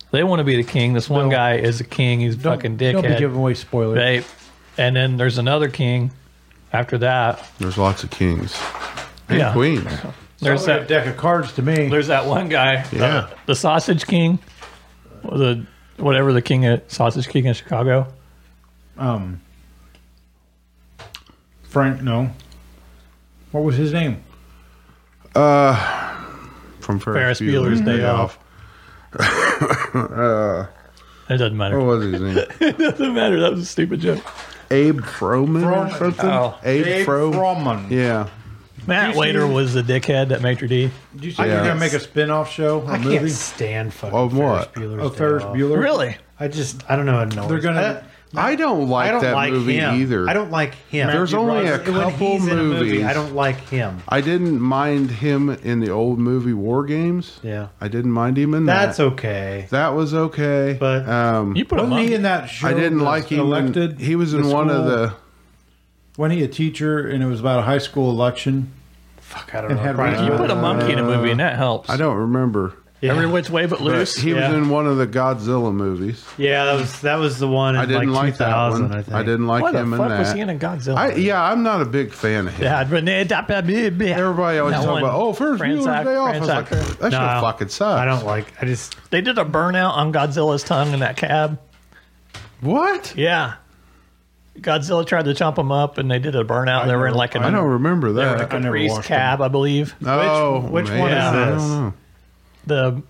Speaker 5: They want to be the king. This one guy is the king. He's a
Speaker 4: Don't-
Speaker 5: fucking dickhead.
Speaker 4: Don't be giving away spoilers.
Speaker 5: They- and then there's another king. After that,
Speaker 6: There's lots of kings and
Speaker 5: yeah,
Speaker 6: queens.
Speaker 5: there's
Speaker 4: Sounds like a
Speaker 5: that.
Speaker 4: deck of cards to me.
Speaker 5: There's that one guy. uh,
Speaker 6: Yeah.
Speaker 5: the sausage king, or the whatever the king of sausage king in Chicago.
Speaker 4: um, Frank, no. What was his name?
Speaker 6: From
Speaker 5: Ferris Bueller's Day Off. It doesn't matter.
Speaker 6: What was his name?
Speaker 5: It doesn't matter. That was a stupid joke.
Speaker 6: Abe Froman or
Speaker 4: Froman.
Speaker 6: something?
Speaker 5: Oh.
Speaker 6: Abe,
Speaker 4: Dave
Speaker 6: Fro.
Speaker 4: Froman.
Speaker 6: Yeah.
Speaker 5: Matt
Speaker 4: you
Speaker 5: Waiter
Speaker 4: see-
Speaker 5: was the dickhead that Maitre D.
Speaker 4: Did you say
Speaker 6: Yeah.
Speaker 4: you're gonna make a spin-off show, a
Speaker 3: I
Speaker 4: movie?
Speaker 3: can't stand fucking
Speaker 6: Of
Speaker 3: Ferris
Speaker 6: what?
Speaker 3: Bueller's
Speaker 4: Oh,
Speaker 3: Day
Speaker 4: Ferris
Speaker 3: Off.
Speaker 4: Bueller.
Speaker 3: I just I don't know. Annoys.
Speaker 4: They're gonna.
Speaker 3: I,
Speaker 6: I don't like
Speaker 3: I don't
Speaker 6: that
Speaker 3: like
Speaker 6: movie
Speaker 3: him
Speaker 6: either.
Speaker 3: I don't like him.
Speaker 6: There's
Speaker 3: Matthew
Speaker 6: only
Speaker 3: Broderick.
Speaker 6: a
Speaker 3: When
Speaker 6: couple
Speaker 3: he's in a movie,
Speaker 6: movies.
Speaker 3: I don't like him.
Speaker 6: I didn't mind him in the old movie War Games.
Speaker 3: Yeah,
Speaker 6: I didn't mind him in
Speaker 3: that's
Speaker 6: that.
Speaker 3: okay.
Speaker 6: that was okay.
Speaker 3: But-
Speaker 6: um,
Speaker 5: You put him
Speaker 4: wasn't
Speaker 5: on.
Speaker 4: he in that show?
Speaker 6: I didn't
Speaker 4: that
Speaker 6: like him. in-
Speaker 4: Elected.
Speaker 6: he was in
Speaker 4: the
Speaker 6: one of
Speaker 4: school-
Speaker 6: the.
Speaker 4: Wasn't he a teacher? And it was about a high school election.
Speaker 3: Fuck, I don't
Speaker 4: And
Speaker 3: know.
Speaker 4: had
Speaker 3: Probably-
Speaker 5: you put a monkey in a movie and that helps.
Speaker 6: I don't remember.
Speaker 3: yeah.
Speaker 5: Every which way but
Speaker 6: But
Speaker 5: loose.
Speaker 6: he
Speaker 3: yeah.
Speaker 6: was in one of the Godzilla movies.
Speaker 3: yeah, that was that was the one. In
Speaker 6: I didn't like, that
Speaker 3: 2000,
Speaker 6: one.
Speaker 3: I,
Speaker 6: I,
Speaker 3: think.
Speaker 6: didn't like
Speaker 5: Why the
Speaker 6: him in
Speaker 5: fuck
Speaker 6: that.
Speaker 5: was he in a Godzilla?
Speaker 6: I, yeah, I'm not a big fan of him.
Speaker 5: Yeah, I'd run it up a bit, bit.
Speaker 6: Everybody always
Speaker 5: That
Speaker 6: talks
Speaker 5: one.
Speaker 6: about, oh, first
Speaker 5: Franz
Speaker 6: Bueller's
Speaker 5: Ac-
Speaker 6: Day Off. I
Speaker 5: Franz
Speaker 6: was like,
Speaker 5: Acker.
Speaker 6: that show
Speaker 3: No,
Speaker 6: fucking sucks.
Speaker 3: I don't like. I just
Speaker 5: They did a burnout on Godzilla's tongue in that cab.
Speaker 6: What?
Speaker 5: Yeah. Godzilla tried to chomp him up, and they did a burnout. they were in like an
Speaker 6: I don't remember
Speaker 5: they were in a
Speaker 6: that.
Speaker 4: I never
Speaker 5: Caprice
Speaker 4: watched
Speaker 5: cab, I believe.
Speaker 6: oh,
Speaker 3: which one
Speaker 5: is
Speaker 6: I
Speaker 3: this?
Speaker 6: don't know.
Speaker 5: The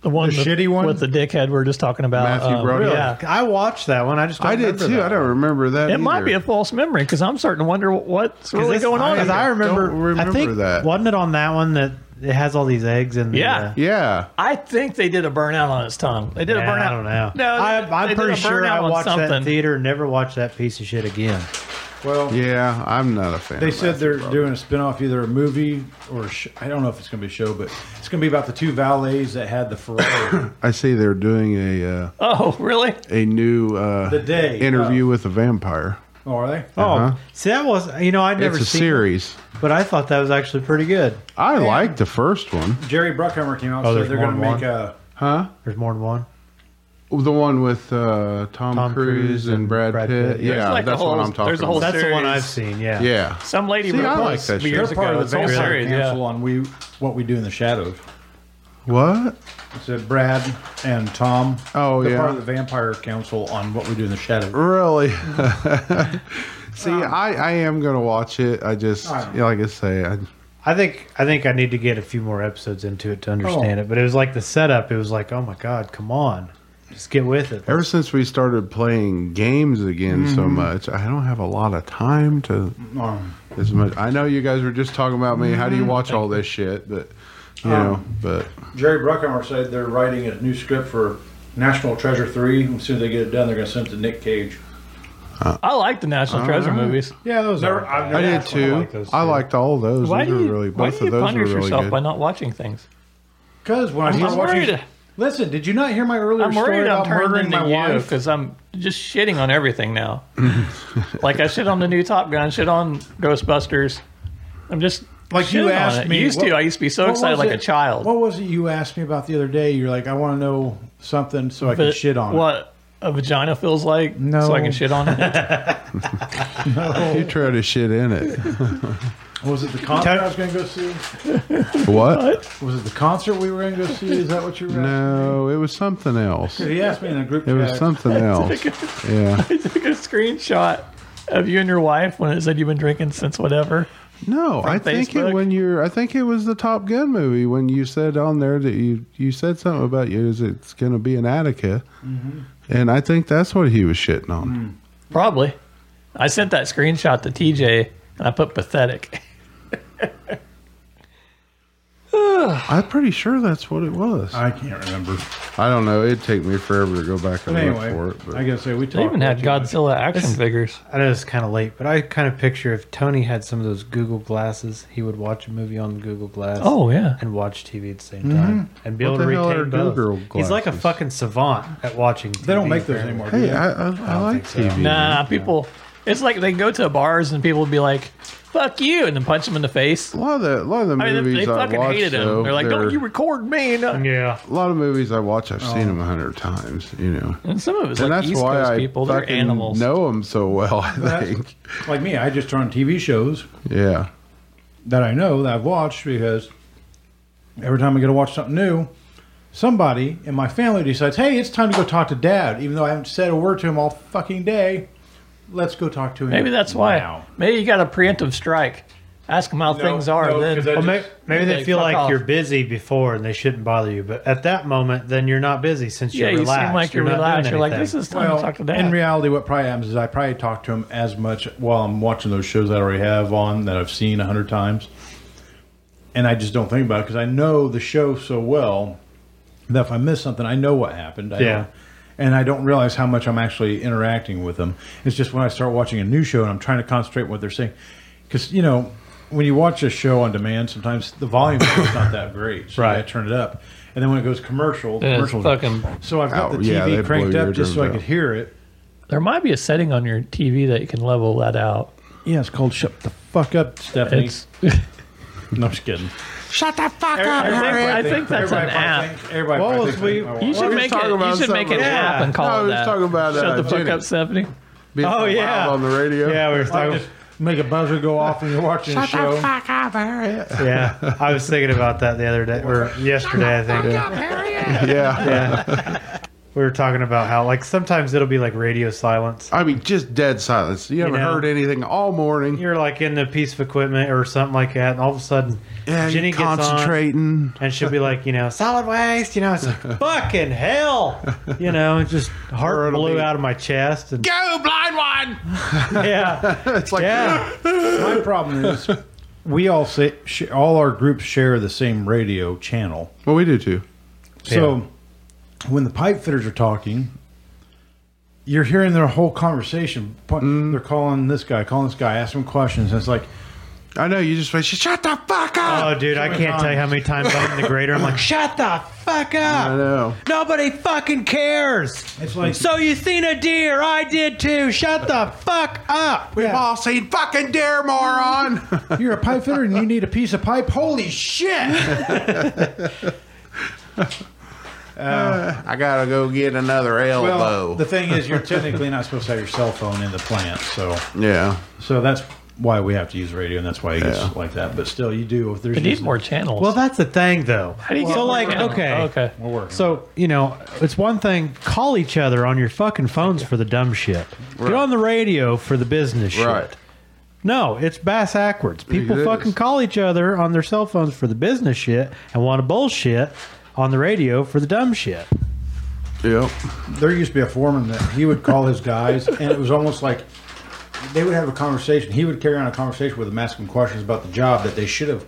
Speaker 5: the one
Speaker 4: The
Speaker 5: with-
Speaker 4: shitty one?
Speaker 5: with the dickhead we are just talking about.
Speaker 6: Matthew
Speaker 5: um,
Speaker 6: Broderick?
Speaker 5: Yeah,
Speaker 3: I watched that one. I just don't
Speaker 6: I did
Speaker 3: remember
Speaker 6: too.
Speaker 3: that
Speaker 6: I don't
Speaker 3: one.
Speaker 6: remember that.
Speaker 5: It might be a
Speaker 6: either.
Speaker 5: false memory because I'm starting to wonder wh- what's really
Speaker 3: it's-
Speaker 5: going on.
Speaker 3: Because
Speaker 5: here.
Speaker 3: I remember,
Speaker 6: Don't remember
Speaker 3: I think
Speaker 6: that.
Speaker 3: wasn't it on that one that it has all these eggs and
Speaker 5: Yeah.
Speaker 3: the, uh,
Speaker 6: Yeah.
Speaker 5: I think they did a burnout on his tongue. They did a
Speaker 3: Man,
Speaker 5: burnout.
Speaker 3: I don't know.
Speaker 5: No,
Speaker 3: I,
Speaker 5: they
Speaker 3: I'm
Speaker 5: did a
Speaker 3: pretty sure
Speaker 5: burnout
Speaker 3: I
Speaker 5: on
Speaker 3: watched that
Speaker 5: something.
Speaker 3: theater. Never watched that piece of shit again.
Speaker 4: Well,
Speaker 6: Yeah, I'm not a fan.
Speaker 4: They
Speaker 6: of
Speaker 4: said
Speaker 6: Matthew
Speaker 4: they're
Speaker 6: Broderick.
Speaker 4: doing a spin-off, either a movie or a sh- I don't know if it's going to be a show, but it's going to be about the two valets that had the Ferrari.
Speaker 6: I see they're doing a uh,
Speaker 5: Oh, really?
Speaker 6: a new uh,
Speaker 4: The day
Speaker 6: interview with a vampire.
Speaker 4: oh, are they?
Speaker 3: Oh, see, that was you know I'd never
Speaker 6: Uh-huh. It's a
Speaker 3: seen,
Speaker 6: series.
Speaker 3: it, but I thought that was actually pretty good.
Speaker 6: I liked the first one.
Speaker 4: Jerry Bruckheimer came out,
Speaker 3: Oh,
Speaker 4: so
Speaker 3: there's
Speaker 4: they're
Speaker 3: more
Speaker 4: going to
Speaker 3: than
Speaker 4: make
Speaker 3: one.
Speaker 4: a.
Speaker 6: Huh?
Speaker 3: There's more than one.
Speaker 6: The one with uh, Tom,
Speaker 3: Tom
Speaker 6: Cruise, and Brad, Pitt. Yeah,
Speaker 5: There's like
Speaker 6: that's
Speaker 5: a whole-
Speaker 6: what I'm talking
Speaker 5: there's a whole
Speaker 6: about.
Speaker 3: That's the one
Speaker 5: Series.
Speaker 3: I've seen. Yeah,
Speaker 6: yeah.
Speaker 5: Some lady
Speaker 6: See,
Speaker 5: wrote
Speaker 6: I
Speaker 5: a
Speaker 6: like
Speaker 5: post
Speaker 6: that shit.
Speaker 5: years
Speaker 4: They're part
Speaker 5: ago.
Speaker 4: of the
Speaker 5: whole
Speaker 4: Vampire
Speaker 5: series,
Speaker 4: Council
Speaker 5: yeah.
Speaker 4: on we what we do in the shadows.
Speaker 6: What?
Speaker 4: So Brad and Tom.
Speaker 6: Oh,
Speaker 4: they're
Speaker 6: yeah.
Speaker 4: part of the Vampire Council on what we do in the shadows.
Speaker 6: Really? See, I, I am gonna watch it. I just
Speaker 4: I don't
Speaker 6: yeah, like I say, I,
Speaker 3: I think I think I need to get a few more episodes into it to understand
Speaker 4: Oh.
Speaker 3: it. But it was like the setup. It was like, oh my god, come on, just get with it.
Speaker 6: ever since we started playing games again so
Speaker 5: Mm-hmm.
Speaker 6: much, I don't have a lot of time to
Speaker 4: Um,
Speaker 6: as much. I know you guys were just talking about me. How do
Speaker 5: Mm-hmm.
Speaker 6: you watch all this shit? But you
Speaker 5: Um,
Speaker 6: know, but
Speaker 4: Jerry Bruckheimer said they're writing a new script for National Treasure three. As soon as they get it done, they're going to send it to Nick Cage.
Speaker 5: I like the National Treasure movies.
Speaker 4: Yeah, those are.
Speaker 6: I did too. I, liked all those.
Speaker 5: Why
Speaker 6: those
Speaker 5: do
Speaker 6: were
Speaker 5: you,
Speaker 6: really
Speaker 5: why
Speaker 6: both
Speaker 5: do you
Speaker 6: of those were
Speaker 5: punish
Speaker 6: really
Speaker 5: yourself
Speaker 6: good.
Speaker 5: by not watching things?
Speaker 4: Because when I
Speaker 5: I'm
Speaker 4: start watching,
Speaker 5: worried.
Speaker 4: listen, did you not hear my earlier
Speaker 5: I'm
Speaker 4: story
Speaker 5: worried I'm
Speaker 4: about
Speaker 5: turning
Speaker 4: murdering
Speaker 5: into
Speaker 4: my
Speaker 5: you
Speaker 4: wife?
Speaker 5: because I'm just shitting on everything now. like I shit on the new Top Gun, shit on Ghostbusters. I'm just
Speaker 4: like
Speaker 5: Shit
Speaker 4: you
Speaker 5: on
Speaker 4: asked
Speaker 5: it.
Speaker 4: me.
Speaker 5: Used to. I used to be so
Speaker 4: what
Speaker 5: excited
Speaker 4: was
Speaker 5: like a
Speaker 4: it-
Speaker 5: child.
Speaker 4: What was it you asked me about the other day? You're like, I want to know something so I can
Speaker 5: But
Speaker 4: shit on
Speaker 5: what a vagina feels like.
Speaker 4: No.
Speaker 5: so I can shit on it.
Speaker 6: You try to shit in it.
Speaker 4: it. Was it the concert I was going to go see?
Speaker 6: What?
Speaker 4: Was it the concert we were going to go see? Is that what you were?
Speaker 6: No, it was something else.
Speaker 4: asking? He asked me in a group
Speaker 6: It
Speaker 4: chat.
Speaker 6: was something else. Yeah.
Speaker 5: I took a screenshot of you and your wife when it said you've been drinking since whatever.
Speaker 6: No, I think
Speaker 5: Facebook?
Speaker 6: it when you're. I think it was the Top Gun movie when you said on there that you you said something about you is it's going to be an Attica,
Speaker 5: Mm-hmm.
Speaker 6: and I think that's what he was shitting
Speaker 5: Mm.
Speaker 6: on.
Speaker 5: Probably. I sent that screenshot to TJ and I put pathetic.
Speaker 6: I'm pretty sure that's what it was. I,
Speaker 4: I can't remember.
Speaker 6: don't know. It'd take me forever to go back and
Speaker 4: But
Speaker 6: look for
Speaker 4: anyway,
Speaker 6: it. But
Speaker 4: I gotta say we
Speaker 5: They
Speaker 4: talked.
Speaker 5: even had
Speaker 4: way too much.
Speaker 5: Godzilla action figures.
Speaker 3: I know it's kind of late, but I kind of picture if Tony had some of those Google glasses, he would watch a movie on Google Glass.
Speaker 5: Oh yeah.
Speaker 3: And watch TV at the same time, and be
Speaker 6: Mm-hmm. What
Speaker 3: able
Speaker 6: the
Speaker 3: to
Speaker 6: hell
Speaker 3: retain
Speaker 6: are
Speaker 3: both.
Speaker 6: Google
Speaker 3: He's like a
Speaker 6: glasses?
Speaker 3: fucking savant at watching. TV,
Speaker 4: They don't make those
Speaker 3: apparently.
Speaker 4: anymore. do
Speaker 6: hey,
Speaker 4: they?
Speaker 6: I, I, I, like
Speaker 3: think so.
Speaker 6: TV.
Speaker 5: Nah, Uh, people. It's like they go to bars and people would be like, "Fuck you," and then punch them in the face.
Speaker 6: A lot of the, a lot of the
Speaker 5: I mean,
Speaker 6: movies
Speaker 5: they, they
Speaker 6: I
Speaker 5: fucking
Speaker 6: watch,
Speaker 5: hated
Speaker 6: though,
Speaker 5: him. They're like,
Speaker 6: they're-
Speaker 5: "Don't you record me?" uh, No.
Speaker 3: Yeah,
Speaker 6: a lot of movies I watch, I've seen them a hundred times. You know,
Speaker 5: And some of it's
Speaker 6: and
Speaker 5: like
Speaker 6: that's
Speaker 5: East
Speaker 6: why
Speaker 5: Coast
Speaker 6: I
Speaker 5: people. They're
Speaker 6: fucking
Speaker 5: animals.
Speaker 6: know them so well. I
Speaker 4: That's-
Speaker 6: think.
Speaker 4: Like me, I just turn on TV shows
Speaker 6: Yeah.
Speaker 4: that I know that I've watched because every time I go to watch something new, somebody in my family decides, "Hey, it's time to go talk to Dad," even though I haven't said a word to him all fucking day. Let's go talk to him.
Speaker 5: Maybe that's why.
Speaker 4: now.
Speaker 5: Maybe you got a preemptive strike. Ask them how
Speaker 4: No,
Speaker 5: things are.
Speaker 4: no,
Speaker 5: then
Speaker 4: 'cause I
Speaker 3: Well,
Speaker 4: just-
Speaker 3: maybe, maybe they
Speaker 5: Like,
Speaker 3: feel
Speaker 5: fuck
Speaker 3: like
Speaker 5: off.
Speaker 3: you're busy before and they shouldn't bother you, but at that moment, then you're not busy since
Speaker 5: yeah,
Speaker 3: you're
Speaker 5: you
Speaker 3: relaxed.
Speaker 5: seem like you're,
Speaker 3: not doing
Speaker 5: relaxed. You're like,
Speaker 3: anything.
Speaker 5: "This is time
Speaker 4: Well,
Speaker 5: to talk to
Speaker 4: in
Speaker 5: dad."
Speaker 4: reality, what probably happens is I probably talk to him as much while I'm watching those shows that I already have on that I've seen a hundred times, and I just don't think about it because I know the show so well that if I miss something, I know what happened. I
Speaker 3: Yeah.
Speaker 4: don't- and I don't realize how much I'm actually interacting with them. It's just when I start watching a new show and I'm trying to concentrate on what they're saying, because you know when you watch a show on demand, sometimes the volume is not that great, so I
Speaker 3: Right.
Speaker 4: turn it up. And then when it goes commercial, the
Speaker 5: Yeah, it's
Speaker 4: commercial
Speaker 5: fucking-
Speaker 4: So I've got
Speaker 6: Oh,
Speaker 4: the
Speaker 6: yeah,
Speaker 4: TV
Speaker 6: they blow
Speaker 4: cranked
Speaker 6: your
Speaker 4: up just so I could
Speaker 6: eardrums out.
Speaker 4: hear it.
Speaker 5: there might be a setting on your TV that you can level that out.
Speaker 4: Yeah, it's called "Shut the Fuck Up, Stephanie."
Speaker 5: It's,
Speaker 4: no, I'm just kidding.
Speaker 5: I think, I think that's an
Speaker 4: Everybody probably
Speaker 5: app.
Speaker 4: think- everybody
Speaker 6: Well,
Speaker 4: probably
Speaker 6: if
Speaker 4: thinks
Speaker 6: we-
Speaker 4: I'm
Speaker 5: You
Speaker 4: wild.
Speaker 5: should
Speaker 6: just
Speaker 5: make
Speaker 6: talking
Speaker 5: it. You
Speaker 6: about
Speaker 5: should make an
Speaker 6: something.
Speaker 5: app and call
Speaker 6: No,
Speaker 5: it
Speaker 6: we're
Speaker 5: that.
Speaker 6: just talking about,
Speaker 5: Shut
Speaker 6: uh,
Speaker 5: the fuck
Speaker 6: Jenny.
Speaker 5: up, Stephanie.
Speaker 6: Being
Speaker 3: Oh,
Speaker 6: so loud
Speaker 3: yeah.
Speaker 6: on the radio.
Speaker 3: yeah, we were
Speaker 4: I
Speaker 3: talking.
Speaker 4: just make a buzzer go off when you're watching a show.
Speaker 3: yeah, I was thinking about that the other day or yesterday. I think.
Speaker 6: yeah.
Speaker 3: We were talking about how like sometimes it'll be like radio silence.
Speaker 6: I mean, just dead silence. You, haven't
Speaker 3: know?
Speaker 6: heard anything all morning.
Speaker 3: You're like in a piece of equipment or something like that, and all of a sudden,
Speaker 6: yeah,
Speaker 3: Jenny
Speaker 6: you're
Speaker 3: gets on
Speaker 6: concentrating.
Speaker 3: and she'll be like, you know, solid waste. You know, it's like fucking hell. You know, it just
Speaker 6: Or
Speaker 3: heart
Speaker 6: it'll
Speaker 3: blew
Speaker 6: be-
Speaker 3: out of my chest and
Speaker 1: Go, blind one!
Speaker 3: yeah,
Speaker 6: It's like,
Speaker 3: yeah,
Speaker 4: My problem is we all say sh- all our groups share the same radio channel.
Speaker 6: well, we do too.
Speaker 4: So when the pipe fitters are talking, you're hearing their whole conversation. Pu- They're calling this guy, calling this guy, asking him questions. And it's like,
Speaker 6: I know. You just went, shut the fuck up.
Speaker 3: Oh, dude, I can't tell you how many times I'm in the grader. I'm like, shut the fuck
Speaker 6: I
Speaker 3: up.
Speaker 6: know.
Speaker 3: Nobody fucking cares.
Speaker 4: It's like-
Speaker 3: so Oh, you seen a deer? I did too. Shut the fuck up.
Speaker 6: We've all seen fucking dare moron.
Speaker 4: you're a pipe fitter and you need a piece of pipe. Holy shit!
Speaker 6: I gotta go get another elbow.
Speaker 4: Well, the thing is, you're technically not supposed to have your cell phone in the plant, so
Speaker 6: yeah.
Speaker 4: so that's why we have to use radio, and that's why it gets like that. But still, you do. If there's
Speaker 5: They need
Speaker 4: just-
Speaker 5: more channels.
Speaker 3: Well, that's the thing, though.
Speaker 5: How do you get
Speaker 3: so,
Speaker 5: more
Speaker 3: like,
Speaker 5: channels?
Speaker 3: okay,
Speaker 5: okay.
Speaker 4: we're working.
Speaker 3: So you know, it's one thing call each other on your fucking phones for the dumb shit. Get on the radio for the business
Speaker 6: Right.
Speaker 3: shit. No, it's bass backwards. People
Speaker 6: is.
Speaker 3: fucking call each other on their cell phones for the business shit and want to bullshit on the radio for the dumb shit.
Speaker 6: Yep.
Speaker 4: there used to be a foreman that he would call his guys, and it was almost like they would have a conversation. He would carry on a conversation with them, asking questions about the job that they should have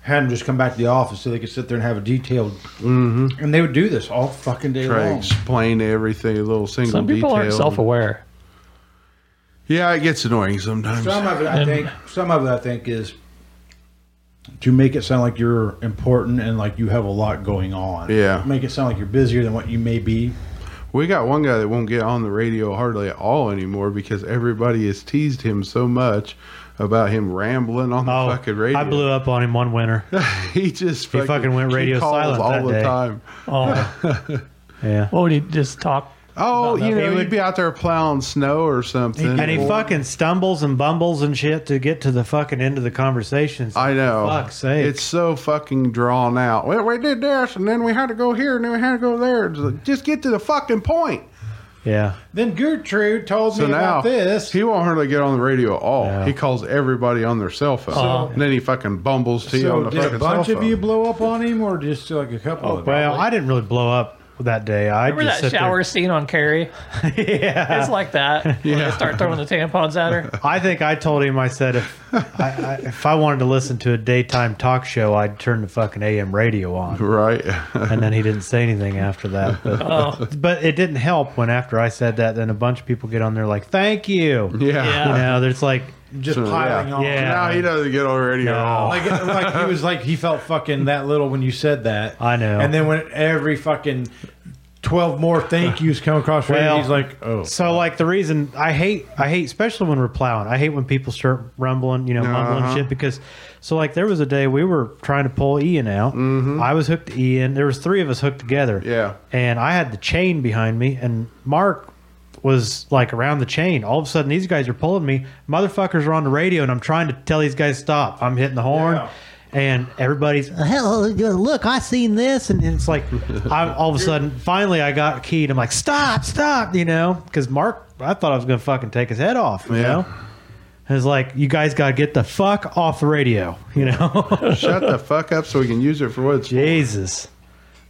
Speaker 4: had them just come back to the office so they could sit there and have a detailed. And they would do this all fucking day
Speaker 6: Try to
Speaker 4: long.
Speaker 6: explain everything, a little single
Speaker 5: Some people
Speaker 6: detail.
Speaker 5: aren't self-aware.
Speaker 6: Yeah, it gets annoying sometimes.
Speaker 4: Some of it, I think, some of it, I think, is to make it sound like you're important and like you have a lot going on.
Speaker 6: Yeah.
Speaker 4: make it sound like you're busier than what you may be.
Speaker 6: We got one guy that won't get on the radio hardly at all anymore because everybody has teased him so much about him rambling on the
Speaker 3: Oh,
Speaker 6: fucking radio.
Speaker 3: I blew up on him one winter.
Speaker 6: He just
Speaker 3: He fucking went radio
Speaker 6: calls
Speaker 3: silent
Speaker 6: all
Speaker 3: that
Speaker 6: the
Speaker 3: day.
Speaker 6: time.
Speaker 5: Oh,
Speaker 3: Yeah.
Speaker 5: what would he just talk?
Speaker 6: Oh, you know,
Speaker 3: He
Speaker 6: you'd
Speaker 3: would-
Speaker 6: be out there plowing snow or something.
Speaker 3: And he
Speaker 6: Well,
Speaker 3: fucking stumbles and bumbles and shit to get to the fucking end of the conversation. It's
Speaker 6: I know.
Speaker 3: Fuck's sake.
Speaker 6: It's so fucking drawn out. Well, we did this, and then we had to go here, and then we had to go there. It's like, Just get to the fucking point.
Speaker 3: yeah.
Speaker 4: Then Gertrude told
Speaker 6: So
Speaker 4: me
Speaker 6: now
Speaker 4: about this.
Speaker 6: he won't hardly get on the radio at all.
Speaker 3: No.
Speaker 6: He calls everybody on their cell phone, and then he fucking bumbles to you
Speaker 4: so
Speaker 6: on the
Speaker 4: did
Speaker 6: fucking
Speaker 4: a bunch
Speaker 6: cell
Speaker 4: of
Speaker 6: phone. Oh,
Speaker 4: you blow up on him, or just like a couple of them?
Speaker 3: Well, I didn't really blow up that day. I
Speaker 5: Remember
Speaker 3: just
Speaker 5: that
Speaker 3: sit there-
Speaker 5: shower scene on Carrie?
Speaker 3: yeah.
Speaker 5: It's like that. When they start throwing the tampons at her.
Speaker 3: I think I told him. I said if I, I, if I wanted to listen to a daytime talk show, I'd turn the fucking AM radio on.
Speaker 6: right?
Speaker 3: And then he didn't say anything after that. But,
Speaker 4: Oh.
Speaker 3: but it didn't help when after I said that, then a bunch of people get on there like, "Thank you."
Speaker 6: yeah.
Speaker 5: Yeah.
Speaker 3: You know, there's like,
Speaker 4: just
Speaker 6: So,
Speaker 4: piling
Speaker 6: yeah.
Speaker 4: on.
Speaker 3: Yeah.
Speaker 6: Now he doesn't get on the radio at
Speaker 3: No.
Speaker 6: all.
Speaker 4: Like, like he was like he felt fucking that little when you said that.
Speaker 3: I know.
Speaker 4: And then when every fucking twelve more thank yous come across, radio,
Speaker 3: Well,
Speaker 4: he's like, oh,
Speaker 3: so like the reason I hate, I hate, especially when we're plowing. I hate when people start rumbling, you know, mumbling
Speaker 6: Uh-huh.
Speaker 3: shit because. So like there was a day we were trying to pull Ian out. I was hooked to Ian. There was three of us hooked together.
Speaker 6: Mm-hmm. Yeah.
Speaker 3: and I had the chain behind me, and Mark was like around the chain. All of a sudden, these guys are pulling me. Motherfuckers are on the radio, and I'm trying to tell these guys stop. I'm hitting the horn.
Speaker 4: Yeah.
Speaker 3: And everybody's, hell, look, I seen this. And it's like, I, all of a sudden, finally, I got keyed. I'm like, stop, stop, you know, because Mark, I thought I was going to fucking take his head off, you
Speaker 6: Yeah.
Speaker 3: know? And it's like, you guys got to get the fuck off the radio, you know?
Speaker 6: Shut the fuck up so we can use it for what it's
Speaker 3: Jesus.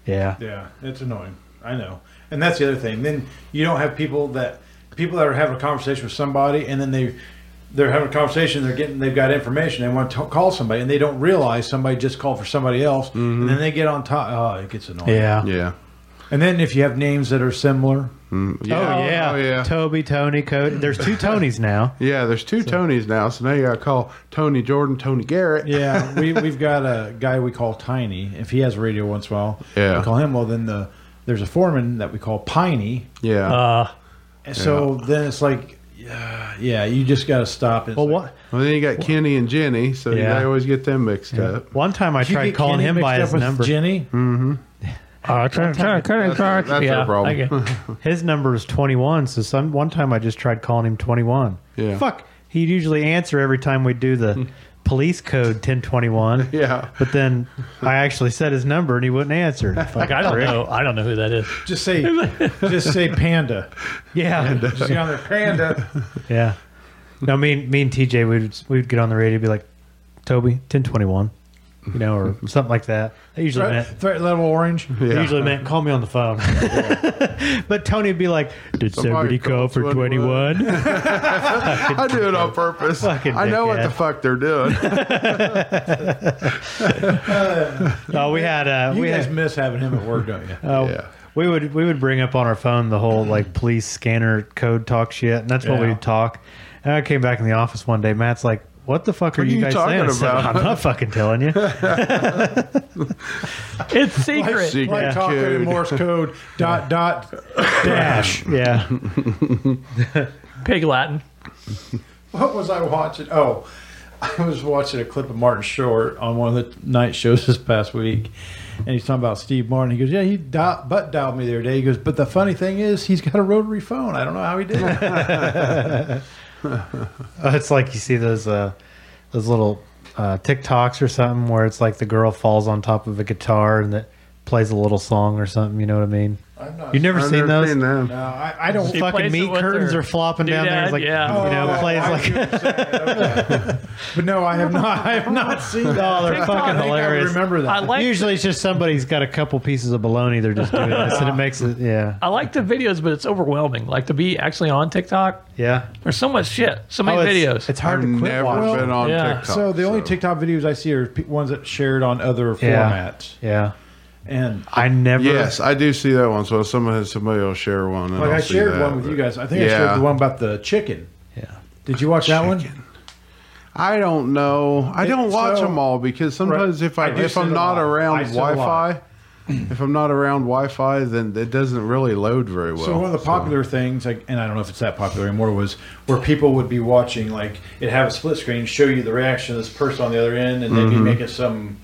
Speaker 3: Yeah.
Speaker 4: yeah, it's annoying. I know. And that's the other thing. Then you don't have people that people that are having a conversation with somebody, and then they they're having a conversation. They're getting they've got information. They want to call somebody, and they don't realize somebody just called for somebody else, and then they get on top. Oh, it gets annoying.
Speaker 3: Mm-hmm. Yeah.
Speaker 6: Yeah.
Speaker 4: And then if you have names that are similar,
Speaker 6: yeah.
Speaker 3: Oh yeah.
Speaker 6: Oh, yeah.
Speaker 3: Toby, Tony, Cody. There's two Tonys now.
Speaker 6: Yeah, there's two Tonys now, so now you gotta call Tony Jordan, Tony Garrett.
Speaker 4: yeah, we we've got a guy we call Tiny. If he has a radio once in a while,
Speaker 6: Yeah.
Speaker 4: we call him. Well, then the there's a foreman that we call Piney.
Speaker 6: Yeah.
Speaker 3: Uh,
Speaker 4: And so then it's like, yeah, yeah, you just got to stop. It's
Speaker 3: Well,
Speaker 4: like,
Speaker 3: one,
Speaker 6: well, then you got Kenny and Jenny, so
Speaker 3: Yeah.
Speaker 6: they always get them mixed up.
Speaker 3: one time I
Speaker 4: you
Speaker 3: tried
Speaker 4: get
Speaker 3: calling
Speaker 4: Kenny
Speaker 3: him by
Speaker 4: mixed up
Speaker 3: his
Speaker 4: with
Speaker 3: number.
Speaker 4: Jenny.
Speaker 5: Uh, try, try, try, try.
Speaker 6: That's their
Speaker 5: yeah,
Speaker 6: problem.
Speaker 5: I get-
Speaker 3: His number is 21. So some one time I just tried calling him 21.
Speaker 6: Yeah.
Speaker 3: Fuck. He'd usually answer every time we do the police code 1021.
Speaker 6: Yeah.
Speaker 3: But then I actually said his number and he wouldn't answer.
Speaker 5: like, I don't know. I don't know who that is.
Speaker 4: Just say, just say Panda.
Speaker 6: uh,
Speaker 3: yeah.
Speaker 4: Just get on there, Panda.
Speaker 3: Yeah. No, me, and- me and TJ would we'd get on the radio and be like, Toby, 1021, you know, or something like that. That usually meant
Speaker 4: Threat, threat level orange.
Speaker 3: It
Speaker 6: Yeah.
Speaker 3: usually meant call me on the phone. but Tony would be like, "Did
Speaker 6: Somebody
Speaker 3: somebody call
Speaker 6: called
Speaker 3: for
Speaker 6: 21."
Speaker 3: 21?
Speaker 6: I do it on purpose.
Speaker 3: Fucking
Speaker 6: I know what
Speaker 3: dickhead.
Speaker 6: the fuck they're doing.
Speaker 3: no, we had uh,
Speaker 4: You
Speaker 3: we
Speaker 4: guys
Speaker 3: had
Speaker 4: miss having him at work, don't you?
Speaker 3: uh,
Speaker 6: Yeah.
Speaker 3: we would we would bring up on our phone the whole like police scanner code talk shit, and that's what
Speaker 4: Yeah.
Speaker 3: we'd talk. And I came back in the office one day. Matt's like, "What the fuck are,
Speaker 6: are
Speaker 3: you,
Speaker 6: you
Speaker 3: guys
Speaker 6: talking
Speaker 3: saying?" I said,
Speaker 6: about?
Speaker 3: I'm not fucking telling you.
Speaker 5: It's secret.
Speaker 6: Secret
Speaker 4: Like talking
Speaker 6: code.
Speaker 4: Morse code. Dot dot dash.
Speaker 3: yeah,
Speaker 5: Pig Latin.
Speaker 4: What was I watching? Oh, I was watching a clip of Martin Short on one of the night shows this past week, and he's talking about Steve Martin. He goes, "Yeah, he dial- butt dialed me the other day." He goes, "But the funny thing is, he's got a rotary phone. I don't know how he did it."
Speaker 3: Uh, it's like you see those uh, those little uh, TikToks or something where it's like the girl falls on top of a guitar and that plays a little song or something. You know what I mean?
Speaker 4: I'm not.
Speaker 3: You've never
Speaker 6: I've
Speaker 3: seen
Speaker 6: never
Speaker 3: those?
Speaker 6: seen them.
Speaker 4: No, I, I don't.
Speaker 5: She
Speaker 3: fucking
Speaker 5: plays it
Speaker 3: meat
Speaker 5: with
Speaker 3: curtains
Speaker 5: her
Speaker 3: are flopping down there. It's
Speaker 5: doodad,
Speaker 3: like,
Speaker 5: yeah.
Speaker 3: you know,
Speaker 6: Oh,
Speaker 3: it plays
Speaker 4: I
Speaker 3: like,
Speaker 4: see what you're saying. Okay. but no, I have not. I have not seen that.
Speaker 3: oh, they're
Speaker 5: TikTok, I
Speaker 3: fucking
Speaker 5: think I would
Speaker 3: hilarious.
Speaker 4: remember that.
Speaker 5: I like
Speaker 3: Usually it's just somebody's got a couple pieces of bologna. They're just doing this, and it makes it, yeah,
Speaker 5: I like the videos, but it's overwhelming. Like to be actually on TikTok,
Speaker 3: yeah.
Speaker 5: there's so much shit, so many
Speaker 3: Oh, it's,
Speaker 5: videos.
Speaker 3: It's hard
Speaker 6: I've
Speaker 3: to quit
Speaker 6: never
Speaker 3: watching.
Speaker 6: been on
Speaker 5: Yeah.
Speaker 6: TikTok.
Speaker 4: So the only TikTok videos I see are pe- ones that shared on other
Speaker 3: Yeah.
Speaker 4: formats,
Speaker 3: Yeah,
Speaker 4: and
Speaker 3: I never.
Speaker 6: Yes, I do see that one. So someone somebody will share one. and
Speaker 4: like
Speaker 6: I'll
Speaker 4: I
Speaker 6: see
Speaker 4: shared
Speaker 6: that,
Speaker 4: one with
Speaker 6: but-
Speaker 4: you guys. I think I
Speaker 6: Yeah.
Speaker 4: shared the one about the chicken.
Speaker 3: Yeah.
Speaker 4: Did you watch that one?
Speaker 6: I don't know. I
Speaker 4: It-
Speaker 6: don't watch
Speaker 4: so-
Speaker 6: them all because sometimes if I,
Speaker 4: I do
Speaker 6: if
Speaker 4: send
Speaker 6: I'm
Speaker 4: a
Speaker 6: not
Speaker 4: lot. I
Speaker 6: around
Speaker 4: send a lot.
Speaker 6: Wi-Fi, if I'm not around Wi-Fi, then it doesn't really load very well.
Speaker 4: So one of the popular things, like, and I don't know if it's that popular anymore, was where people would be watching, like, it have a split screen, show you the reaction of this person on the other end, and
Speaker 6: Mm-hmm.
Speaker 4: they'd be making some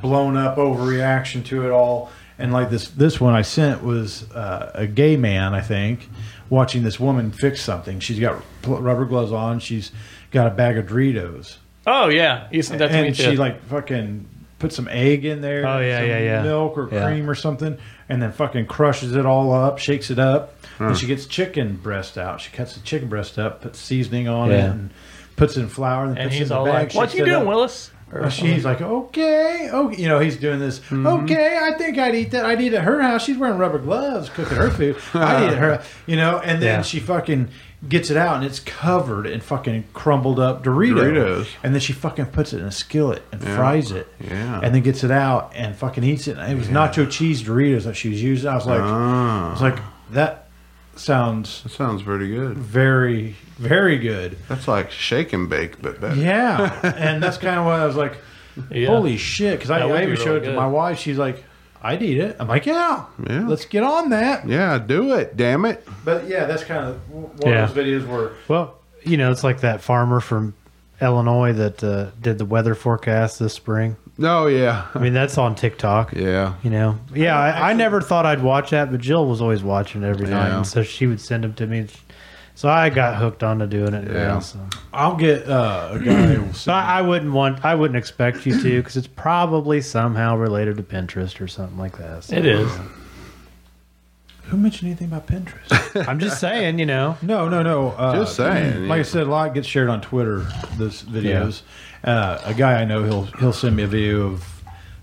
Speaker 4: blown up overreaction to it all. And like this, this one I sent was uh, a gay man, I think, watching this woman fix something. She's got pl- rubber gloves on. She's got a bag of Doritos,
Speaker 5: Oh yeah, you sent that to me
Speaker 4: and
Speaker 5: too.
Speaker 4: she like fucking put some egg in there.
Speaker 3: Oh, yeah,
Speaker 4: some
Speaker 3: yeah, yeah.
Speaker 4: Milk or
Speaker 3: Yeah.
Speaker 4: cream or something, and then fucking crushes it all up, shakes it up. Then she gets chicken breast out. She cuts the chicken breast up, puts seasoning on it,
Speaker 3: Yeah.
Speaker 4: and puts it in flour. And, then
Speaker 5: and
Speaker 4: puts it
Speaker 5: he's
Speaker 4: in
Speaker 5: all
Speaker 4: the bag,
Speaker 5: like, "What
Speaker 4: shakes
Speaker 5: you
Speaker 4: it
Speaker 5: doing,
Speaker 4: up."
Speaker 5: Willis?" Or
Speaker 4: And She's like, okay, okay, you know, he's doing this. Okay, I think I'd eat that. I'd eat at her house. She's wearing rubber gloves, cooking her food. I'd eat at her, you know. And then
Speaker 3: Yeah.
Speaker 4: she fucking gets it out, and it's covered in fucking crumbled up Doritos.
Speaker 6: Doritos.
Speaker 4: And then she fucking puts it in a skillet and fries it.
Speaker 6: Yeah.
Speaker 4: And then gets it out and fucking eats it. And it was nacho cheese Doritos that she was using. I was like, I was like, that sounds
Speaker 6: Ah, That sounds pretty good.
Speaker 4: very, very good.
Speaker 6: That's like shake and bake, but better.
Speaker 4: Yeah, and that's kind of what I was like.
Speaker 5: Yeah.
Speaker 4: Holy shit! Because I,
Speaker 5: That would
Speaker 4: I
Speaker 5: be
Speaker 4: even
Speaker 5: really
Speaker 4: showed it to
Speaker 5: good.
Speaker 4: my wife. She's like, "I'd eat it." I'm like, "Yeah,
Speaker 6: Yeah.
Speaker 4: let's get on that."
Speaker 6: Yeah, do it. Damn it.
Speaker 4: But yeah, that's kind of one
Speaker 3: Yeah.
Speaker 4: of those videos where
Speaker 3: Well, you know, it's like that farmer from Illinois that uh, did the weather forecast this spring.
Speaker 6: No, Oh, yeah,
Speaker 3: I mean, that's on TikTok.
Speaker 6: yeah.
Speaker 3: You know, yeah, I, I never thought I'd watch that, but Jill was always watching it every night,
Speaker 6: Yeah.
Speaker 3: and so she would send them to me. So I got hooked onto doing it
Speaker 6: Yeah.
Speaker 3: now. So.
Speaker 4: I'll get uh, a guy. who'll
Speaker 3: But
Speaker 4: send me-
Speaker 3: I, I wouldn't want, I wouldn't expect you to, because it's probably somehow related to Pinterest or something like that. So.
Speaker 5: it is.
Speaker 4: Who mentioned anything about Pinterest?
Speaker 3: I'm just saying, you know,
Speaker 4: no, no, no. Uh,
Speaker 6: Just saying,
Speaker 4: Like I
Speaker 6: yeah.
Speaker 4: said, a lot gets shared on Twitter. Those videos. Uh, a guy I know, he'll he'll send me a video of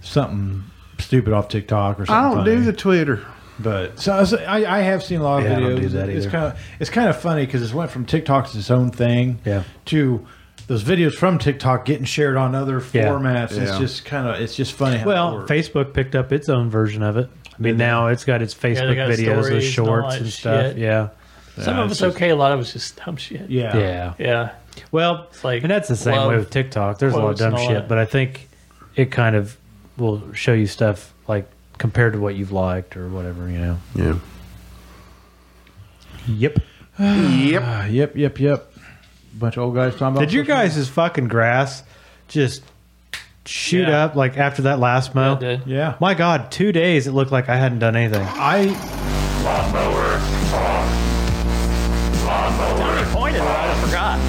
Speaker 4: something stupid off TikTok or
Speaker 6: I
Speaker 4: something.
Speaker 6: don't do
Speaker 4: funny.
Speaker 6: the Twitter.
Speaker 4: But so I, was- I, I have seen a lot of
Speaker 3: Yeah, I
Speaker 4: videos.
Speaker 3: don't do that
Speaker 4: It's
Speaker 3: either.
Speaker 4: kind of it's kind of funny because it went from TikTok to its own thing.
Speaker 3: Yeah.
Speaker 4: To those videos from TikTok getting shared on other
Speaker 3: Yeah.
Speaker 4: formats. It's
Speaker 6: Yeah.
Speaker 4: just kind of it's just funny. How it
Speaker 3: well,
Speaker 4: works.
Speaker 3: Facebook picked up its own version of it. I mean, now it's got its Facebook
Speaker 5: got
Speaker 3: videos with
Speaker 5: stories and all
Speaker 3: shorts
Speaker 5: that
Speaker 3: and stuff.
Speaker 5: shit.
Speaker 3: Yeah.
Speaker 5: Some of
Speaker 4: it's
Speaker 5: it's okay. A lot of it's just dumb shit.
Speaker 4: yeah.
Speaker 3: Yeah.
Speaker 5: Yeah.
Speaker 3: Well,
Speaker 5: It's like
Speaker 3: and that's the same
Speaker 5: love-
Speaker 3: way with TikTok. There's a lot of
Speaker 5: quotes and
Speaker 3: dumb
Speaker 5: all
Speaker 3: shit,
Speaker 5: that.
Speaker 3: but I think it kind of will show you stuff like compared to what you've liked or whatever, you know.
Speaker 6: Yeah.
Speaker 3: Yep.
Speaker 6: Yep.
Speaker 4: Ah, yep. Yep. Yep. Bunch of old guys talking about.
Speaker 3: Did your
Speaker 4: social media.
Speaker 3: guys' fucking grass just shoot
Speaker 5: Yeah.
Speaker 3: up like after that last mow?
Speaker 5: I did.
Speaker 4: Yeah.
Speaker 3: My God, two days it looked like I hadn't done anything.
Speaker 4: I
Speaker 5: I pointed right. I forgot.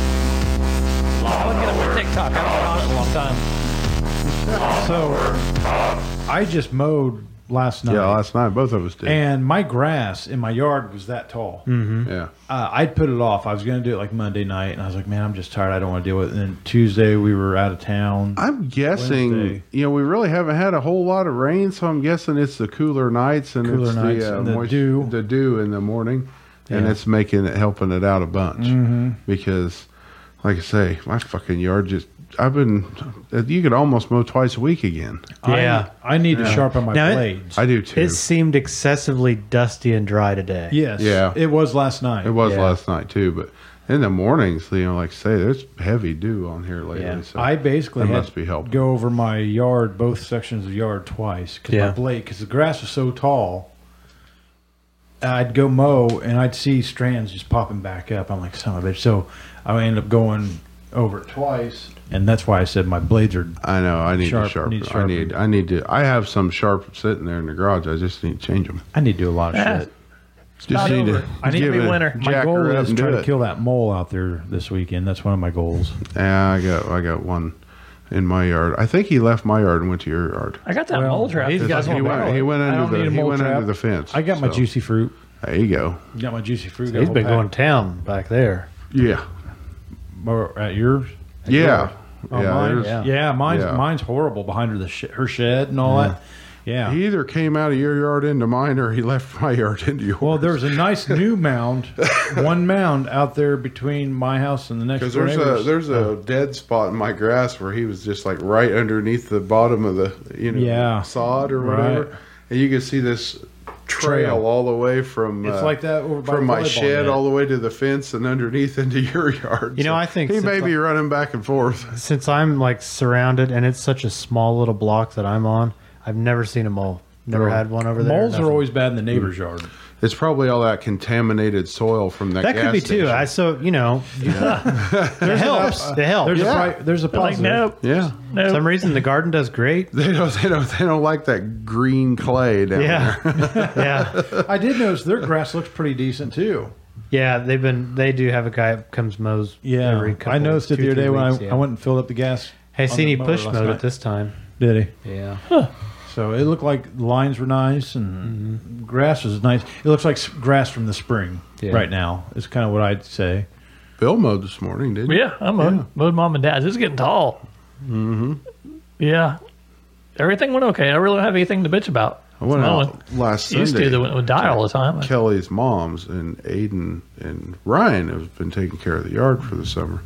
Speaker 5: I wasn't getting up on TikTok. I haven't been on it in a long time.
Speaker 4: so I just mowed last night.
Speaker 6: Yeah, last night both of us did.
Speaker 4: and my grass in my yard was that tall.
Speaker 3: Mm-hmm.
Speaker 6: yeah.
Speaker 4: uh, I'd put it off. I was going to do it like Monday night, and I was like, man, I'm just tired. I don't want to deal with it. And then Tuesday, we were out of town.
Speaker 6: I'm guessing,
Speaker 4: Wednesday.
Speaker 6: you know, we really haven't had a whole lot of rain, so I'm guessing it's the cooler nights and
Speaker 4: Cooler
Speaker 6: it's
Speaker 4: nights
Speaker 6: the, uh,
Speaker 4: and the
Speaker 6: moist-
Speaker 4: dew.
Speaker 6: the dew in the morning, and it's making it helping it out a bunch
Speaker 4: Mm-hmm.
Speaker 6: because, like I say, my fucking yard just I've been you could almost mow twice a week again.
Speaker 3: Yeah.
Speaker 4: I, I need to sharpen my
Speaker 3: Now it-
Speaker 4: blades.
Speaker 6: I do too.
Speaker 3: It seemed excessively dusty and dry today.
Speaker 4: yes.
Speaker 6: Yeah.
Speaker 4: It was last night.
Speaker 6: it was
Speaker 3: yeah.
Speaker 6: last night too, but in the mornings, you know, like I say, there's heavy dew on here lately.
Speaker 3: Yeah.
Speaker 6: So
Speaker 4: I basically
Speaker 6: That
Speaker 4: had
Speaker 6: must be helping.
Speaker 4: to go over my yard, both sections of yard twice because my
Speaker 3: Yeah.
Speaker 4: blade, because the grass was so tall. I'd go mow and I'd see strands just popping back up. I'm like, son of a bitch. So I end up going over it twice, and that's why I said my blades are.
Speaker 6: I know I need
Speaker 4: Sharp-
Speaker 6: to sharpen.
Speaker 4: need
Speaker 6: I need I need to. I have some sharp sitting there in the garage. I just need to change them.
Speaker 4: I need to do a lot of
Speaker 5: Yeah.
Speaker 4: shit.
Speaker 6: Just
Speaker 5: about
Speaker 6: need
Speaker 5: over.
Speaker 6: to.
Speaker 5: I need to
Speaker 6: give
Speaker 5: be
Speaker 6: it-
Speaker 5: winner.
Speaker 6: Jack
Speaker 4: My goal
Speaker 6: her up
Speaker 4: is
Speaker 6: and do
Speaker 4: try to
Speaker 6: it.
Speaker 4: kill that mole out there this weekend. That's one of my goals.
Speaker 6: Yeah, I got I got one in my yard. I think he left my yard and went to your yard.
Speaker 5: I got that
Speaker 4: Well,
Speaker 5: mole trap.
Speaker 3: he's
Speaker 5: You
Speaker 3: got
Speaker 5: guys
Speaker 6: he
Speaker 5: want
Speaker 3: one
Speaker 5: to borrow
Speaker 6: went,
Speaker 5: it?
Speaker 6: he went
Speaker 4: I
Speaker 6: under
Speaker 4: don't need
Speaker 6: the
Speaker 4: a
Speaker 6: he
Speaker 4: mole
Speaker 6: went
Speaker 4: trap.
Speaker 6: under the fence.
Speaker 4: I got my
Speaker 6: so-
Speaker 4: juicy fruit.
Speaker 6: There you go.
Speaker 4: Got my juicy fruit.
Speaker 3: He's been going town back there.
Speaker 6: Yeah,
Speaker 4: Or at yours.
Speaker 6: yeah,
Speaker 4: Oh,
Speaker 6: yeah.
Speaker 4: mine?
Speaker 6: there's-
Speaker 4: yeah. mine's
Speaker 6: Yeah.
Speaker 4: mine's horrible behind her the sh- her shed and all that. Yeah.
Speaker 6: He either came out of your yard into mine, or he left my yard into yours.
Speaker 4: well, there's a nice new mound, one mound out there between my house and the next
Speaker 6: because
Speaker 4: door
Speaker 6: there's a
Speaker 4: neighbor's.
Speaker 6: there's a dead spot in my grass where he was just like right underneath the bottom of the you know
Speaker 4: Yeah.
Speaker 6: sod or
Speaker 4: Right.
Speaker 6: whatever, and you can see this trail
Speaker 4: Trail.
Speaker 6: all the way from uh,
Speaker 4: It's like that over by
Speaker 6: from
Speaker 4: the
Speaker 6: my
Speaker 4: volleyball
Speaker 6: shed
Speaker 4: net.
Speaker 6: all the way to the fence and underneath into your yard.
Speaker 3: You know, I think
Speaker 6: he
Speaker 3: since
Speaker 6: may
Speaker 3: I-
Speaker 6: be running back and forth.
Speaker 3: Since I'm like surrounded and it's such a small little block that I'm on, I've never seen a mole. Never had one over there.
Speaker 4: Moles are
Speaker 3: nothing.
Speaker 4: always bad in the neighbor's yard.
Speaker 6: It's probably all that contaminated soil from that.
Speaker 3: That
Speaker 6: gas
Speaker 3: could be too.
Speaker 6: station.
Speaker 3: I so you know, it helps. It helps.
Speaker 4: There's
Speaker 6: Yeah.
Speaker 4: a pri- there's a
Speaker 5: They're like,
Speaker 4: positive.
Speaker 5: nope,
Speaker 6: yeah,
Speaker 3: For some
Speaker 5: nope.
Speaker 3: reason, the garden does great.
Speaker 6: they don't. They don't. They don't like that green clay down
Speaker 3: Yeah,
Speaker 6: there.
Speaker 3: yeah,
Speaker 4: I did notice their grass looks pretty decent too.
Speaker 3: yeah. They've been. They do have a guy that comes mows. every couple,
Speaker 4: I noticed it
Speaker 3: two,
Speaker 4: the other
Speaker 3: three
Speaker 4: day when I,
Speaker 3: weeks, yeah.
Speaker 4: I went and filled up the gas.
Speaker 3: Hey,
Speaker 4: on
Speaker 3: seen
Speaker 4: the
Speaker 3: he
Speaker 4: mower
Speaker 3: push
Speaker 4: last
Speaker 3: mowed
Speaker 4: night.
Speaker 3: it this time.
Speaker 4: Did he?
Speaker 3: Yeah,
Speaker 4: So it looked like the lines were nice and grass was nice. It looks like s- grass from the spring
Speaker 3: Mm-hmm. Yeah.
Speaker 4: right now. Is kind of what I'd say.
Speaker 6: Bill mowed this morning, didn't he?
Speaker 5: Yeah, I'm a mode mom and dad's. It's getting tall. Mm-hmm. Yeah. Everything went okay. I really don't have anything to bitch about.
Speaker 6: I went
Speaker 5: It's
Speaker 6: out
Speaker 5: mowing.
Speaker 6: last
Speaker 5: used
Speaker 6: Sunday.
Speaker 5: to that would die all the time.
Speaker 6: Kelly's mom's and Aiden and Ryan have been taking care of the yard for the summer.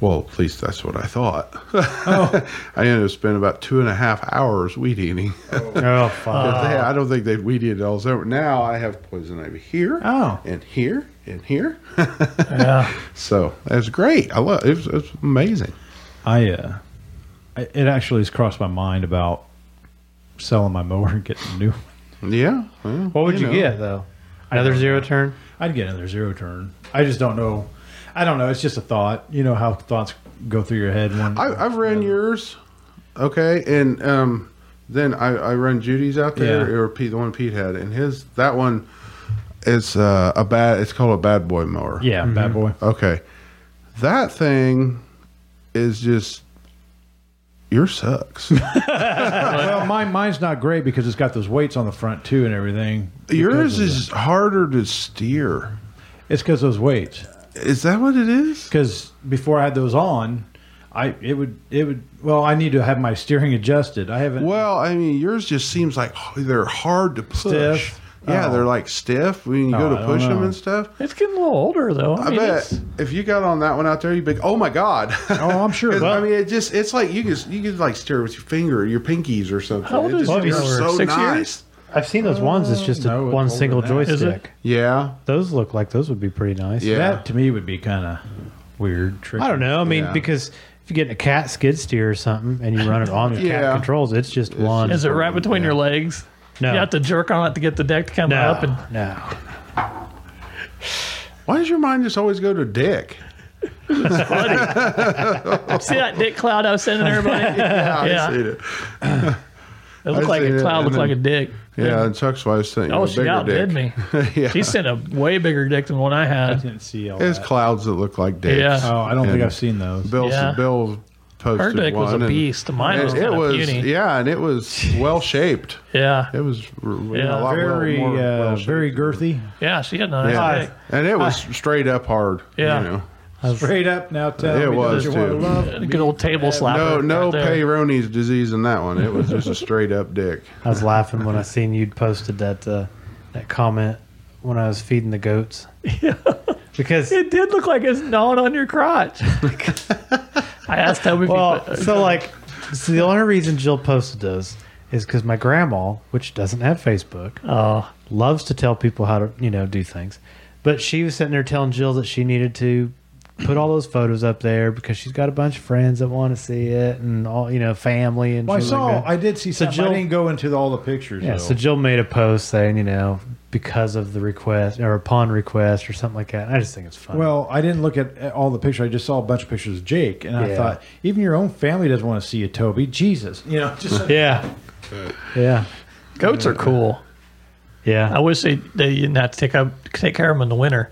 Speaker 6: Well, at least that's what I thought. I ended up spending about two and a half hours weed eating.
Speaker 3: Oh fuck!
Speaker 6: They- I don't think they've weed eated all summer. Now I have poison ivy here,
Speaker 4: Oh.
Speaker 6: and here, and here.
Speaker 5: Yeah.
Speaker 6: So that's great. I love it. Was, it was amazing.
Speaker 4: I, uh, I it actually has crossed my mind about selling my mower and getting a new. one.
Speaker 6: Yeah. well,
Speaker 3: What would you,
Speaker 6: know.
Speaker 3: get though? Another zero turn?
Speaker 4: I'd get another zero turn. I just don't know. I don't know. It's just a thought. You know how thoughts go through your head when
Speaker 6: I, I've ran yours, okay, and um, then I, I run Judy's out there,
Speaker 4: Yeah.
Speaker 6: or Pete, the one Pete had, and his that one is uh, a bad. It's called a bad boy mower.
Speaker 4: yeah,
Speaker 3: Mm-hmm.
Speaker 4: bad boy.
Speaker 6: Okay, that thing is just your sucks.
Speaker 4: well, mine mine's not great because it's got those weights on the front too and everything.
Speaker 6: Yours
Speaker 4: Because of
Speaker 6: is harder to steer.
Speaker 4: the- it's because those weights.
Speaker 6: Is that what it is?
Speaker 4: because before I had those on, I it would it would well I need to have my steering adjusted. I haven't.
Speaker 6: Well, I mean, yours just seems like h- they're hard to push.
Speaker 4: Stiff?
Speaker 6: Yeah,
Speaker 4: Oh.
Speaker 6: they're like stiff when you
Speaker 4: Oh,
Speaker 6: go
Speaker 4: I
Speaker 6: to
Speaker 4: don't
Speaker 6: push them
Speaker 4: know.
Speaker 6: and stuff.
Speaker 5: It's getting a little older though.
Speaker 6: I
Speaker 5: mean,
Speaker 6: bet
Speaker 5: it's-
Speaker 6: if you got on that one out there, you'd be like, "Oh my god!"
Speaker 4: oh, I'm sure.
Speaker 6: 'Cause,
Speaker 4: Well,
Speaker 6: I mean, it just—it's like you could you could like steer with your finger, your pinkies, or something.
Speaker 5: How old
Speaker 6: it
Speaker 5: is
Speaker 6: just,
Speaker 5: Bobby
Speaker 6: you're
Speaker 5: Miller?
Speaker 6: so
Speaker 5: Six
Speaker 6: nice.
Speaker 5: years?
Speaker 3: I've seen those ones. It's just a,
Speaker 4: no, it's
Speaker 3: one
Speaker 4: older
Speaker 3: single
Speaker 4: than that. Is it?
Speaker 3: joystick.
Speaker 6: Yeah,
Speaker 3: Those look like those would be pretty nice.
Speaker 6: yeah.
Speaker 4: that to me would be kind of weird. Tricky.
Speaker 3: I don't know. I mean,
Speaker 6: Yeah.
Speaker 3: because if you get a cat skid steer or something and you run it on the
Speaker 6: Yeah.
Speaker 3: cat controls, it's just one.
Speaker 5: Is it right between your legs?
Speaker 3: No.
Speaker 5: You have to jerk on it to get the deck to come
Speaker 3: no,
Speaker 5: up and
Speaker 3: no.
Speaker 6: Why does your mind just always go to dick?
Speaker 5: see that dick cloud I was sending everybody.
Speaker 6: Yeah,
Speaker 5: Yeah.
Speaker 6: I see it.
Speaker 5: It looked
Speaker 6: I
Speaker 5: like
Speaker 6: seen
Speaker 5: a
Speaker 6: it,
Speaker 5: cloud
Speaker 6: and
Speaker 5: looked like a
Speaker 6: then-
Speaker 5: dick.
Speaker 6: Yeah, and Chuck's wife sent you
Speaker 5: Oh,
Speaker 6: a
Speaker 5: she
Speaker 6: bigger
Speaker 5: outdid
Speaker 6: dick.
Speaker 5: me.
Speaker 6: yeah,
Speaker 5: She sent a way bigger dick than one I
Speaker 4: I
Speaker 5: had.
Speaker 4: didn't see all
Speaker 6: it's
Speaker 4: that.
Speaker 6: clouds that look like dicks.
Speaker 5: Yeah.
Speaker 4: Oh, I don't think
Speaker 6: Yeah.
Speaker 4: I've seen those.
Speaker 6: Bill,
Speaker 5: Yeah.
Speaker 6: Bill posted
Speaker 5: Her dick was
Speaker 6: one,
Speaker 5: a
Speaker 6: and
Speaker 5: beast. Mine was
Speaker 6: it, it
Speaker 5: kind of
Speaker 6: was,
Speaker 5: puny.
Speaker 6: yeah, and it was well shaped.
Speaker 5: Yeah.
Speaker 6: It was r- you know,
Speaker 5: Yeah,
Speaker 6: a lot well-
Speaker 4: Very,
Speaker 6: more
Speaker 4: uh,
Speaker 6: well-shaped.
Speaker 4: very girthy.
Speaker 5: Yeah, she had a nice
Speaker 6: Yeah.
Speaker 5: dick.
Speaker 6: And it was straight up hard.
Speaker 5: Yeah.
Speaker 6: You know.
Speaker 4: Straight up now, tell
Speaker 6: It
Speaker 4: me
Speaker 6: was,
Speaker 4: that you want to
Speaker 6: too.
Speaker 4: love.
Speaker 5: A good old table slapper.
Speaker 6: No,
Speaker 5: right
Speaker 6: no
Speaker 5: there.
Speaker 6: Peyronie's disease in that one. It was just a straight up dick.
Speaker 3: I was laughing when I seen you'd posted that uh, that comment when I was feeding the goats. Yeah. Because
Speaker 5: It did look like it's gnawing on your crotch. I asked Toby. if he
Speaker 3: well,
Speaker 5: put-
Speaker 3: so like, so the only reason Jill posted those is because my grandma, which doesn't have Facebook,
Speaker 5: oh,
Speaker 3: loves to tell people how to you know do things, but she was sitting there telling Jill that she needed to put all those photos up there because she's got a bunch of friends that want to see it and all you know family and.
Speaker 4: Well, I
Speaker 3: shit like
Speaker 4: saw.
Speaker 3: that.
Speaker 4: I did see
Speaker 3: So
Speaker 4: something. I
Speaker 3: Jill-
Speaker 4: didn't go into the- all the pictures.
Speaker 3: Yeah,
Speaker 4: though.
Speaker 3: so Jill made a post saying, you know, because of the request or upon request or something like that. And I just think it's funny.
Speaker 4: Well, I didn't look at at all the pictures. I just saw a bunch of pictures of Jake, and I
Speaker 3: Yeah.
Speaker 4: thought, even your own family doesn't want to see you, Toby. Jesus, you know, just
Speaker 3: yeah, yeah,
Speaker 5: goats are cool. I
Speaker 3: yeah.
Speaker 5: wish they, they didn't have to take up take care of them in the winter.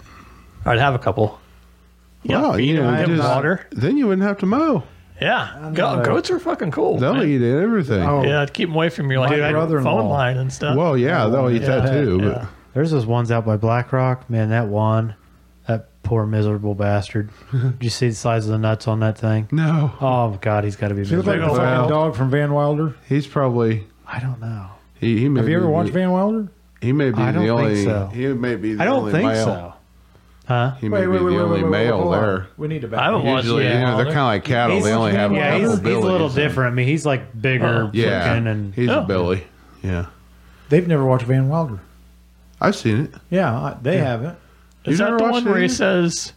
Speaker 5: I'd have a couple. Yeah,
Speaker 6: Wow, you know,
Speaker 5: give
Speaker 6: you
Speaker 5: 'em
Speaker 6: just-
Speaker 5: water.
Speaker 6: Then you wouldn't have to mow.
Speaker 5: Yeah,
Speaker 4: not
Speaker 5: Go,
Speaker 4: a-
Speaker 5: goats are fucking cool.
Speaker 6: They'll
Speaker 5: man.
Speaker 6: eat everything.
Speaker 4: Oh.
Speaker 5: Yeah, to keep them away from your like
Speaker 4: My brother-in-law.
Speaker 5: phone line and stuff.
Speaker 6: well, yeah, they'll eat that
Speaker 4: Yeah,
Speaker 6: too.
Speaker 5: Oh, yeah.
Speaker 3: There's those ones out by BlackRock. Man, that one, that poor miserable bastard. Did you see the size of the nuts on that thing?
Speaker 6: But no,
Speaker 3: Oh my God, he's got to be.
Speaker 4: He looked like a
Speaker 3: miserable.
Speaker 6: Well-
Speaker 4: fucking dog from Van Wilder.
Speaker 6: he's probably.
Speaker 3: I don't know.
Speaker 6: He, he may
Speaker 4: Have you ever
Speaker 6: be,
Speaker 4: watched
Speaker 6: the,
Speaker 4: Van Wilder?
Speaker 6: He may be
Speaker 3: I don't
Speaker 6: the
Speaker 3: think
Speaker 6: only.
Speaker 3: so.
Speaker 6: He may be. The
Speaker 3: I don't
Speaker 6: only
Speaker 3: think
Speaker 6: male.
Speaker 3: so. Huh?
Speaker 6: He may be the only male
Speaker 4: hold on.
Speaker 6: there.
Speaker 4: We need to back.
Speaker 5: I haven't watched
Speaker 6: Usually,
Speaker 5: Van
Speaker 6: you know, they're
Speaker 5: Wilder.
Speaker 6: kind of like cattle. they only have
Speaker 3: yeah,
Speaker 6: a
Speaker 3: he's,
Speaker 6: couple
Speaker 3: he's a
Speaker 6: billies.
Speaker 3: little different. I mean, he's like bigger,
Speaker 6: Yeah,
Speaker 3: looking and
Speaker 6: he's
Speaker 5: Yeah.
Speaker 6: a billy. Yeah,
Speaker 4: They've never watched Van Wilder.
Speaker 6: I've seen it.
Speaker 4: Yeah, I- they haven't.
Speaker 5: Is
Speaker 6: You've
Speaker 5: that
Speaker 6: never
Speaker 5: the
Speaker 6: watched
Speaker 5: one
Speaker 6: it
Speaker 5: where he
Speaker 6: either?
Speaker 5: says,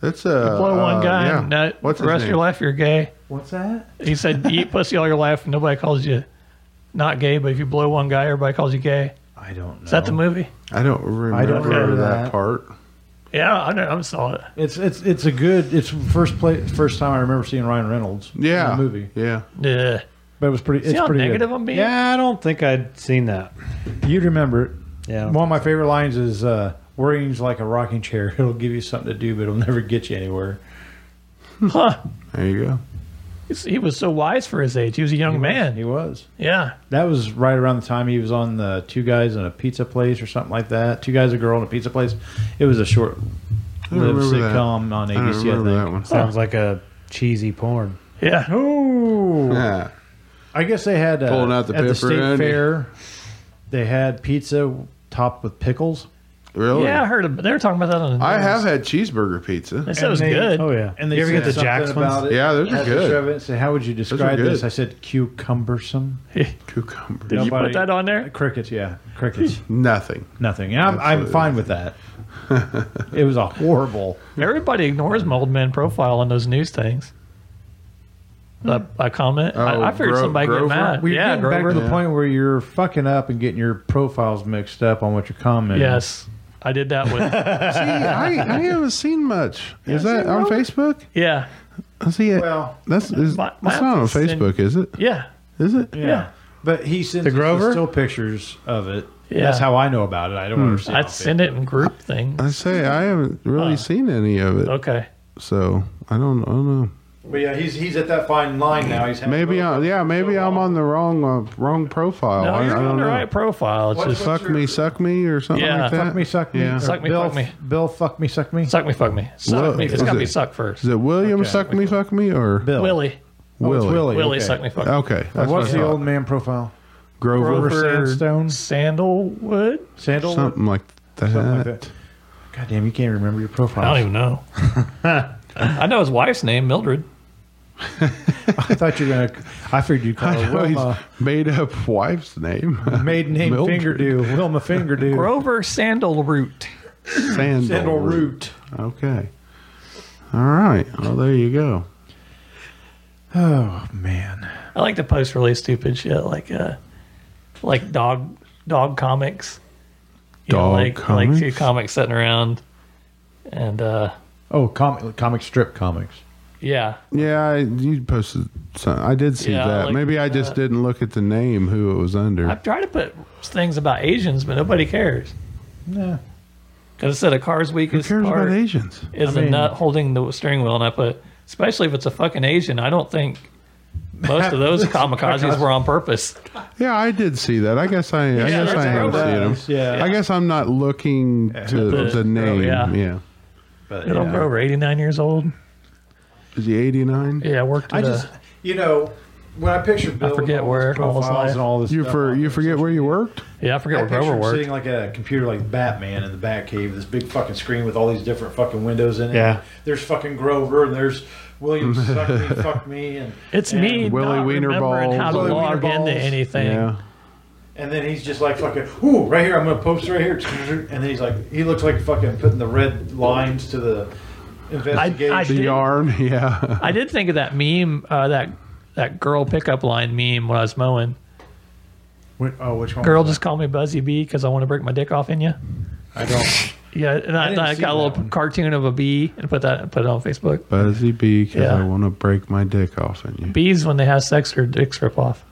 Speaker 6: That's a
Speaker 5: blow one guy
Speaker 6: Uh, Yeah.
Speaker 5: and that
Speaker 6: What's
Speaker 5: the
Speaker 6: his
Speaker 5: rest of
Speaker 6: name?
Speaker 5: your life you're gay?
Speaker 4: What's that?
Speaker 5: He said, "You eat pussy all your life and nobody calls you not gay, but if you blow one guy, everybody calls you gay.
Speaker 4: I don't know.
Speaker 5: Is that the movie?
Speaker 6: I don't remember,
Speaker 4: I don't remember
Speaker 6: that.
Speaker 4: that.
Speaker 6: part.
Speaker 5: Yeah, I know. I saw it.
Speaker 4: It's it's it's a good. It's first play first time I remember seeing Ryan Reynolds.
Speaker 6: Yeah,
Speaker 4: in the movie,
Speaker 6: Yeah,
Speaker 5: Yeah.
Speaker 4: but it was pretty. it's
Speaker 5: how
Speaker 4: pretty good.
Speaker 5: negative I'm being?
Speaker 4: Yeah, I
Speaker 3: I don't think I'd seen that.
Speaker 4: don't. You'd remember it.
Speaker 3: Yeah.
Speaker 4: One of my favorite lines is uh, "Worrying's like a rocking chair. It'll give you something to do, but it'll never get you anywhere."
Speaker 5: Huh.
Speaker 6: there you go.
Speaker 5: He's- He was so wise for his age. He was a young man.
Speaker 4: he was.
Speaker 5: yeah.
Speaker 4: That was right around the time he was on the Two Guys and a Pizza Place or something like that. Two Guys, a Girl, and a Pizza Place. It was a short
Speaker 6: don't
Speaker 4: lived
Speaker 6: remember that.
Speaker 4: sitcom on
Speaker 6: I don't
Speaker 4: ABC. I,
Speaker 6: remember that
Speaker 4: think.
Speaker 6: one.
Speaker 3: Sounds like a cheesy porn.
Speaker 5: Yeah.
Speaker 4: Oh,
Speaker 6: Yeah,
Speaker 4: I guess they had uh,
Speaker 6: Pulling out the
Speaker 4: at the state
Speaker 6: pepperoni.
Speaker 4: fair. They had pizza topped with pickles.
Speaker 6: really.
Speaker 5: Oh, Yeah, I heard of, they were talking about that on the
Speaker 6: I
Speaker 5: news.
Speaker 6: have had cheeseburger pizza.
Speaker 5: They said it was
Speaker 4: And they-
Speaker 5: good.
Speaker 3: Oh yeah.
Speaker 4: And they
Speaker 3: you ever get
Speaker 4: said
Speaker 3: the
Speaker 4: something
Speaker 3: Jax
Speaker 4: about
Speaker 3: ones?
Speaker 4: it.
Speaker 6: Yeah, those are
Speaker 4: Had a picture
Speaker 6: good.
Speaker 4: of it. Say, how would you describe
Speaker 6: good.
Speaker 4: this? I said cucumbersome.
Speaker 6: Cucumber.
Speaker 5: Did you
Speaker 4: Nobody-
Speaker 5: put that on there?
Speaker 4: Crickets, yeah, crickets,
Speaker 6: Nothing.
Speaker 4: nothing. And I'm, I'm
Speaker 6: Absolutely
Speaker 4: fine with that. it was a horrible.
Speaker 5: Everybody ignores my old man profile on those news things. A, a comment.
Speaker 6: Oh,
Speaker 5: I, I figured
Speaker 6: Gro-
Speaker 5: somebody get
Speaker 6: Grover?
Speaker 5: mad.
Speaker 4: We're
Speaker 5: yeah,
Speaker 4: getting back
Speaker 5: Grover.
Speaker 4: to the point where you're fucking up and getting your profiles mixed up on what you're commenting.
Speaker 5: Yes, I did that with.
Speaker 6: See, I, I haven't seen much. Is that on Facebook?
Speaker 5: yeah,
Speaker 6: I see it.
Speaker 4: Well,
Speaker 6: that's is,
Speaker 5: my- my
Speaker 6: that's not on
Speaker 5: husband's in-
Speaker 6: Facebook, is it?
Speaker 5: yeah,
Speaker 6: Is it?
Speaker 4: Yeah.
Speaker 5: Yeah.
Speaker 4: But he sends the
Speaker 3: Grover?
Speaker 4: still picters of it.
Speaker 5: Yeah. Hmm.
Speaker 4: That's how I know about it. I don't understand.
Speaker 5: I'd send it in group thing.
Speaker 6: I say I haven't really seen any of it,
Speaker 5: Okay,
Speaker 6: so I don't. I don't know.
Speaker 4: But yeah, he's he's at that fine line now. He's
Speaker 6: Maybe I, yeah, maybe I'm on the wrong uh, wrong profile.
Speaker 5: no,
Speaker 6: I,
Speaker 5: you're
Speaker 6: I
Speaker 5: on
Speaker 6: don't
Speaker 5: the
Speaker 6: know.
Speaker 5: right profile. It's
Speaker 4: What's-
Speaker 5: just
Speaker 6: Fuck me, suck me, or something
Speaker 5: Yeah.
Speaker 6: like that.
Speaker 4: fuck me, suck me,
Speaker 6: uh, Yeah.
Speaker 4: or
Speaker 5: Suck me,
Speaker 4: Bill,
Speaker 5: fuck me.
Speaker 4: Bill, fuck me, suck me,
Speaker 5: suck me, fuck me, suck
Speaker 6: Whoa,
Speaker 5: me. It's
Speaker 6: is
Speaker 5: got to be
Speaker 6: it-
Speaker 5: suck first.
Speaker 6: Is it William
Speaker 4: Okay,
Speaker 6: suck me, fuck me, or
Speaker 4: Bill,
Speaker 5: Willie,
Speaker 4: oh, it's
Speaker 6: Willie?
Speaker 4: Willie,
Speaker 5: Willie,
Speaker 4: okay.
Speaker 5: suck me, fuck me.
Speaker 6: Okay,
Speaker 4: What's
Speaker 6: that's what I
Speaker 4: the
Speaker 6: thought.
Speaker 4: old man profile?
Speaker 6: Grover,
Speaker 4: Grover Sandstone?
Speaker 5: Sandalwood.
Speaker 4: Sandal,
Speaker 6: something like that.
Speaker 4: something like that. God damn, you can't remember your profile.
Speaker 5: I don't even know. I know his wife's name, Mildred.
Speaker 4: I thought you were gonna. I figured you'd call
Speaker 6: I
Speaker 4: her
Speaker 6: know
Speaker 4: Uh, Wilma.
Speaker 6: he's made up wife's name.
Speaker 4: Maiden name
Speaker 6: Mildred.
Speaker 4: Fingerdew. Wilma Fingerdew.
Speaker 5: Grover Sandalroot.
Speaker 6: Sandal,
Speaker 4: Sandal
Speaker 6: Root.
Speaker 4: Root.
Speaker 6: Okay. All right. Well, there you go.
Speaker 4: Oh man.
Speaker 5: I like to post really stupid shit like uh like dog dog comics. You
Speaker 6: Dog
Speaker 5: like like
Speaker 6: comics?
Speaker 5: two comics sitting around and uh
Speaker 4: Oh, comic comic strip comics.
Speaker 5: yeah.
Speaker 6: Yeah, I, you posted. Some, I did see
Speaker 5: Yeah, I
Speaker 6: that.
Speaker 5: like
Speaker 6: Maybe I just
Speaker 5: that.
Speaker 6: didn't look at the name who it was under.
Speaker 5: I've tried to put things about Asians but nobody cares.
Speaker 4: Yeah.
Speaker 5: Because I said a car's
Speaker 6: who
Speaker 5: weakest
Speaker 6: cares
Speaker 5: part
Speaker 6: about Asians?
Speaker 5: is
Speaker 4: I
Speaker 5: the
Speaker 4: mean-
Speaker 5: nut holding the steering wheel and I put especially if it's a fucking Asian, I don't think most of those kamikazes were on purpose.
Speaker 6: Yeah, I did see that. I guess I. I guess
Speaker 5: that's
Speaker 6: I haven't
Speaker 5: right.
Speaker 6: seen them.
Speaker 4: Yeah.
Speaker 6: I guess I'm not looking to
Speaker 5: The-
Speaker 6: the, name.
Speaker 5: yeah.
Speaker 6: yeah.
Speaker 4: But,
Speaker 5: Little
Speaker 4: yeah.
Speaker 5: Grover, eighty nine years old.
Speaker 6: Is he 89?
Speaker 5: Yeah, worked at
Speaker 4: I just, you know, when I picture Bill, with
Speaker 5: forget
Speaker 4: all
Speaker 5: where
Speaker 4: his
Speaker 5: all his
Speaker 4: profiles
Speaker 5: life-
Speaker 4: and all this.
Speaker 6: You
Speaker 4: stuff
Speaker 6: for
Speaker 4: on
Speaker 6: you
Speaker 4: his
Speaker 6: forget
Speaker 4: social
Speaker 6: where you
Speaker 4: media,
Speaker 6: worked?
Speaker 5: a yeah, I
Speaker 4: I
Speaker 5: forget where
Speaker 4: picture
Speaker 5: Grover
Speaker 4: him
Speaker 5: worked.
Speaker 4: sitting like at a computer like Batman in the Batcave, this big fucking screen with all these different fucking windows in it.
Speaker 3: Yeah.
Speaker 4: There's fucking Grover and there's William Suck Me, Fuck Me, and
Speaker 5: It's
Speaker 4: and,
Speaker 5: me
Speaker 6: Willy
Speaker 5: not
Speaker 6: Wiener
Speaker 5: remembering how to
Speaker 6: Balls.
Speaker 4: Willy
Speaker 5: log
Speaker 4: Wiener
Speaker 5: into
Speaker 4: Balls.
Speaker 5: anything.
Speaker 6: Yeah.
Speaker 4: And then he's just like fucking, ooh, right here, I'm gonna post right here. And then he's like, he looks like fucking putting the red lines to the investigation.
Speaker 5: I
Speaker 6: The
Speaker 5: did-
Speaker 6: yarn. Yeah.
Speaker 5: I did think of that meme, uh, that that girl pickup line meme when I was mowing.
Speaker 4: Wh- oh, which one?
Speaker 5: Girl,
Speaker 4: was
Speaker 5: just call me Buzzy B because I want to break my dick off in you.
Speaker 4: that? I don't.
Speaker 5: Yeah, and I,
Speaker 4: didn't
Speaker 5: I
Speaker 4: see
Speaker 5: got a little
Speaker 4: that one.
Speaker 5: cartoon of a bee and put that put it on Facebook.
Speaker 6: Buzzy B, because
Speaker 5: Yeah.
Speaker 6: I want to break my dick off in you.
Speaker 5: Bees when they have sex, their dicks rip off.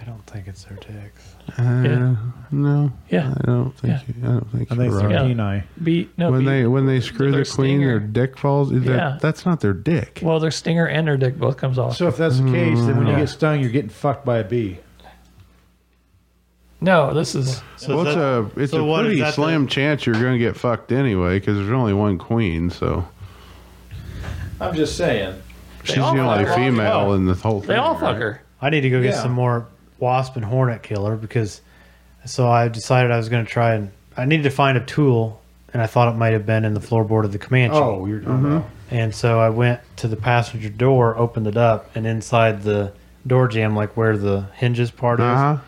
Speaker 3: I don't think it's their dicks.
Speaker 6: Uh,
Speaker 5: Yeah.
Speaker 6: No,
Speaker 5: Yeah,
Speaker 6: I don't think. You, I don't think.
Speaker 4: I think
Speaker 6: you're
Speaker 4: it's
Speaker 6: right.
Speaker 5: Yeah.
Speaker 4: Kenai.
Speaker 5: bee. No,
Speaker 6: When
Speaker 5: bee-
Speaker 6: they when they screw
Speaker 5: their
Speaker 6: the queen,
Speaker 5: stinger.
Speaker 6: their dick falls. that-
Speaker 5: Yeah.
Speaker 6: that's not their dick.
Speaker 5: well, their stinger and their dick both comes off.
Speaker 4: So if that's the case, then when you get stung, you're getting fucked by a bee.
Speaker 5: no, this is
Speaker 6: Well, it's a it's
Speaker 8: so
Speaker 6: a
Speaker 8: what is
Speaker 6: pretty
Speaker 8: that the-
Speaker 6: slim chance you're going to get fucked anyway because there's only one queen, so
Speaker 4: I'm just saying.
Speaker 6: she's the only female in the whole thing.
Speaker 5: they all
Speaker 6: right?
Speaker 5: fuck her.
Speaker 3: I need to go get
Speaker 4: Yeah.
Speaker 3: some more wasp and hornet killer because so I decided I was going to try and I needed to find a tool and I thought it might have been in the floorboard of the Comanche.
Speaker 4: Oh, you're mm
Speaker 3: And so I went to the passenger door, opened it up, and inside the door jam, like where the hinges part is,
Speaker 6: Uh-huh.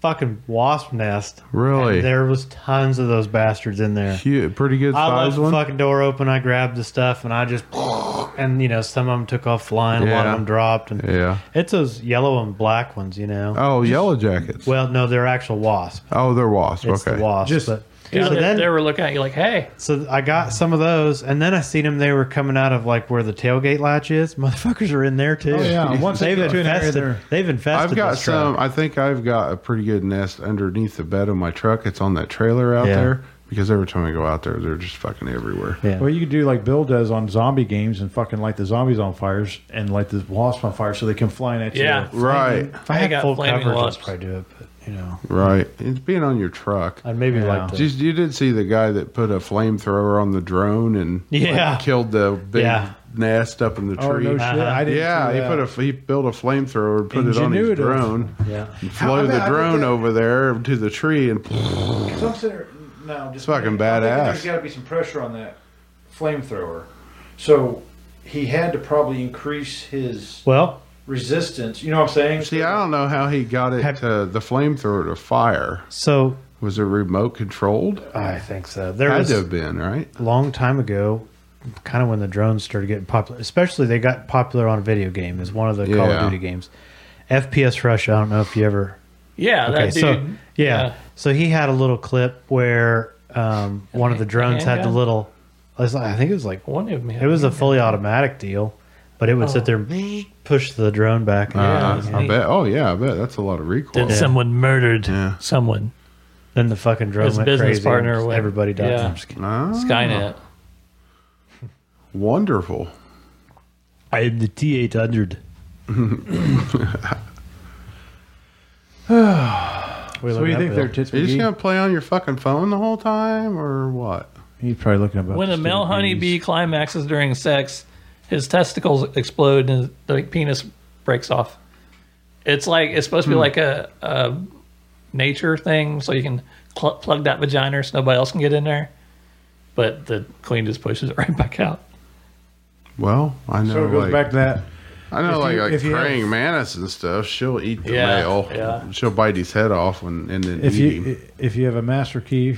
Speaker 3: fucking wasp nest.
Speaker 6: Really?
Speaker 3: And there was tons of those bastards in there.
Speaker 6: Cute, pretty good
Speaker 3: I left
Speaker 6: size
Speaker 3: the
Speaker 6: one.
Speaker 3: fucking door open. I grabbed the stuff and I just and you know some of them took off flying, a lot
Speaker 6: Yeah.
Speaker 3: of them dropped, and
Speaker 6: Yeah.
Speaker 3: it's those yellow and black ones, you know.
Speaker 6: Oh, yellow jackets.
Speaker 3: Well, no, they're actual wasps.
Speaker 6: oh, they're wasps.
Speaker 3: It's
Speaker 6: okay.
Speaker 3: the wasp.
Speaker 4: Just-
Speaker 3: but,
Speaker 5: Yeah,
Speaker 3: so
Speaker 5: they,
Speaker 3: then,
Speaker 5: they were looking at you like, hey,
Speaker 3: so I got some of those, and then I seen them. They were coming out of like where the tailgate latch is. Motherfuckers are in there too.
Speaker 4: Oh, yeah. Once they
Speaker 3: they've
Speaker 4: get to an area
Speaker 3: infested.
Speaker 4: there-
Speaker 3: They've infested.
Speaker 6: I've got
Speaker 3: this truck.
Speaker 6: some. I think I've got a pretty good nest underneath the bed of my truck. It's on that trailer out
Speaker 3: Yeah.
Speaker 6: there because every time I go out there, they're just fucking everywhere.
Speaker 3: Yeah.
Speaker 4: Well, you could do like Bill does on zombie games and fucking light the zombies on fires and light the wasp on fire so they come flying at you.
Speaker 5: Yeah.
Speaker 6: Right,
Speaker 3: If I
Speaker 5: I
Speaker 3: had
Speaker 5: got
Speaker 3: full
Speaker 5: flaming
Speaker 3: coverage,
Speaker 5: wasps.
Speaker 3: I'd probably do it. But you know,
Speaker 6: right. It's being on your truck.
Speaker 3: I'd maybe
Speaker 4: Yeah.
Speaker 3: like. To,
Speaker 6: You, you did see the guy that put a flamethrower on the drone and like,
Speaker 3: Yeah.
Speaker 6: killed the big
Speaker 3: Yeah.
Speaker 6: nest up in the
Speaker 4: Oh
Speaker 6: tree.
Speaker 4: no shit! I didn't.
Speaker 6: yeah,
Speaker 4: see
Speaker 6: he
Speaker 4: that.
Speaker 6: put a he built a flamethrower and put
Speaker 4: Ingenuitive.
Speaker 6: it on his drone.
Speaker 3: yeah.
Speaker 6: and Flew
Speaker 4: I mean,
Speaker 6: the
Speaker 4: I
Speaker 6: drone
Speaker 4: think that-
Speaker 6: over there to the tree and
Speaker 4: So I'm sitting there- no, just
Speaker 6: It's fucking
Speaker 4: I'm thinking
Speaker 6: badass.
Speaker 4: There's got to be some pressure on that flamethrower, so he had to probably increase his
Speaker 3: Well,
Speaker 4: resistance. You know what I'm saying?
Speaker 6: see. I don't know how he got it
Speaker 3: Have-
Speaker 6: to the flamethrower to fire.
Speaker 3: so
Speaker 6: Was it remote controlled?
Speaker 3: I think so. Uh, There
Speaker 6: Had
Speaker 3: was
Speaker 6: to have been right.
Speaker 3: long time ago, kind of when the drones started getting popular, especially they got popular on a video game, is one of the Call of
Speaker 6: Yeah.
Speaker 3: Duty games. FPS Rush, I don't know if you ever.
Speaker 5: yeah, that
Speaker 3: Okay,
Speaker 5: dude.
Speaker 3: so yeah.
Speaker 5: yeah.
Speaker 3: So he had a little clip where um, one of the drones had the
Speaker 5: handgun?
Speaker 3: little, I was like- I think it was like,
Speaker 5: One of me.
Speaker 3: it was a fully automatic deal, but it would
Speaker 5: Oh,
Speaker 3: sit there and push the drone back.
Speaker 6: Uh,
Speaker 3: and
Speaker 6: I bet. Oh yeah, I bet that's a lot of recoil.
Speaker 5: Then someone murdered
Speaker 6: Yeah.
Speaker 5: someone.
Speaker 3: Then the fucking drone
Speaker 5: His
Speaker 3: went
Speaker 5: business
Speaker 3: crazy. and
Speaker 5: partner went-
Speaker 3: everybody died.
Speaker 5: yeah.
Speaker 3: I'm just kidding.
Speaker 6: Ah,
Speaker 5: Skynet.
Speaker 6: wonderful.
Speaker 3: I am the T eight hundred.
Speaker 4: So you think they're tits?
Speaker 6: Are you just
Speaker 4: McGee?
Speaker 6: gonna play on your fucking phone the whole time or what?
Speaker 4: He's probably looking about
Speaker 5: When a
Speaker 4: the
Speaker 5: male
Speaker 4: stupid
Speaker 5: honeybee
Speaker 4: bees.
Speaker 5: climaxes during sex, his testicles explode and the like, penis breaks off. It's like it's supposed to be like a, a nature thing, so you can cl- plug that vagina so nobody else can get in there. But the queen just pushes it right back out.
Speaker 6: Well, I know.
Speaker 4: So it goes
Speaker 6: like,
Speaker 4: back to that.
Speaker 6: I know,
Speaker 4: If
Speaker 6: like,
Speaker 4: you-
Speaker 6: like
Speaker 4: if you have-
Speaker 6: praying mantis and stuff. She'll eat the
Speaker 5: Yeah,
Speaker 6: male.
Speaker 5: yeah.
Speaker 6: She'll bite his head off and, and then
Speaker 4: If
Speaker 6: eat him.
Speaker 4: you if you have a master key,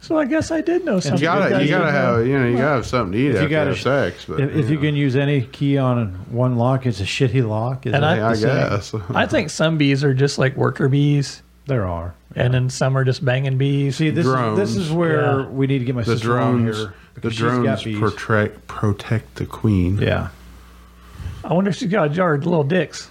Speaker 5: So I guess I did know
Speaker 6: You
Speaker 5: something.
Speaker 6: gotta, you
Speaker 4: guys
Speaker 6: gotta
Speaker 4: don't
Speaker 6: have, you know, you gotta have something to eat
Speaker 4: you
Speaker 6: after
Speaker 4: gotta-
Speaker 6: your sex. But
Speaker 4: if, if you can use any key on one lock, it's a shitty lock. Is
Speaker 5: And
Speaker 4: it?
Speaker 5: I-
Speaker 6: know, I
Speaker 5: the same.
Speaker 6: guess.
Speaker 5: I think some bees are just like worker bees,
Speaker 4: there are.
Speaker 5: and then some are just banging bees.
Speaker 4: See, this
Speaker 6: Drones.
Speaker 4: is this is where
Speaker 5: Yeah.
Speaker 4: we need to get my
Speaker 6: the
Speaker 4: sister on
Speaker 6: drones,
Speaker 4: here.
Speaker 6: the
Speaker 4: because she's got
Speaker 6: drones
Speaker 4: bees.
Speaker 6: protect protect the queen.
Speaker 4: yeah.
Speaker 5: I wonder if she's got a jar of little dicks.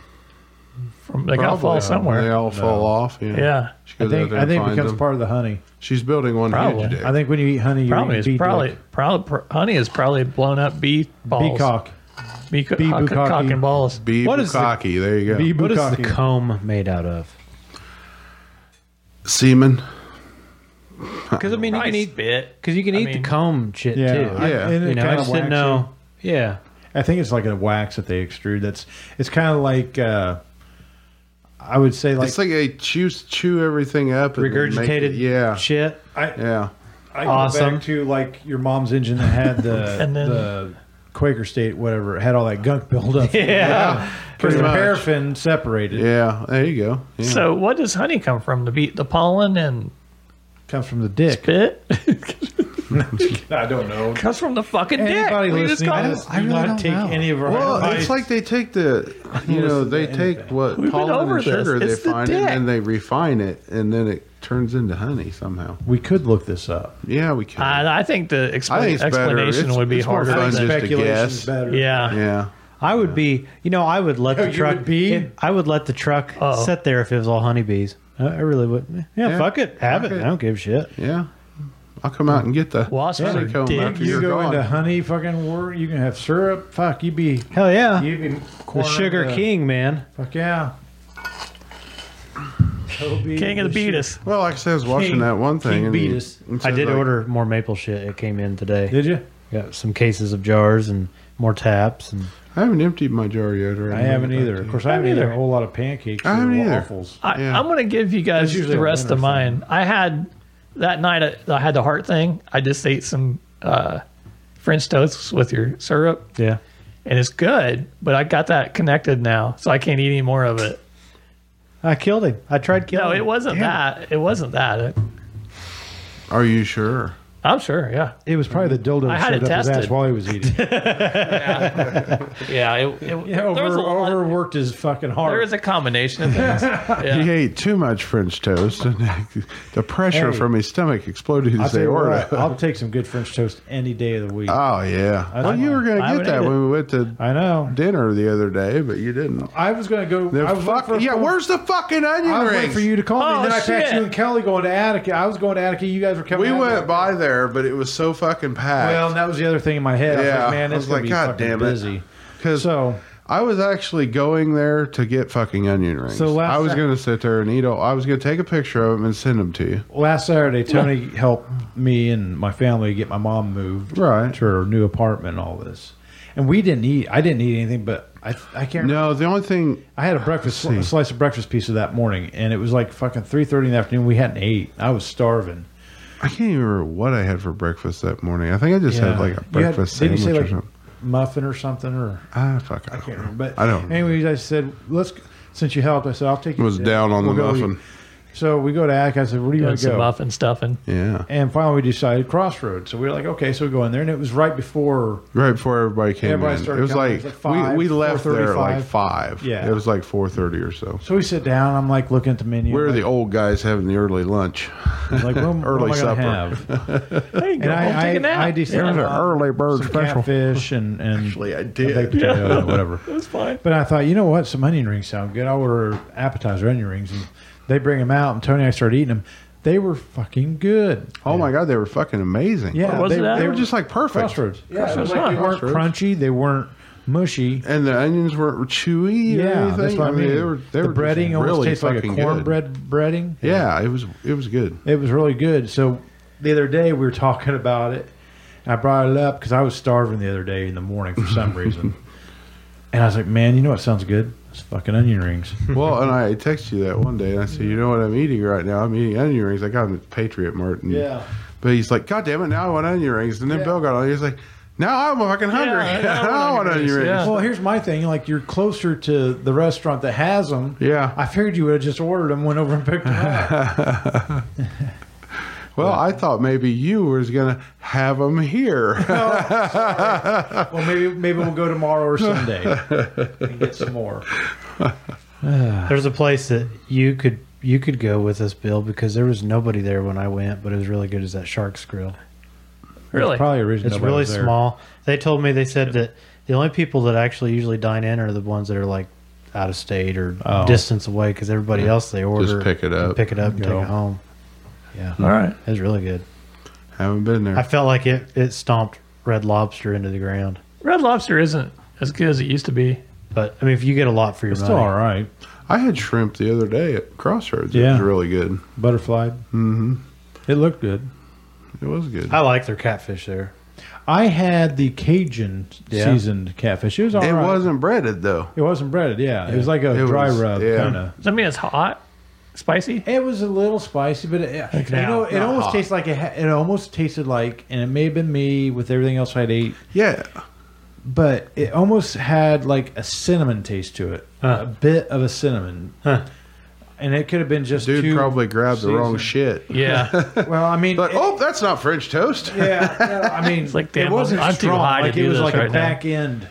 Speaker 5: From they gotta
Speaker 6: Probably.
Speaker 5: fall
Speaker 6: They
Speaker 5: somewhere.
Speaker 6: all fall off. Yeah,
Speaker 5: Yeah.
Speaker 6: She
Speaker 4: I
Speaker 6: goes out
Speaker 4: think
Speaker 6: there
Speaker 4: I
Speaker 6: and
Speaker 4: think it
Speaker 6: finds
Speaker 4: becomes
Speaker 6: them.
Speaker 4: part of the honey.
Speaker 6: She's building one
Speaker 5: Probably.
Speaker 6: huge dick.
Speaker 4: I think when you eat honey, you're
Speaker 5: Probably
Speaker 4: eating
Speaker 5: is
Speaker 4: bee
Speaker 5: probably
Speaker 4: dick.
Speaker 5: probably pr- honey is probably blown up bee balls.
Speaker 4: bee cock.
Speaker 5: Bee, co-
Speaker 4: Bee
Speaker 5: cock-
Speaker 4: bukkake.
Speaker 5: cock and balls.
Speaker 6: Bee
Speaker 3: What is the-
Speaker 6: bukkake. there you go.
Speaker 4: Bee
Speaker 3: What is the
Speaker 4: bukkake.
Speaker 3: comb made out of?
Speaker 6: Semen.
Speaker 3: Because I mean, you can eat
Speaker 5: bit.
Speaker 3: because you can
Speaker 5: I
Speaker 3: eat
Speaker 5: mean-
Speaker 3: the comb shit
Speaker 4: Yeah,
Speaker 3: too.
Speaker 4: I-
Speaker 6: Yeah.
Speaker 4: and it
Speaker 3: you know, I
Speaker 4: kinda
Speaker 3: just didn't
Speaker 4: waxy.
Speaker 3: know. Yeah,
Speaker 4: I think it's like a wax that they extrude. That's it's kind of like uh, I would say like,
Speaker 6: It's like they chew chew everything up. and then make
Speaker 3: regurgitated
Speaker 6: it- Yeah.
Speaker 3: shit.
Speaker 4: I,
Speaker 6: Yeah.
Speaker 4: I go
Speaker 3: awesome.
Speaker 4: back to like your mom's engine that had the
Speaker 5: And then-
Speaker 4: the Quaker State whatever it had all that gunk buildup.
Speaker 5: Yeah.
Speaker 4: because the
Speaker 6: much.
Speaker 4: paraffin separated
Speaker 6: Yeah. There you go. Yeah.
Speaker 5: So what does honey come from? The bee, the pollen and
Speaker 4: comes from the dick.
Speaker 5: bit
Speaker 4: I don't know.
Speaker 5: comes from the fucking
Speaker 4: Anybody
Speaker 5: dick. We just
Speaker 4: listening?
Speaker 5: call
Speaker 4: to
Speaker 5: it-
Speaker 4: this, do
Speaker 3: I really
Speaker 4: not
Speaker 3: don't
Speaker 4: take
Speaker 3: know.
Speaker 4: any of our
Speaker 6: Well,
Speaker 4: advice.
Speaker 6: it's like they take the, you know, they take what
Speaker 5: We've been
Speaker 6: pollen
Speaker 5: over
Speaker 6: and sugar
Speaker 5: this. It's
Speaker 6: they
Speaker 5: the
Speaker 6: find,
Speaker 5: dick.
Speaker 6: and then they refine it, and then it turns into honey somehow.
Speaker 4: we could look this up.
Speaker 6: Yeah, we can.
Speaker 5: I, I think the
Speaker 6: I
Speaker 5: expla-
Speaker 6: think it's better.
Speaker 5: explanation
Speaker 6: It's-
Speaker 5: would be
Speaker 6: it's more
Speaker 5: harder.
Speaker 6: fun
Speaker 5: than-
Speaker 6: just to
Speaker 4: Speculation's
Speaker 6: guess.
Speaker 4: better.
Speaker 5: Yeah.
Speaker 6: yeah,
Speaker 3: I would be, you know, I would let the
Speaker 4: you
Speaker 3: truck
Speaker 4: would be?
Speaker 3: if- I would let the truck
Speaker 5: Uh-oh.
Speaker 3: sit there if it was all honeybees. I, I really would. Yeah,
Speaker 6: Yeah.
Speaker 3: fuck it, have
Speaker 6: Fuck
Speaker 3: it.
Speaker 6: it.
Speaker 3: I don't give a shit.
Speaker 6: yeah. I'll come out and get the
Speaker 5: Wasps are
Speaker 6: honeycomb
Speaker 5: dick.
Speaker 6: after
Speaker 4: You
Speaker 6: you're
Speaker 4: go
Speaker 6: gone.
Speaker 4: into honey fucking war. You can have syrup. Fuck, you be
Speaker 3: Hell yeah,
Speaker 4: you be
Speaker 3: the
Speaker 4: cornering
Speaker 3: sugar king, man.
Speaker 4: Fuck yeah. Toby,
Speaker 5: King of the
Speaker 4: shit.
Speaker 5: beatus.
Speaker 6: Well, like I said, I was watching
Speaker 4: King-
Speaker 6: that one thing.
Speaker 4: King
Speaker 6: and
Speaker 4: beat us.
Speaker 6: it
Speaker 3: I
Speaker 6: said,
Speaker 3: did
Speaker 6: like,
Speaker 3: order more maple shit. It came in today.
Speaker 4: Did you?
Speaker 3: Got some cases of jars and more taps and
Speaker 6: I haven't emptied my jar yet. Or
Speaker 4: I haven't either. Of course, I haven't
Speaker 5: either.
Speaker 4: either. a whole lot of pancakes
Speaker 6: I haven't
Speaker 4: or
Speaker 6: either.
Speaker 4: waffles.
Speaker 5: I,
Speaker 6: Yeah.
Speaker 5: I'm going to give you guys
Speaker 4: That's usually
Speaker 5: the
Speaker 4: a
Speaker 5: rest
Speaker 4: winter
Speaker 5: of
Speaker 4: thing.
Speaker 5: mine. I had that night I, I had the heart thing. I just ate some uh, French toasts with your syrup,
Speaker 3: yeah.
Speaker 5: and it's good. But I got that connected now, so I can't eat any more of it.
Speaker 3: I killed
Speaker 4: Oh,
Speaker 3: him. I tried killing.
Speaker 5: No,
Speaker 3: him.
Speaker 5: it wasn't
Speaker 3: Damn
Speaker 5: that. It wasn't that.
Speaker 6: Are you sure?
Speaker 5: I'm sure. Yeah.
Speaker 4: It was probably the dildo
Speaker 5: I
Speaker 4: that
Speaker 5: had
Speaker 4: shoved
Speaker 5: it
Speaker 4: up his ass
Speaker 5: tested.
Speaker 4: while he was eating.
Speaker 5: Yeah. It, it,
Speaker 4: yeah,
Speaker 5: there was
Speaker 4: over,
Speaker 5: a lot-
Speaker 4: overworked his fucking heart.
Speaker 5: there was a combination of things. Yeah.
Speaker 6: He ate too much French toast, and the pressure
Speaker 4: Hey.
Speaker 6: from his stomach exploded
Speaker 4: I'll
Speaker 6: his
Speaker 4: tell you what,
Speaker 6: aorta.
Speaker 4: I'll take some good French toast any day of the week.
Speaker 6: Oh yeah. well,
Speaker 4: don't
Speaker 6: you were
Speaker 4: I
Speaker 6: gonna
Speaker 4: would
Speaker 6: get that
Speaker 4: eat it.
Speaker 6: when we went to
Speaker 4: I know.
Speaker 6: dinner the other day, but you didn't.
Speaker 4: I was gonna go.
Speaker 6: The
Speaker 4: I was
Speaker 6: fuck,
Speaker 4: waiting for-
Speaker 6: yeah, where's the fucking
Speaker 4: I
Speaker 6: onion
Speaker 4: was waiting
Speaker 6: rings?
Speaker 4: for you to call me.
Speaker 5: Oh,
Speaker 4: And then I
Speaker 5: shit.
Speaker 4: passed you and Kelly going to Attica. I was going to Attica. You guys were coming.
Speaker 6: we
Speaker 4: out
Speaker 6: went
Speaker 4: there.
Speaker 6: by there, but it was so fucking packed.
Speaker 4: Well, and that was the other thing in my head. I was
Speaker 6: Yeah,
Speaker 4: like, man,
Speaker 6: I
Speaker 4: it's
Speaker 6: was
Speaker 4: gonna
Speaker 6: like,
Speaker 4: be
Speaker 6: God
Speaker 4: fucking
Speaker 6: damn it.
Speaker 4: busy.
Speaker 6: because
Speaker 4: So
Speaker 6: I was actually going there to get fucking onion rings.
Speaker 4: So last
Speaker 6: I was
Speaker 4: night-
Speaker 6: going to sit there and eat. All, I was going to take a picture of them and send them to you.
Speaker 4: last Saturday, Tony helped me and my family get my mom moved
Speaker 6: Right.
Speaker 4: to her new apartment. and All this, and we didn't eat. I didn't eat anything, but I I can't.
Speaker 6: No, the only thing
Speaker 4: I had a breakfast
Speaker 6: Let's see.
Speaker 4: a slice of breakfast pizza that morning, and it was like fucking three thirty in the afternoon. We hadn't ate. I was starving.
Speaker 6: I can't even remember what I had for breakfast that morning. I think I just had like
Speaker 4: You
Speaker 6: a
Speaker 4: had-
Speaker 6: breakfast
Speaker 4: didn't
Speaker 6: sandwich
Speaker 4: you say
Speaker 6: or
Speaker 4: like
Speaker 6: something.
Speaker 4: muffin or something or
Speaker 6: Ah, fuck,
Speaker 4: I
Speaker 6: I, don't
Speaker 4: can't
Speaker 6: remember.
Speaker 4: remember. But
Speaker 6: I don't.
Speaker 4: Anyways, I said let's since you helped. I said I'll take you.
Speaker 6: was
Speaker 4: to-
Speaker 6: down on the
Speaker 4: we'll go
Speaker 6: muffin.
Speaker 4: eat." So we go to Attica. I said, "Where do you
Speaker 5: Doing
Speaker 4: want to go?"
Speaker 5: some muffin stuffing.
Speaker 6: yeah,
Speaker 4: And finally, we decided Crossroads. So we were like, "Okay." So we go in there, and it was right before.
Speaker 6: right before everybody came
Speaker 4: Everybody
Speaker 6: in,
Speaker 4: started
Speaker 6: it was
Speaker 4: coming.
Speaker 6: like,
Speaker 4: It was like five,
Speaker 6: we, we left there
Speaker 4: 4:35.
Speaker 6: at like five.
Speaker 4: Yeah.
Speaker 6: it was like four thirty or so.
Speaker 4: So we sit down. I'm like looking at the menu.
Speaker 6: Where are
Speaker 4: like,
Speaker 6: the old guys having the early lunch?
Speaker 4: like what, am- what
Speaker 6: early
Speaker 4: am I
Speaker 6: supper?
Speaker 4: gonna Have?
Speaker 5: Hey,
Speaker 4: And I, I, I decided
Speaker 6: There's an
Speaker 4: on
Speaker 6: early bird
Speaker 4: some
Speaker 6: special.
Speaker 4: catfish and and
Speaker 6: Actually, I
Speaker 4: and
Speaker 6: did.
Speaker 4: baked potato, whatever.
Speaker 5: It's fine.
Speaker 4: But I thought, you know what? Some onion rings sound good. I order appetizer onion rings, and they bring them out. And Tony and I started eating them. They were fucking good.
Speaker 6: Oh my god, they were fucking amazing.
Speaker 4: Yeah,
Speaker 5: was
Speaker 4: they,
Speaker 5: it at?
Speaker 4: they
Speaker 6: they were just like perfect.
Speaker 4: crossroads. Yeah, it was like they weren't
Speaker 6: Crossroads.
Speaker 4: crunchy. They weren't mushy.
Speaker 6: And the onions weren't chewy. or
Speaker 4: Yeah,
Speaker 6: anything.
Speaker 4: that's what I mean.
Speaker 6: They were, they
Speaker 4: the
Speaker 6: were just
Speaker 4: breading almost
Speaker 6: really
Speaker 4: tastes like a
Speaker 6: fucking good.
Speaker 4: cornbread breading.
Speaker 6: Yeah, it was it was good.
Speaker 4: It was really good. So the other day we were talking about it. And I brought it up because I was starving the other day in the morning for some reason. and I was like, man, you know what sounds good? It's fucking onion rings.
Speaker 6: Well, and I texted you that one day, and I said, "You know what I'm eating right now? I'm eating onion rings. I got them at Patriot Mart." And,
Speaker 4: Yeah.
Speaker 6: But he's like, "God damn it! Now I want onion rings." And then Bill got on. He's like, "Now I'm fucking hungry.
Speaker 5: Yeah, now I
Speaker 6: now I want onion rings."
Speaker 5: yeah.
Speaker 4: Well, here's my thing. Like, you're closer to the restaurant that has them.
Speaker 6: Yeah.
Speaker 4: I figured you would have just ordered them, went over and picked them up.
Speaker 6: Well, I thought maybe you was gonna have them here.
Speaker 4: well, maybe maybe we'll go tomorrow or Sunday and get some more. Ah.
Speaker 3: There's a place that you could you could go with us, Bill, because there was nobody there when I went, but it was really good. Is that Shark's Grill?
Speaker 5: Really?
Speaker 4: Probably a reason.
Speaker 3: It's
Speaker 4: nobody
Speaker 3: really
Speaker 4: was there.
Speaker 3: small. They told me they said that the only people that actually usually dine in are the ones that are like out of state or
Speaker 4: Oh.
Speaker 3: distance away, because everybody else they order
Speaker 6: pick it
Speaker 3: and
Speaker 6: up
Speaker 3: pick it up, and
Speaker 4: and
Speaker 3: take
Speaker 4: go.
Speaker 3: it home. Yeah,
Speaker 5: All right.
Speaker 3: it was really good.
Speaker 6: Haven't been there.
Speaker 3: I felt like it it stomped Red Lobster into the ground.
Speaker 5: Red Lobster isn't as good as it used to be.
Speaker 3: But I mean, if you get a lot for your
Speaker 4: It's
Speaker 3: money,
Speaker 4: still all right.
Speaker 6: I had shrimp the other day at Crossroads. It
Speaker 4: Yeah.
Speaker 6: was really good.
Speaker 4: Butterfly. Mm-hmm. It looked good.
Speaker 6: It was good.
Speaker 3: I like their catfish there.
Speaker 4: I had the Cajun
Speaker 3: Yeah.
Speaker 4: seasoned catfish. It was all
Speaker 6: it
Speaker 4: right.
Speaker 6: wasn't breaded though.
Speaker 4: It wasn't breaded. Yeah, it was like a
Speaker 6: It
Speaker 4: dry
Speaker 6: was-
Speaker 4: rub
Speaker 6: yeah.
Speaker 4: kind of.
Speaker 5: Does that mean it's hot? Spicy?
Speaker 4: It was a little spicy, but it, you know, it almost
Speaker 6: hot.
Speaker 4: tastes like it. ha- It almost tasted like, and it may have been me with everything else I'd ate,
Speaker 6: Yeah.
Speaker 4: but it almost had like a cinnamon taste to it,
Speaker 3: Huh.
Speaker 4: a bit of a cinnamon,
Speaker 3: Huh.
Speaker 4: and it could have been just
Speaker 6: Dude
Speaker 4: too
Speaker 6: probably grabbed the wrong
Speaker 4: seasoned.
Speaker 6: shit.
Speaker 5: Yeah.
Speaker 4: Well, I mean,
Speaker 6: But
Speaker 4: it-
Speaker 6: oh, that's not French toast.
Speaker 4: yeah, no, I mean,
Speaker 5: like,
Speaker 4: it
Speaker 5: damn,
Speaker 4: wasn't
Speaker 5: I'm too
Speaker 4: strong.
Speaker 5: high to
Speaker 4: like
Speaker 5: do
Speaker 4: it was
Speaker 5: this
Speaker 4: like
Speaker 5: right
Speaker 4: a
Speaker 5: now.
Speaker 4: back end.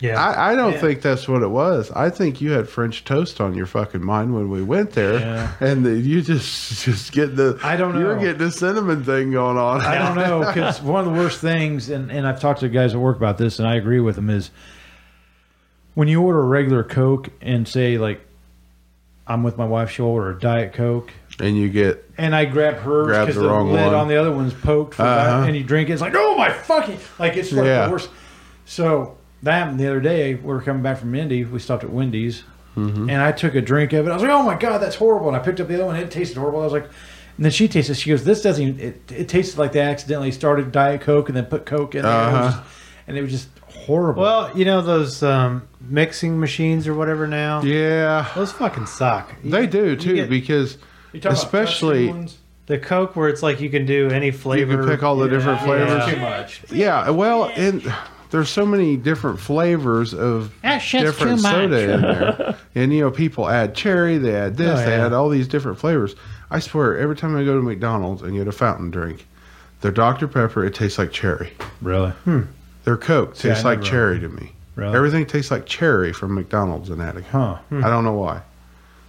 Speaker 3: Yeah,
Speaker 6: I, I don't
Speaker 4: Yeah.
Speaker 6: think that's what it was. I think you had French toast on your fucking mind when we went there,
Speaker 4: Yeah.
Speaker 6: and the, you just just get the
Speaker 4: I don't
Speaker 6: You're
Speaker 4: know.
Speaker 6: getting the cinnamon thing going on.
Speaker 4: I don't know because one of the worst things, and, and I've talked to guys at work about this, and I agree with them, is when you order a regular Coke and say like, I'm with my wife, she'll order a Diet Coke,
Speaker 6: and you get
Speaker 4: and I grab hers
Speaker 6: Grab
Speaker 4: because
Speaker 6: the
Speaker 4: the,
Speaker 6: wrong
Speaker 4: lid
Speaker 6: one.
Speaker 4: on the other one's poked, for
Speaker 6: Uh-huh.
Speaker 4: that, and you drink it. It's like, oh my fucking, like it's like
Speaker 6: Yeah.
Speaker 4: the worst. So that happened the other day. We were coming back from Indy. We stopped at Wendy's,
Speaker 6: Mm-hmm.
Speaker 4: and I took a drink of it. I was like, oh my god, that's horrible. And I picked up the other one. It tasted horrible. I was like. And then she tasted. She goes, "This doesn't. Even, it, it tasted like they accidentally started Diet Coke and then put Coke in there, It was
Speaker 6: Uh-huh.
Speaker 4: just- and it was just horrible."
Speaker 3: Well, you know those um, mixing machines or whatever now.
Speaker 6: yeah,
Speaker 3: Those fucking suck. You-
Speaker 6: they do too
Speaker 3: get-
Speaker 6: because
Speaker 4: You talking about
Speaker 6: especially-
Speaker 4: touching ones?
Speaker 3: the Coke where it's like you can do any
Speaker 6: you
Speaker 3: flavor.
Speaker 6: can pick all the different
Speaker 4: Flavors
Speaker 6: flavors.
Speaker 4: too much.
Speaker 6: Yeah, well, and there's so many different flavors of different soda in there. and you know, people add cherry, they add this,
Speaker 3: Oh,
Speaker 6: they
Speaker 3: yeah.
Speaker 6: add all these different flavors. I swear, every time I go to McDonald's and get a fountain drink, Their Dr. Pepper, it tastes like cherry.
Speaker 4: Really?
Speaker 6: Their Coke
Speaker 4: I
Speaker 6: tastes like
Speaker 4: never-
Speaker 6: cherry to me.
Speaker 4: Really?
Speaker 6: Everything tastes like cherry from McDonald's in Attica.
Speaker 4: Huh.
Speaker 6: I don't know why.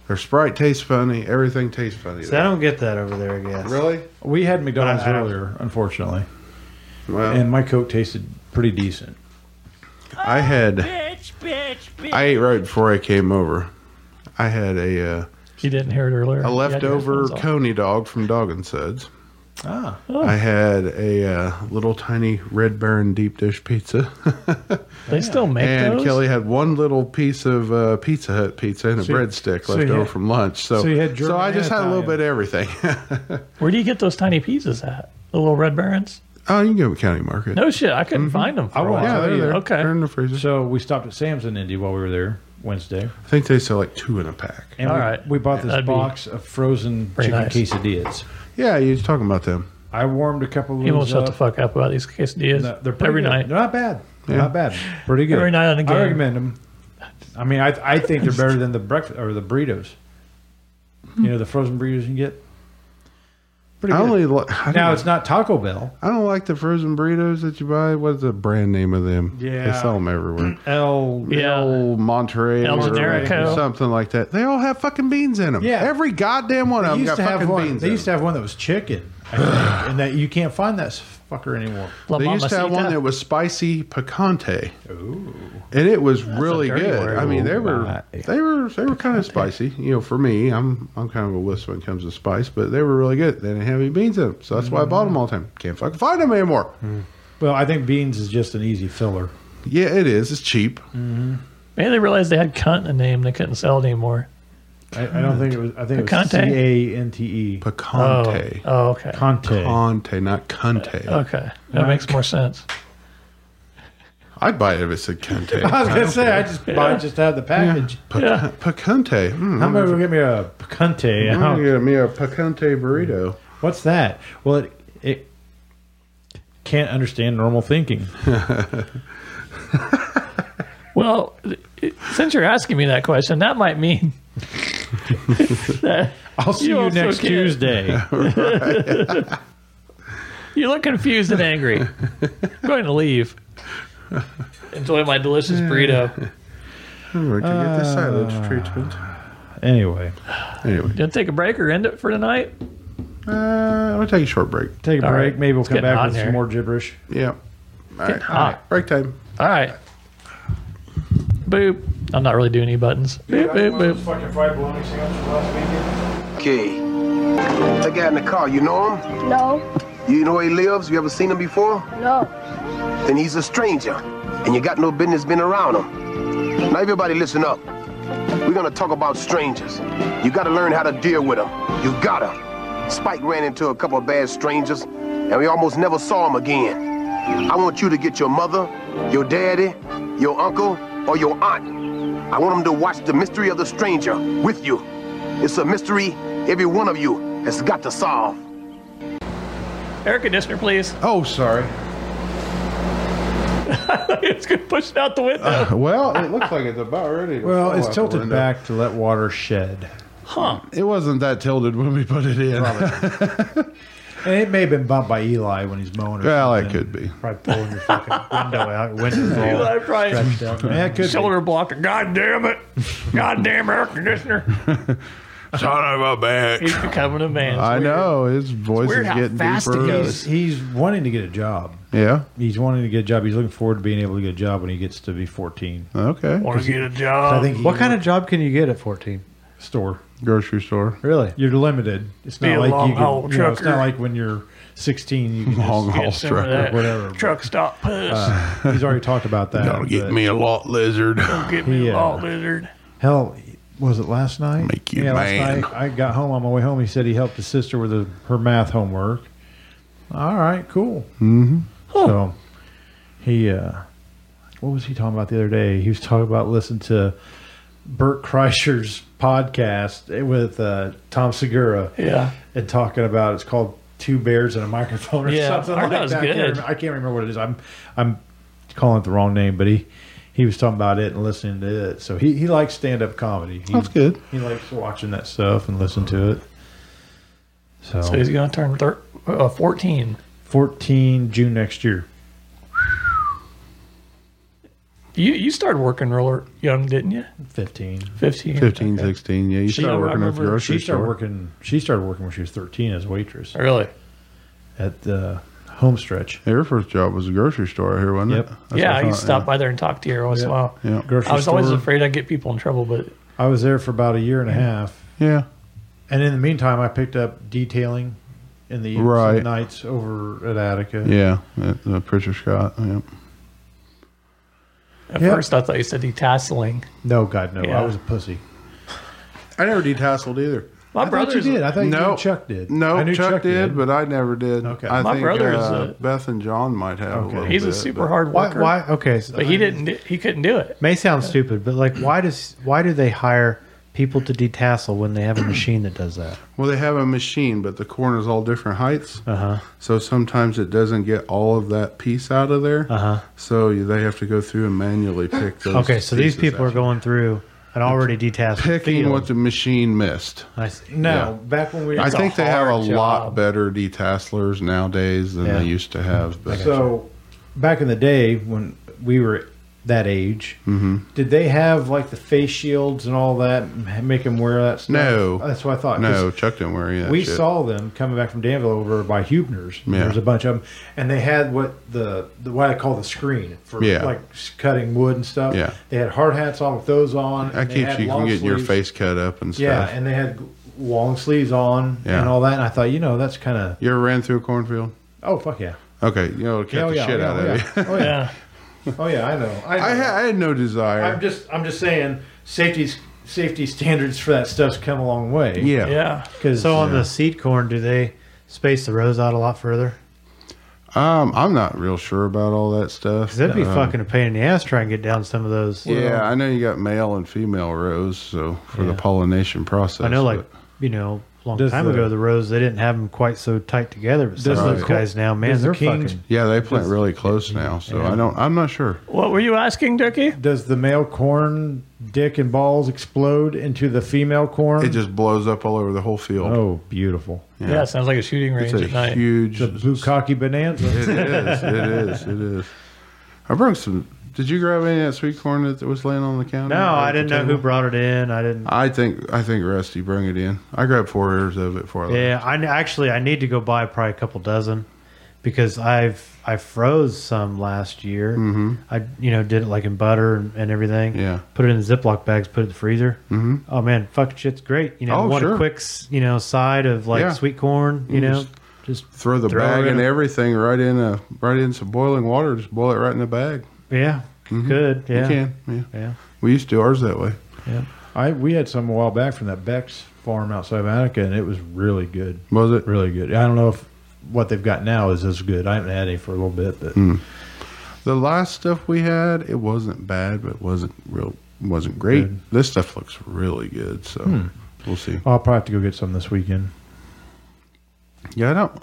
Speaker 6: Their Sprite tastes funny. Everything tastes funny.
Speaker 3: See, I
Speaker 6: there.
Speaker 3: don't get that over there, I guess.
Speaker 6: Really?
Speaker 4: We had McDonald's
Speaker 3: I- I-
Speaker 4: earlier, unfortunately,
Speaker 6: Well,
Speaker 4: and my Coke tasted pretty decent.
Speaker 6: I had. I ate right before I came over. I had a uh,
Speaker 5: You didn't hear it earlier.
Speaker 6: a
Speaker 5: You had your
Speaker 6: leftover
Speaker 5: headphones on.
Speaker 6: coney dog from Dog and Suds.
Speaker 4: Ah,
Speaker 6: I had a uh, little tiny Red Baron deep dish pizza,
Speaker 5: They still make
Speaker 6: and
Speaker 5: those.
Speaker 6: Kelly had one little piece of uh, Pizza Hut pizza and a
Speaker 4: you-
Speaker 6: breadstick
Speaker 4: so
Speaker 6: left
Speaker 4: you
Speaker 6: over
Speaker 4: had-
Speaker 6: from lunch. So,
Speaker 4: so you had German
Speaker 6: I just
Speaker 4: and
Speaker 6: had a little
Speaker 4: Italian.
Speaker 6: bit of everything.
Speaker 5: Where do you get those tiny pizzas at? The little red barons?
Speaker 6: oh, you can go to County Market.
Speaker 5: No shit, I couldn't find them.
Speaker 4: Mm-hmm.
Speaker 5: For
Speaker 4: I
Speaker 5: a
Speaker 4: won't
Speaker 5: while.
Speaker 6: yeah,
Speaker 4: tell
Speaker 6: they're
Speaker 4: you.
Speaker 6: there.
Speaker 5: Okay.
Speaker 6: They're in the freezer.
Speaker 4: So we stopped at Sam's in Indy while we were there Wednesday.
Speaker 6: I think they sell like two in a pack.
Speaker 4: And
Speaker 5: All
Speaker 4: we,
Speaker 5: right.
Speaker 4: we bought this
Speaker 5: That'd be
Speaker 4: box of frozen
Speaker 5: pretty
Speaker 4: chicken
Speaker 5: nice.
Speaker 4: quesadillas.
Speaker 6: Yeah, you're talking about them.
Speaker 4: I warmed a couple of
Speaker 5: He won't
Speaker 4: those
Speaker 5: shut
Speaker 4: up.
Speaker 5: the fuck up about these quesadillas
Speaker 4: No, they're pretty
Speaker 5: every
Speaker 4: good.
Speaker 5: night.
Speaker 4: They're not bad. They're
Speaker 6: Yeah.
Speaker 4: Not bad. Pretty good.
Speaker 5: Every night on the game.
Speaker 4: I recommend them. I mean, I I think they're better than the breakfast or the burritos. You know, the frozen burritos you can get. Pretty
Speaker 6: I
Speaker 4: good.
Speaker 6: only li- I don't
Speaker 4: now
Speaker 6: know.
Speaker 4: it's not Taco Bell.
Speaker 6: I don't like the frozen burritos that you buy. What's the brand name of them? They
Speaker 4: Yeah.
Speaker 6: sell them everywhere.
Speaker 4: El
Speaker 5: Yeah.
Speaker 6: El Monterey
Speaker 5: El
Speaker 6: or
Speaker 5: Generico.
Speaker 6: something like that. They all have fucking beans in them.
Speaker 4: Yeah.
Speaker 6: Every goddamn one
Speaker 4: They
Speaker 6: of them
Speaker 4: used
Speaker 6: got
Speaker 4: to have
Speaker 6: fucking
Speaker 4: one.
Speaker 6: beans.
Speaker 4: They
Speaker 6: in
Speaker 4: used to
Speaker 6: them.
Speaker 4: have one that was chicken, I think, and that you can't find that fucker anymore.
Speaker 5: La
Speaker 6: They used to have one
Speaker 5: Mamacita.
Speaker 6: that was spicy picante. And it was really
Speaker 5: dirty
Speaker 6: good.
Speaker 5: word.
Speaker 6: I mean, they were
Speaker 4: Right.
Speaker 6: they were they were kind of spicy. You know, for me, I'm I'm kind of a wuss when it comes to spice, but they were really good. They didn't have any beans in them, so that's why I bought them all the time. Can't fucking find them anymore.
Speaker 4: Hmm. Well, I think beans is just an easy filler.
Speaker 6: Yeah, it is. It's cheap.
Speaker 4: Hmm.
Speaker 5: Maybe they realized they had cunt in the name. They couldn't sell it anymore.
Speaker 4: I, I don't think it was. I think it was
Speaker 5: Picante?
Speaker 4: C A N T E.
Speaker 5: Oh,
Speaker 6: Picante,
Speaker 5: oh okay.
Speaker 4: Conte.
Speaker 6: Conte, not Conte.
Speaker 5: Okay. That makes more sense.
Speaker 6: I'd buy it if it said
Speaker 4: I was
Speaker 6: Conte.
Speaker 4: gonna say I just I just had the package.
Speaker 5: Yeah.
Speaker 6: Picante. Hmm,
Speaker 4: How about we get me a picante?
Speaker 6: I'm gonna get me a picante burrito.
Speaker 4: What's that? Well, it, it can't understand normal thinking.
Speaker 5: Well, th- since you're asking me that question, that might mean
Speaker 4: I'll see
Speaker 5: You
Speaker 4: you,
Speaker 5: also
Speaker 4: next
Speaker 5: can't.
Speaker 4: Tuesday.
Speaker 5: you look confused and angry. I'm going to leave. Enjoy my delicious burrito.
Speaker 6: I'm going to Hmm, get the
Speaker 5: Uh.
Speaker 6: silage treatment.
Speaker 4: anyway,
Speaker 6: Anyway,
Speaker 5: You want to take a break or end it for tonight?
Speaker 6: uh, I'm going to take a short break.
Speaker 4: take a
Speaker 5: All
Speaker 4: break.
Speaker 5: right.
Speaker 4: Maybe we'll
Speaker 5: It's
Speaker 4: come
Speaker 5: getting
Speaker 4: back
Speaker 5: hot
Speaker 4: with
Speaker 5: in
Speaker 4: some
Speaker 5: here.
Speaker 4: more gibberish.
Speaker 6: Yeah. All right.
Speaker 5: hot.
Speaker 6: Break time.
Speaker 5: All right. Boop. I'm not really doing any buttons. Boop, boop, boop.
Speaker 4: Fucking fried bologna sandwich last
Speaker 8: Okay. That guy in the car, you know him?
Speaker 9: No,
Speaker 8: You know where he lives? You ever seen him before?
Speaker 9: no.
Speaker 8: Then he's a stranger, and you got no business being around him. Now, everybody, listen up. We're gonna talk about strangers. You gotta learn how to deal with them. You gotta. Spike ran into a couple of bad strangers, and we almost never saw him again. I want you to get your mother, your daddy, your uncle, or your aunt. I want them to watch the mystery of the stranger with you. It's a mystery every one of you has got to solve.
Speaker 5: Air conditioner, please.
Speaker 6: Oh, sorry.
Speaker 5: it's going to push it out the window.
Speaker 6: Uh, Well, it looks like it's about ready. To
Speaker 4: Well,
Speaker 6: fall
Speaker 4: it's
Speaker 6: out the
Speaker 4: tilted
Speaker 6: window.
Speaker 4: back to let water shed.
Speaker 6: It wasn't that tilted when we put it in.
Speaker 4: And it may have been bumped by Eli when he's mowing. Or
Speaker 6: well, it
Speaker 4: something.
Speaker 6: could be.
Speaker 3: Probably pulling your fucking window out. Windows all
Speaker 5: I probably
Speaker 3: stretched out.
Speaker 4: Yeah, it could. Be.
Speaker 5: shoulder blocked. God damn it. God damn air conditioner.
Speaker 6: Son of a
Speaker 5: He's
Speaker 6: bitch.
Speaker 5: becoming a man. It's
Speaker 6: I
Speaker 5: weird.
Speaker 6: know his voice
Speaker 5: weird
Speaker 6: is
Speaker 5: how
Speaker 6: getting
Speaker 5: fast it
Speaker 6: deeper.
Speaker 5: goes.
Speaker 4: He's, he's wanting to get a job.
Speaker 6: Yeah.
Speaker 4: He's wanting to get a job. He's looking forward to being able to get a job when he gets to be 14.
Speaker 6: Okay.
Speaker 5: Want to get a
Speaker 4: I
Speaker 5: job.
Speaker 4: think he
Speaker 3: Oh, What kind of job can you get at 14?
Speaker 4: store?
Speaker 6: Grocery store.
Speaker 3: Really?
Speaker 4: You're limited. It's
Speaker 5: Be
Speaker 4: not
Speaker 5: a
Speaker 4: like you,
Speaker 5: long-haul
Speaker 4: can, you know, It's
Speaker 5: trucker.
Speaker 4: not like when you're 16, you can
Speaker 6: Long
Speaker 4: just,
Speaker 6: haul
Speaker 5: Some of
Speaker 6: truck.
Speaker 5: that
Speaker 4: whatever.
Speaker 5: Truck stop puss.
Speaker 4: He's already talked about that.
Speaker 6: Gotta get
Speaker 4: but-
Speaker 6: me a lot lizard.
Speaker 5: Get me
Speaker 4: Yeah.
Speaker 5: a ball lizard.
Speaker 4: Hell, was it last night?
Speaker 6: Make you
Speaker 4: yeah,
Speaker 6: mad.
Speaker 4: last night I got home on my way home. He said he helped his sister with her- her math homework. All right, cool. Mm-hmm. So he, uh, what was he talking about the other day? He was talking about listening to Bert Kreischer's podcast with uh, Tom Segura
Speaker 5: Yeah.
Speaker 4: and talking about it's called Two Bears and a Microphone or
Speaker 5: Yeah,
Speaker 4: something
Speaker 5: I
Speaker 4: like
Speaker 5: thought
Speaker 4: that.
Speaker 5: it was
Speaker 4: I, can't
Speaker 5: good.
Speaker 4: remember, I can't remember what it is. I'm I'm calling it the wrong name, but he he was talking about it and listening to it. So he, he likes stand up comedy. He,
Speaker 6: That's good.
Speaker 4: He likes watching that stuff and listening to it. So,
Speaker 5: So he's going to turn thir- uh, 14.
Speaker 4: 14 June next year.
Speaker 5: You you started working real young, didn't you?
Speaker 4: 15.
Speaker 5: Fifteen.
Speaker 6: 15, 16. Yeah, you
Speaker 5: She-
Speaker 6: start
Speaker 5: I
Speaker 6: working at the
Speaker 5: remember
Speaker 6: grocery
Speaker 4: She started
Speaker 6: store.
Speaker 4: working. She started working when she was 13 as a waitress
Speaker 5: Really?
Speaker 4: at the home stretch.
Speaker 6: Her first job was a grocery store out here, wasn't
Speaker 4: Yep.
Speaker 6: it? That's what
Speaker 5: yeah, I used to
Speaker 6: thought,
Speaker 5: stop by there and talk to you every once in a while.
Speaker 6: Yeah.
Speaker 4: Grocery
Speaker 5: I was always
Speaker 4: store.
Speaker 5: afraid I'd get people in trouble, but
Speaker 4: I was there for about a year and a half,
Speaker 6: Yeah.
Speaker 4: and in the meantime, I picked up detailing in the evenings and
Speaker 6: Right.
Speaker 4: nights over at Attica.
Speaker 6: Yeah. At uh, Pritchard Scott. Yeah.
Speaker 5: at
Speaker 4: Yep.
Speaker 5: first I thought you said detasseling.
Speaker 4: No, God, no,
Speaker 5: Yeah.
Speaker 4: I was a pussy.
Speaker 6: I never detasseled either.
Speaker 5: My
Speaker 4: I thought you
Speaker 5: brother's
Speaker 4: did. I thought you
Speaker 6: No.
Speaker 4: knew Chuck did.
Speaker 6: No,
Speaker 4: I knew
Speaker 6: Chuck, did, but I never did.
Speaker 4: Okay.
Speaker 6: I
Speaker 5: My
Speaker 6: think
Speaker 5: brother's,
Speaker 6: uh,
Speaker 5: uh,
Speaker 6: Beth and John might have a little
Speaker 5: he's a
Speaker 6: bit,
Speaker 5: super
Speaker 6: but-
Speaker 5: hard
Speaker 3: Why?
Speaker 5: worker.
Speaker 3: Why? Okay, so
Speaker 5: But he didn't. do- He couldn't do it.
Speaker 3: May sound stupid, but like, why does why do they hire people to detassel when they have a machine that does that?
Speaker 6: Well, they have a machine, but the corn is all different heights.
Speaker 3: Uh huh.
Speaker 6: So sometimes it doesn't get all of that piece out of there.
Speaker 3: Uh huh.
Speaker 6: So you- they have to go through and manually pick those.
Speaker 3: Okay, so these
Speaker 6: pieces
Speaker 3: people are
Speaker 6: out.
Speaker 3: going through an already detasseled
Speaker 6: picking
Speaker 3: field.
Speaker 6: what the machine missed.
Speaker 3: I see.
Speaker 4: no,
Speaker 6: Yeah.
Speaker 4: back when we
Speaker 6: I
Speaker 5: It's a
Speaker 6: think they have a
Speaker 5: hard
Speaker 6: lot
Speaker 5: job.
Speaker 6: better detasselers nowadays than
Speaker 4: Yeah.
Speaker 6: they used to have. But
Speaker 4: So, back in the day when we were that age,
Speaker 6: Mm-hmm.
Speaker 4: did they have like the face shields and all that, and make them wear that stuff?
Speaker 6: No.
Speaker 4: that's what I thought. 'cause
Speaker 6: no, Chuck didn't wear any of that
Speaker 4: we
Speaker 6: shit.
Speaker 4: saw them coming back from Danville over by Hubner's.
Speaker 6: Yeah.
Speaker 4: There's a bunch of them, and they had what the, the what I call the screen for
Speaker 6: Yeah.
Speaker 4: like cutting wood and stuff.
Speaker 6: Yeah.
Speaker 4: they had hard hats on with those on.
Speaker 6: that
Speaker 4: and they
Speaker 6: keeps
Speaker 4: had
Speaker 6: you
Speaker 4: long
Speaker 6: from getting your
Speaker 4: sleeves.
Speaker 6: face cut up and stuff.
Speaker 4: Yeah, and they had long sleeves on
Speaker 6: Yeah.
Speaker 4: and all that. And I thought, you know, that's kind of
Speaker 6: you ever ran through a cornfield?
Speaker 4: oh fuck yeah,
Speaker 6: Okay, you know, cut
Speaker 4: yeah, oh,
Speaker 6: the
Speaker 4: yeah,
Speaker 6: shit
Speaker 4: oh, yeah,
Speaker 6: out
Speaker 4: oh,
Speaker 6: of
Speaker 4: yeah. oh yeah,
Speaker 5: Yeah.
Speaker 4: oh yeah, I know. I,
Speaker 6: you. I,
Speaker 4: know.
Speaker 6: ha- I had no desire.
Speaker 4: I'm just I'm just saying safety safety standards for that stuff's come a long way.
Speaker 6: yeah.
Speaker 5: Yeah.
Speaker 4: because
Speaker 3: So on the seed corn, do they space the rows out a lot further?
Speaker 6: Um, I'm not real sure about all that stuff.
Speaker 3: Because that'd be
Speaker 6: Um,
Speaker 3: fucking a pain in the ass trying to get down some of those.
Speaker 6: Yeah, I know you got male and female rows, so for the
Speaker 3: Yeah.
Speaker 6: pollination process.
Speaker 3: I know, like
Speaker 6: but-
Speaker 3: you know, a long
Speaker 4: Does
Speaker 3: time
Speaker 4: the-
Speaker 3: ago, the rows they didn't have them quite so tight together. But some
Speaker 4: Does
Speaker 3: of
Speaker 6: the
Speaker 3: those
Speaker 6: cor-
Speaker 3: guys now, man,
Speaker 4: does the
Speaker 3: they're
Speaker 4: king's-
Speaker 3: fucking.
Speaker 6: yeah, they plant really close now, so I don't. I'm not sure.
Speaker 5: What were you asking, Dookie?
Speaker 4: does the male corn dick and balls explode into the female corn?
Speaker 6: It just blows up all over the whole field.
Speaker 4: oh beautiful.
Speaker 5: Yeah. it sounds like a shooting range
Speaker 6: it's a
Speaker 5: at night.
Speaker 6: huge.
Speaker 4: The blue cocky bonanza.
Speaker 6: it is. It is. It is. I brought some. Did you grab any of that sweet corn that was laying on the counter?
Speaker 3: No,
Speaker 6: or
Speaker 3: I
Speaker 6: at the
Speaker 3: didn't know who
Speaker 6: table?
Speaker 3: brought it in. I didn't.
Speaker 6: I think I think Rusty bring it in. I grabbed four ears of it for.
Speaker 3: Yeah, I kn- actually I need to go buy probably a couple dozen because I've I froze some last year. Mm-hmm. I you know did it like in butter and, and everything.
Speaker 6: Yeah.
Speaker 3: put it in Ziploc bags, put it in the freezer. Mm-hmm. Oh man, fucking shit's great. You know,
Speaker 6: Oh,
Speaker 3: you want
Speaker 6: sure.
Speaker 3: a quick s- you know side of like
Speaker 6: Yeah.
Speaker 3: sweet corn. You
Speaker 6: You
Speaker 3: know,
Speaker 6: just-
Speaker 3: just
Speaker 6: Throw the
Speaker 3: Throw
Speaker 6: bag
Speaker 3: it in
Speaker 6: and
Speaker 3: a-
Speaker 6: everything right in a right in some boiling water. Just boil it right in the bag.
Speaker 3: yeah, good. Yeah,
Speaker 6: Mm-hmm. You can. Yeah.
Speaker 3: yeah.
Speaker 6: We used to do ours that way.
Speaker 4: I we had some a while back from that Beck's farm outside of Attica, and it was really good,
Speaker 6: Was it?
Speaker 4: really good. I don't know if what they've got now is as good. I haven't had any for a little bit, but
Speaker 6: Hmm. The last stuff we had, it wasn't bad, but it wasn't real, wasn't great.
Speaker 4: Good.
Speaker 6: This stuff looks really good, so
Speaker 3: Hmm.
Speaker 6: we'll see.
Speaker 4: I'll probably have to go get some this weekend.
Speaker 6: Yeah, I don't.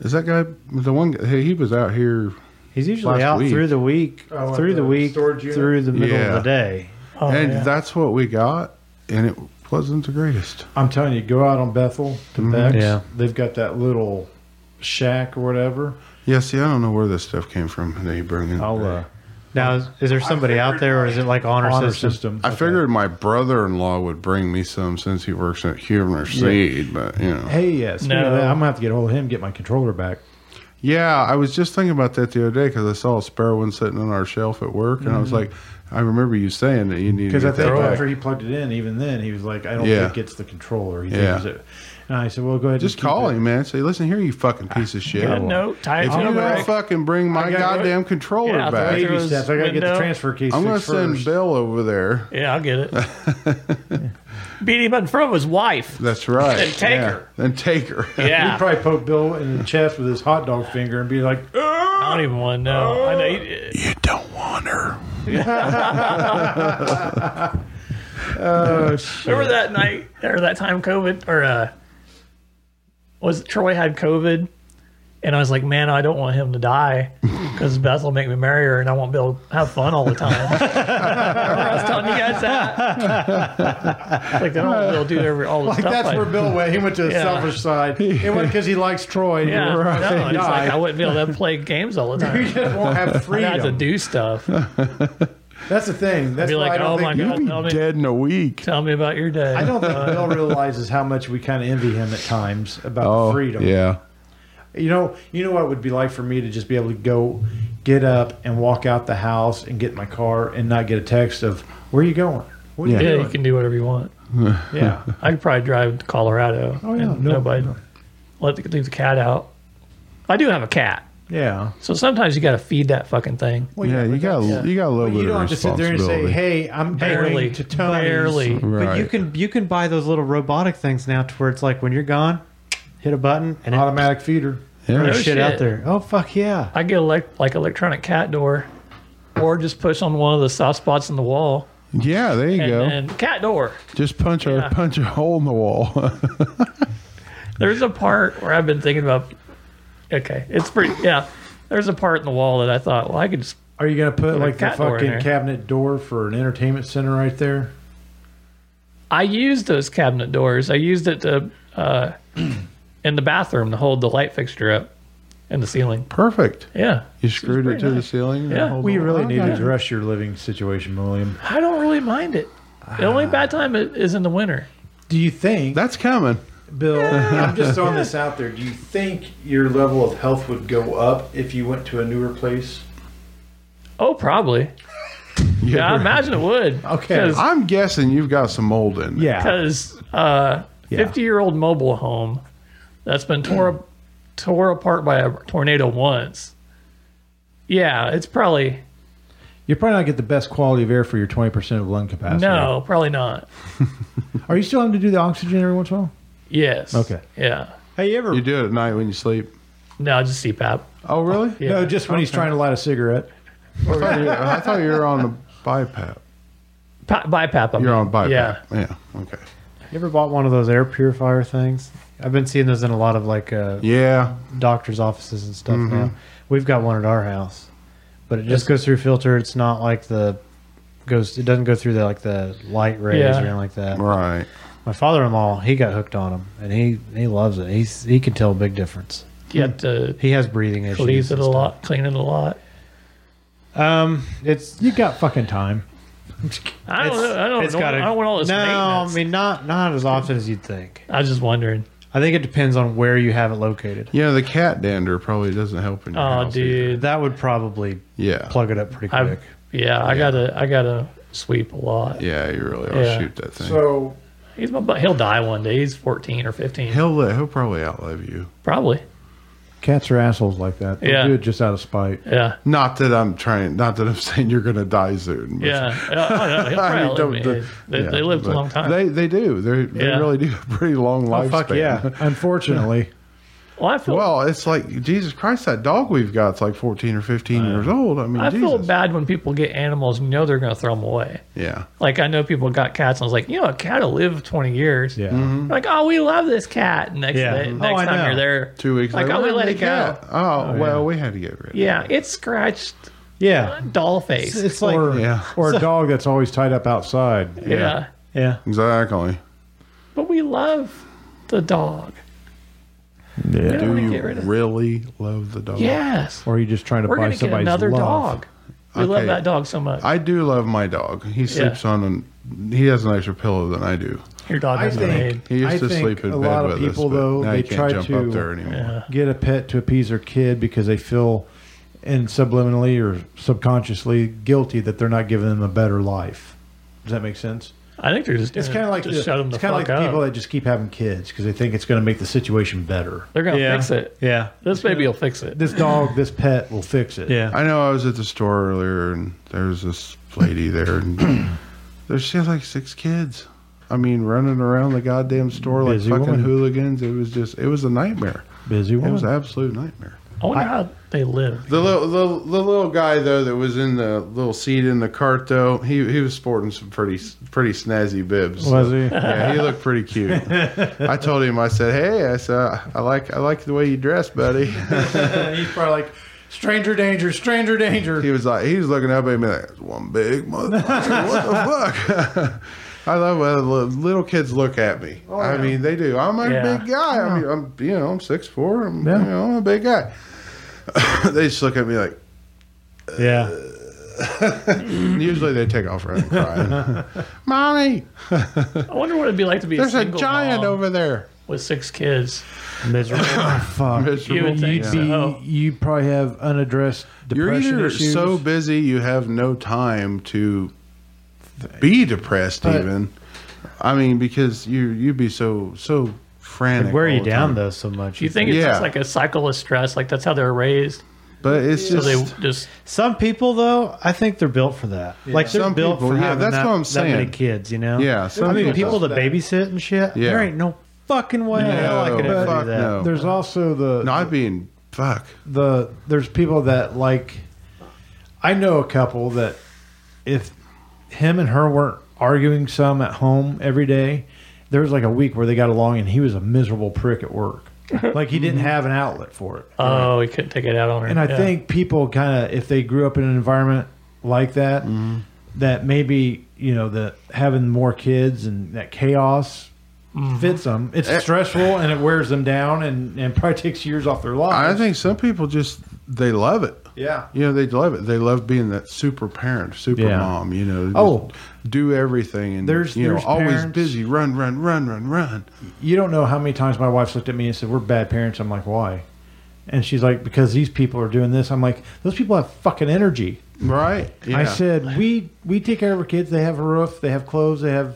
Speaker 6: Is that guy the one? guy- Hey, he was out here.
Speaker 3: He's usually
Speaker 6: Last
Speaker 3: out
Speaker 6: week.
Speaker 3: through the week,
Speaker 4: Oh, at
Speaker 3: through the,
Speaker 4: the
Speaker 3: week,
Speaker 4: storage unit?
Speaker 3: through the middle
Speaker 6: Yeah.
Speaker 3: of the day.
Speaker 5: Oh,
Speaker 6: and
Speaker 5: yeah.
Speaker 6: that's what we got, and it wasn't the greatest.
Speaker 4: I'm telling you, go out on Bethel to
Speaker 6: Mm-hmm.
Speaker 4: Beck's.
Speaker 3: Yeah.
Speaker 4: They've got that little shack or whatever.
Speaker 6: Yeah, see, I don't know where this stuff came from that he bring in.
Speaker 4: I'll uh,
Speaker 3: Now, is, is there somebody out there, or is it like honor,
Speaker 4: honor
Speaker 3: system?
Speaker 4: system.
Speaker 6: I
Speaker 4: Okay.
Speaker 6: figured my brother-in-law would bring me some since he works at Huber Seed, but you know.
Speaker 4: Hey, yeah, speaking
Speaker 5: No.
Speaker 4: of that, I'm gonna have to get a hold of him, and get my controller back.
Speaker 6: Yeah, I was just thinking about that the other day because I saw a spare one sitting on our shelf at work, and I was like, I remember you saying that you need to
Speaker 4: Because Mm-hmm. I
Speaker 6: get
Speaker 4: think
Speaker 6: that back.
Speaker 4: after he plugged it in, even then he was like, "I don't
Speaker 6: Yeah.
Speaker 4: think it's the controller." He
Speaker 6: Yeah.
Speaker 4: thinks it. And I said, "Well, go ahead.
Speaker 6: Just
Speaker 4: and keep
Speaker 6: call
Speaker 4: it."
Speaker 6: him, man. Say, listen here, you fucking piece of shit.
Speaker 5: Good note. Tie it
Speaker 6: If
Speaker 5: to
Speaker 6: you
Speaker 5: a
Speaker 6: don't
Speaker 5: brick.
Speaker 6: fucking bring my
Speaker 4: I gotta go-
Speaker 6: goddamn controller
Speaker 5: Yeah, I'll
Speaker 6: back,
Speaker 5: throw
Speaker 4: Baby
Speaker 5: through his
Speaker 4: steps. I gotta get the
Speaker 5: window.
Speaker 4: transfer case.
Speaker 6: I'm gonna
Speaker 4: fixed
Speaker 6: send
Speaker 4: first.
Speaker 6: Bill over there.
Speaker 5: Yeah, I'll get it. Beat him in front of his wife.
Speaker 6: That's right.
Speaker 5: Then take
Speaker 6: Yeah.
Speaker 5: her.
Speaker 6: Then take her.
Speaker 4: He'd
Speaker 5: Yeah.
Speaker 4: probably poke Bill in the chest with his hot dog finger and be like,
Speaker 5: I don't even want to know. I know you,
Speaker 6: you don't want her.
Speaker 4: "Oh shit."
Speaker 5: Remember that night or that time COVID or uh was it Troy had COVID and I was like, Man, I don't want him to die. because Beth will make me marry her, and I won't be able to have fun all the time. Remember I was telling you guys that. like they don't want to be able to do every all the
Speaker 4: Like
Speaker 5: stuff.
Speaker 4: that's
Speaker 5: like,
Speaker 4: where Bill went. He went to the
Speaker 5: Yeah.
Speaker 4: selfish side. It wasn't because he likes Troy. and he
Speaker 5: Yeah,
Speaker 4: wanted to
Speaker 5: no, it's
Speaker 4: die.
Speaker 5: like I wouldn't be able to play games all the
Speaker 4: you
Speaker 5: time.
Speaker 4: just won't have
Speaker 5: I have to
Speaker 4: freedom.
Speaker 5: do stuff.
Speaker 4: That's the thing. That's
Speaker 5: Be
Speaker 4: why
Speaker 5: like,
Speaker 4: I don't
Speaker 5: oh
Speaker 4: think
Speaker 5: my
Speaker 4: Bill-
Speaker 5: god,
Speaker 6: You'll
Speaker 5: tell
Speaker 6: be
Speaker 5: me,
Speaker 6: dead in a week.
Speaker 5: tell me about your day.
Speaker 4: I don't think Bill realizes how much we kind of envy him at times about
Speaker 6: Oh,
Speaker 4: freedom.
Speaker 6: yeah.
Speaker 4: You know, you know what it would be like for me to just be able to go, get up and walk out the house and get in my car and not get a text of where are you going? What are
Speaker 6: Yeah.
Speaker 4: you
Speaker 5: yeah,
Speaker 4: doing?
Speaker 5: you can do whatever you want.
Speaker 4: yeah.
Speaker 5: I could probably drive to Colorado.
Speaker 4: Oh, yeah,
Speaker 5: and
Speaker 4: no,
Speaker 5: nobody
Speaker 4: no.
Speaker 5: let the, leave the cat out. I do have a cat,
Speaker 4: Yeah.
Speaker 5: so sometimes you got to feed that fucking thing.
Speaker 4: Well,
Speaker 6: yeah, you
Speaker 4: but
Speaker 6: got
Speaker 4: that's-
Speaker 6: you got a
Speaker 4: but
Speaker 6: little bit
Speaker 4: you don't
Speaker 6: of
Speaker 4: have to sit there and say,
Speaker 6: responsibility.
Speaker 4: "Hey, I'm
Speaker 5: Barely,
Speaker 4: barely to Tony's."
Speaker 5: barely.
Speaker 3: But you
Speaker 6: right.
Speaker 3: can you can buy those little robotic things now to where it's like when you're gone, hit a button and it
Speaker 4: automatic feeder.
Speaker 3: throws
Speaker 6: Yeah.
Speaker 3: shit,
Speaker 5: shit.
Speaker 3: out there. Oh fuck yeah!
Speaker 5: I get elect- like electronic cat door, or just push on one of the soft spots in the wall,
Speaker 6: yeah, there you
Speaker 5: and
Speaker 6: go.
Speaker 5: then cat door.
Speaker 6: Just punch a punch a hole in the wall.
Speaker 5: There's a part where I've been thinking about. Okay, it's pretty. Yeah, there's a part in the wall that I thought, well, I could just
Speaker 4: Are you gonna put
Speaker 5: a
Speaker 4: like the
Speaker 5: cat door in
Speaker 4: fucking
Speaker 5: there.
Speaker 4: cabinet door for an entertainment center right there?
Speaker 5: I used those cabinet doors. I used it to uh, in the bathroom to hold the light fixture up in the ceiling.
Speaker 6: Perfect.
Speaker 5: Yeah,
Speaker 6: You screwed it
Speaker 5: pretty
Speaker 6: to the
Speaker 5: nice.
Speaker 6: ceiling.
Speaker 5: Yeah.
Speaker 4: We really need to
Speaker 6: to.
Speaker 4: address your living situation, William.
Speaker 5: I don't really mind it. The only bad time i- is in the winter.
Speaker 4: Do you think
Speaker 6: That's coming.
Speaker 4: Bill, I'm just throwing this out there. Do you think your level of health would go up if you went to a newer place?
Speaker 5: Oh, probably. Yeah, I imagine it would.
Speaker 4: Okay.
Speaker 6: I'm guessing you've got some mold in. there.
Speaker 4: Yeah.
Speaker 5: because uh,
Speaker 4: Yeah.
Speaker 5: 50 year old mobile home that's been tore tore apart by a tornado once. Yeah, it's probably
Speaker 4: You probably not get the best quality of air for your 20% of lung capacity.
Speaker 5: no, probably not.
Speaker 4: Are you still having to do the oxygen every once in a while?
Speaker 5: Yes.
Speaker 4: Okay.
Speaker 5: Yeah.
Speaker 4: Hey, you ever?
Speaker 6: You do it at night when you sleep.
Speaker 5: No, just CPAP.
Speaker 6: Oh, really?
Speaker 5: Yeah.
Speaker 4: No, just when he's trying to light a cigarette.
Speaker 5: Oh,
Speaker 6: I thought you, I thought you were on the BiPAP.
Speaker 5: Pa- BiPAP. I
Speaker 6: You're on
Speaker 5: mean.
Speaker 6: BiPAP.
Speaker 5: Yeah.
Speaker 6: Yeah. Okay.
Speaker 3: You ever bought one of those air purifier things? I've been seeing those in a lot of like uh,
Speaker 6: Yeah.
Speaker 3: doctors' offices and stuff
Speaker 4: Mm-hmm.
Speaker 3: now. We've got one at our house, but it just goes through a filter. It's not like the goes. It doesn't go through the like the light rays
Speaker 5: Yeah.
Speaker 3: or anything like that.
Speaker 6: Right.
Speaker 3: My father-in-law, he got hooked on them, and he he loves it. He's he can tell a big difference.
Speaker 5: You have to
Speaker 3: He has breathing issues.
Speaker 5: clean it
Speaker 3: and
Speaker 5: a
Speaker 3: stuff.
Speaker 5: lot, clean it a lot.
Speaker 3: Um, it's
Speaker 4: You got fucking time.
Speaker 5: I don't
Speaker 3: it's-
Speaker 5: know. I don't,
Speaker 3: it's
Speaker 5: know,
Speaker 3: gotta-
Speaker 5: I don't want all this
Speaker 3: No,
Speaker 5: maintenance.
Speaker 3: I mean not not as often as you'd think.
Speaker 5: I was just wondering.
Speaker 3: I think it depends on where you have it located.
Speaker 6: Yeah, the cat dander probably doesn't help in your
Speaker 5: Oh,
Speaker 6: house either.
Speaker 5: dude.
Speaker 3: That would probably
Speaker 6: Yeah.
Speaker 3: plug it up pretty
Speaker 5: I,
Speaker 3: quick.
Speaker 5: yeah, I gotta, I gotta sweep a lot.
Speaker 6: Yeah, you really ought
Speaker 5: Yeah.
Speaker 6: to shoot that thing.
Speaker 4: So,
Speaker 5: He's my, bu- he'll die one day. He's fourteen or fifteen,
Speaker 6: he'll let, he'll probably outlive you.
Speaker 5: probably.
Speaker 4: cats are assholes like that. They
Speaker 5: Yeah.
Speaker 4: do it just out of spite.
Speaker 5: Yeah,
Speaker 6: Not that I'm trying. Not that I'm saying you're going to die soon. but-
Speaker 5: yeah. yeah. Oh, no, he'll
Speaker 6: I
Speaker 5: probably
Speaker 6: mean,
Speaker 5: outlive me.
Speaker 6: don't-
Speaker 5: they,
Speaker 6: yeah,
Speaker 5: they lived a
Speaker 6: but
Speaker 5: long time.
Speaker 6: They they do. They they
Speaker 5: Yeah.
Speaker 6: really do have a pretty long lifespan.
Speaker 3: Oh, fuck yeah.
Speaker 4: Unfortunately,
Speaker 5: well, I feel,
Speaker 6: Well, it's like Jesus Christ, that dog we've got's like fourteen or fifteen years old. I mean,
Speaker 5: I
Speaker 6: Jesus.
Speaker 5: feel bad when people get animals and you know they're gonna throw them away.
Speaker 6: Yeah,
Speaker 5: Like I know people got cats, and I was like, you know, a cat will live twenty years.
Speaker 4: yeah.
Speaker 5: Like, oh, we love this cat. And Next
Speaker 3: Yeah.
Speaker 5: day,
Speaker 3: Oh,
Speaker 5: next
Speaker 4: I
Speaker 5: time
Speaker 4: know.
Speaker 5: you're there,
Speaker 6: two weeks
Speaker 5: Like,
Speaker 6: later.
Speaker 5: oh, we
Speaker 6: "Where'd
Speaker 5: let
Speaker 6: the
Speaker 5: it go."
Speaker 6: cat?" Oh, well, we had to get rid. of it.
Speaker 5: Yeah, it's scratched
Speaker 3: Yeah,
Speaker 5: doll face.
Speaker 3: it's, it's like
Speaker 4: or,
Speaker 6: Yeah.
Speaker 4: or a dog that's always tied up outside.
Speaker 5: yeah.
Speaker 3: yeah.
Speaker 6: Exactly.
Speaker 5: But we love the dog.
Speaker 4: Yeah.
Speaker 5: I
Speaker 6: Do
Speaker 5: wanna
Speaker 6: you
Speaker 5: get rid of-
Speaker 6: really love the dog?
Speaker 5: Yes.
Speaker 4: Or you're just trying to
Speaker 5: We're
Speaker 4: buy
Speaker 5: going to get
Speaker 4: somebody's
Speaker 5: another
Speaker 4: love.
Speaker 5: dog. We love
Speaker 6: Okay.
Speaker 5: that dog so much.
Speaker 6: I do love my dog. He sleeps on an. He has a nicer pillow than I do.
Speaker 5: Your dog
Speaker 4: I
Speaker 5: has an
Speaker 4: think-
Speaker 5: aid.
Speaker 6: He used
Speaker 4: I
Speaker 6: to
Speaker 4: think
Speaker 6: sleep in
Speaker 4: a
Speaker 6: bed
Speaker 4: lot of
Speaker 6: with
Speaker 4: people,
Speaker 6: us, but
Speaker 4: though,
Speaker 6: now
Speaker 4: they
Speaker 6: he can't
Speaker 4: try
Speaker 6: jump
Speaker 4: to-
Speaker 6: up there anymore.
Speaker 4: Get a pet to appease their kid because they feel, and subliminally or subconsciously, guilty that they're not giving them a better life. Does that make sense?
Speaker 5: I think they're just
Speaker 4: It's
Speaker 5: doing
Speaker 4: kind
Speaker 5: it
Speaker 4: of like
Speaker 5: to
Speaker 4: the,
Speaker 5: shut them the
Speaker 4: it's kind of
Speaker 5: fuck
Speaker 4: like
Speaker 5: up.
Speaker 4: the people that just keep having kids because they think it's going to make the situation better.
Speaker 5: They're gonna
Speaker 3: yeah.
Speaker 5: fix it.
Speaker 3: Yeah,
Speaker 5: This baby will fix it.
Speaker 4: This dog, this pet will fix it.
Speaker 3: yeah.
Speaker 6: I know I was at the store earlier and there was this lady there and there she had like six kids. I mean, running around the goddamn store like
Speaker 4: Busy
Speaker 6: fucking
Speaker 4: woman.
Speaker 6: hooligans. It was just, it was a nightmare.
Speaker 4: Busy
Speaker 6: It was
Speaker 4: woman.
Speaker 6: an absolute nightmare.
Speaker 5: I wonder how they live.
Speaker 6: The little, the, the little guy though that was in the little seat in the cart though, he he was sporting some pretty pretty snazzy bibs.
Speaker 4: Was he?
Speaker 6: Yeah, he looked pretty cute. I told him, I said, "Hey, I said I like I like the way you dress, buddy."
Speaker 4: He's probably like, Stranger danger, stranger danger.
Speaker 6: He was like, he was looking up at me like, "That's one big motherfucker. What the fuck? I love when the little kids look at me. I mean, they do. I'm a
Speaker 5: Yeah.
Speaker 6: big guy. I mean, I'm, you know, I'm 6'4. I'm,
Speaker 4: Yeah.
Speaker 6: you know, I'm a big guy. they just look at me like,
Speaker 3: Yeah.
Speaker 6: usually they take off running crying. Mommy,
Speaker 5: I wonder what it'd be like to be
Speaker 6: there's
Speaker 5: a
Speaker 6: a
Speaker 5: single
Speaker 6: giant
Speaker 5: mom
Speaker 6: over there.
Speaker 5: with six kids.
Speaker 3: Miserable.
Speaker 4: Fuck.
Speaker 5: You would think
Speaker 4: You'd
Speaker 5: so.
Speaker 4: be, you probably have unaddressed
Speaker 6: You're
Speaker 4: depression
Speaker 6: either
Speaker 4: issues.
Speaker 6: so busy you have no time to be depressed,
Speaker 4: But-
Speaker 6: even. I mean, because you you'd be so so frantic.
Speaker 3: Wear
Speaker 6: all
Speaker 3: you
Speaker 6: the
Speaker 3: down
Speaker 6: time.
Speaker 3: though so much.
Speaker 5: Do you think it's
Speaker 6: Yeah.
Speaker 5: just like a cycle of stress? Like that's how they're raised.
Speaker 6: But it's
Speaker 5: So
Speaker 6: just
Speaker 5: they just
Speaker 3: Some people though, I think they're built for that. Like they're
Speaker 6: Some
Speaker 3: built
Speaker 6: people,
Speaker 3: for
Speaker 6: yeah,
Speaker 3: having
Speaker 6: that's
Speaker 3: that,
Speaker 6: what I'm
Speaker 3: that many
Speaker 6: saying.
Speaker 3: kids. You know.
Speaker 6: yeah. Some
Speaker 3: I mean, people
Speaker 6: people
Speaker 3: to babysit and shit.
Speaker 6: Yeah.
Speaker 3: There ain't no fucking way. in hell I
Speaker 6: No,
Speaker 3: could ever
Speaker 6: fuck
Speaker 3: do that.
Speaker 6: no.
Speaker 4: There's also the
Speaker 6: No, I'd be in fuck.
Speaker 4: the there's people that like I know a couple that if him and her weren't arguing some at home every day, there was like a week where they got along and he was a miserable prick at work. like he didn't have an outlet for it.
Speaker 5: oh, he couldn't take it out on her.
Speaker 4: and I
Speaker 5: Yeah.
Speaker 4: think people kind of if they grew up in an environment like that, that maybe, you know, the having more kids and that chaos fits them. It's
Speaker 6: Eh.
Speaker 4: stressful and it wears them down and, and probably takes years off their
Speaker 6: I
Speaker 4: lives.
Speaker 6: think some people just they love it.
Speaker 4: yeah.
Speaker 6: You know, they love it. They love being that super parent, super
Speaker 4: Yeah.
Speaker 6: mom. You know, just
Speaker 4: Oh.
Speaker 6: do everything and
Speaker 4: There's-
Speaker 6: you know
Speaker 4: there's
Speaker 6: always
Speaker 4: parents-
Speaker 6: busy, run, run, run, run, run.
Speaker 4: you don't know how many times my wife's looked at me and said, "We're bad parents." I'm like, "Why?" And she's like, "Because these people are doing this." I'm like, "Those people have fucking energy."
Speaker 6: Right? Yeah.
Speaker 4: I said, "We we take care of our kids. They have a roof. They have clothes. They have,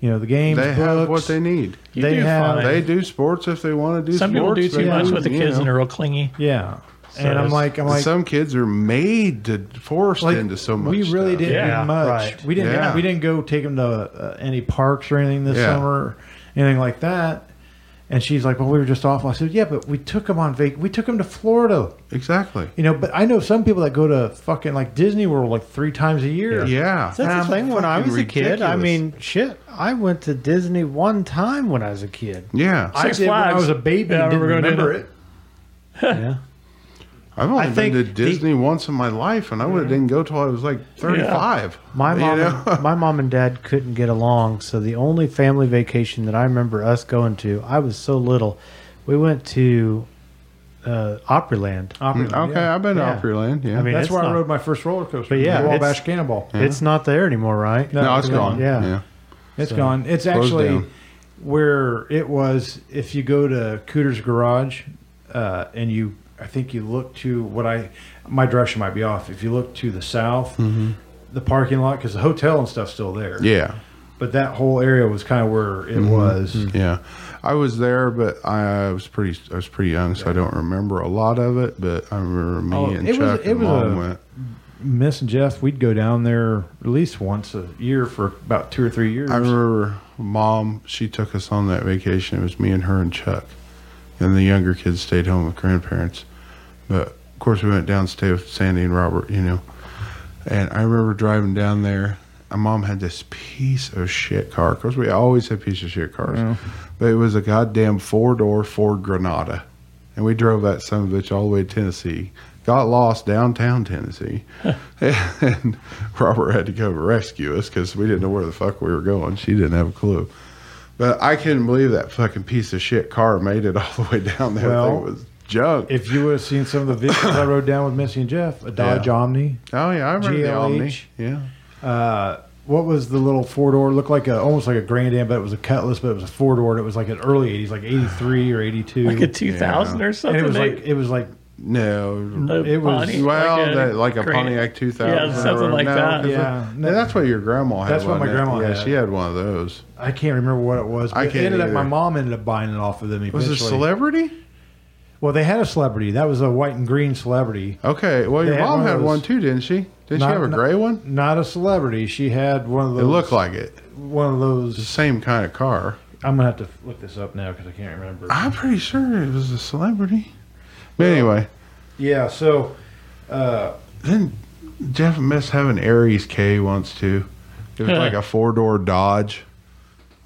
Speaker 4: you know, the games.
Speaker 6: they have what
Speaker 4: books.
Speaker 6: they need.
Speaker 5: You
Speaker 4: they
Speaker 5: do
Speaker 4: have-
Speaker 5: find-
Speaker 6: They do sports if they want to do.
Speaker 5: some people
Speaker 6: sports.
Speaker 5: do too
Speaker 6: They
Speaker 5: much
Speaker 6: do,
Speaker 5: with the
Speaker 6: you
Speaker 5: kids
Speaker 6: know.
Speaker 5: and they're real clingy.
Speaker 4: Yeah." and I'm
Speaker 5: it's-
Speaker 4: like, I'm like,
Speaker 6: some kids are made to forced
Speaker 4: like
Speaker 6: into so much.
Speaker 4: we really
Speaker 6: stuff.
Speaker 4: didn't
Speaker 5: Yeah,
Speaker 4: do much.
Speaker 3: right.
Speaker 4: We didn't.
Speaker 6: Yeah.
Speaker 4: We didn't go take them to uh, any parks or anything this
Speaker 6: Yeah.
Speaker 4: summer, or anything like that. And she's like, "Well, we were just off." I said, "Yeah, but we took them on vac. We took them to Florida."
Speaker 6: exactly.
Speaker 4: You know, but I know some people that go to fucking like Disney World like three times a year.
Speaker 6: Yeah,
Speaker 3: That's
Speaker 4: Um,
Speaker 3: the thing. When I
Speaker 6: fucking
Speaker 3: was a kid, I
Speaker 6: ridiculous.
Speaker 3: mean, shit, I went to Disney one time when I was a kid.
Speaker 6: yeah. I,
Speaker 4: I
Speaker 5: Six
Speaker 4: did when I
Speaker 5: Flags.
Speaker 4: was a baby.
Speaker 5: Yeah, I
Speaker 4: and didn't
Speaker 5: remember going
Speaker 4: remember
Speaker 5: to-
Speaker 3: Mm.
Speaker 4: it.
Speaker 3: Yeah.
Speaker 6: have only
Speaker 3: I
Speaker 6: been
Speaker 3: think
Speaker 6: to
Speaker 3: the-
Speaker 6: Disney once in my life, and I would have didn't go till I was like thirty-five.
Speaker 3: My
Speaker 6: You
Speaker 3: mom,
Speaker 6: know?
Speaker 3: and, my mom and dad couldn't get along, so the only family vacation that I remember us going to, I was so little, we went to uh, Opryland.
Speaker 4: Opryland,
Speaker 6: okay,
Speaker 4: yeah.
Speaker 6: I've been
Speaker 3: Yeah.
Speaker 6: to Opryland. Yeah,
Speaker 3: I mean,
Speaker 4: That's
Speaker 3: it's
Speaker 4: where I
Speaker 3: not-
Speaker 4: rode my first roller coaster.
Speaker 3: But yeah,
Speaker 4: the Wabash
Speaker 3: it's-
Speaker 4: Cannonball.
Speaker 3: It's not there anymore, right?
Speaker 6: no, it's gone.
Speaker 3: Yeah.
Speaker 6: yeah.
Speaker 4: It's gone. It's
Speaker 6: Closed
Speaker 4: actually
Speaker 6: down.
Speaker 4: where it was. If you go to Cooter's Garage, uh, and you, I think you look to what I, my direction might be off. If you look to the south, the parking lot because the hotel and stuff's still there.
Speaker 6: Mm-hmm. yeah. Mm-hmm.
Speaker 4: But that whole area was kind of where it was.
Speaker 6: Yeah, I was there, but I was pretty. I was pretty young, so I don't remember a lot of it. But I remember me
Speaker 4: Oh,
Speaker 6: and
Speaker 4: it was-
Speaker 6: Chuck
Speaker 4: it
Speaker 6: and
Speaker 4: was
Speaker 6: Mom
Speaker 4: a-
Speaker 6: went.
Speaker 4: Miss and Jeff, we'd go down there at least once a year for about two or three years.
Speaker 6: I remember Mom. She took us on that vacation. It was me and her and Chuck, and the younger kids stayed home with grandparents. But of course, we went down to stay with Sandy and Robert. You know, and I remember driving down there. My mom had this piece of shit car. Of course, we always had piece of shit cars, but it was a goddamn four door Ford Granada, and we drove that son of a bitch all the way to Tennessee. Got lost downtown Tennessee, and Robert had to come rescue us because we didn't know where the fuck we were going. She didn't have a clue. But I couldn't believe that fucking piece of shit car made it all the way down there. That
Speaker 4: Well,
Speaker 6: thing was junk.
Speaker 4: if you would have seen some of the videos I rode down with Missy and Jeff, a Dodge
Speaker 6: Yeah.
Speaker 4: Omni.
Speaker 6: oh yeah, I remember the Omni.
Speaker 4: GLH.
Speaker 6: Yeah,
Speaker 4: Uh, what was the little four door? Looked like a almost like a Grand Am, but it was a Cutlass, but it was a four door. It was like an early '80s, like '83 or '82.
Speaker 5: Like a two thousand or
Speaker 4: and
Speaker 5: something.
Speaker 4: it was
Speaker 5: they-
Speaker 4: like it was like
Speaker 6: no,
Speaker 5: a
Speaker 4: it was-
Speaker 5: Pontiac,
Speaker 6: Well, that- like a,
Speaker 5: Grand-
Speaker 6: Pontiac 2000.
Speaker 5: Yeah, something
Speaker 6: or-
Speaker 5: like
Speaker 6: no,
Speaker 5: that.
Speaker 6: 'cause
Speaker 4: Yeah.
Speaker 6: that- that's what your grandma had.
Speaker 4: That's what
Speaker 6: wasn't
Speaker 4: my
Speaker 6: it?
Speaker 4: grandma
Speaker 6: yeah,
Speaker 4: had.
Speaker 6: she had one of those.
Speaker 4: I can't remember what it was. But
Speaker 6: I
Speaker 4: it
Speaker 6: can't
Speaker 4: ended up
Speaker 6: either.
Speaker 4: my mom ended up buying it off of them.
Speaker 6: Was
Speaker 4: Eventually.
Speaker 6: it a celebrity?
Speaker 4: Well, they had a celebrity. That was a white and green celebrity.
Speaker 6: Okay. Well, your
Speaker 4: They had
Speaker 6: mom
Speaker 4: one of
Speaker 6: had
Speaker 4: those.
Speaker 6: one too, didn't she? Didn't
Speaker 4: Not-
Speaker 6: she have a
Speaker 4: not-
Speaker 6: gray one?
Speaker 4: Not a celebrity. She had one of
Speaker 6: It
Speaker 4: those.
Speaker 6: looked like it.
Speaker 4: one of
Speaker 6: The
Speaker 4: those.
Speaker 6: same kind of car.
Speaker 4: I'm gonna have to look this up now because I can't remember.
Speaker 6: I'm pretty sure it was a celebrity. But anyway,
Speaker 4: Yeah. So
Speaker 6: then Jeff and Miss have an Aries K once too. It was like a four door Dodge.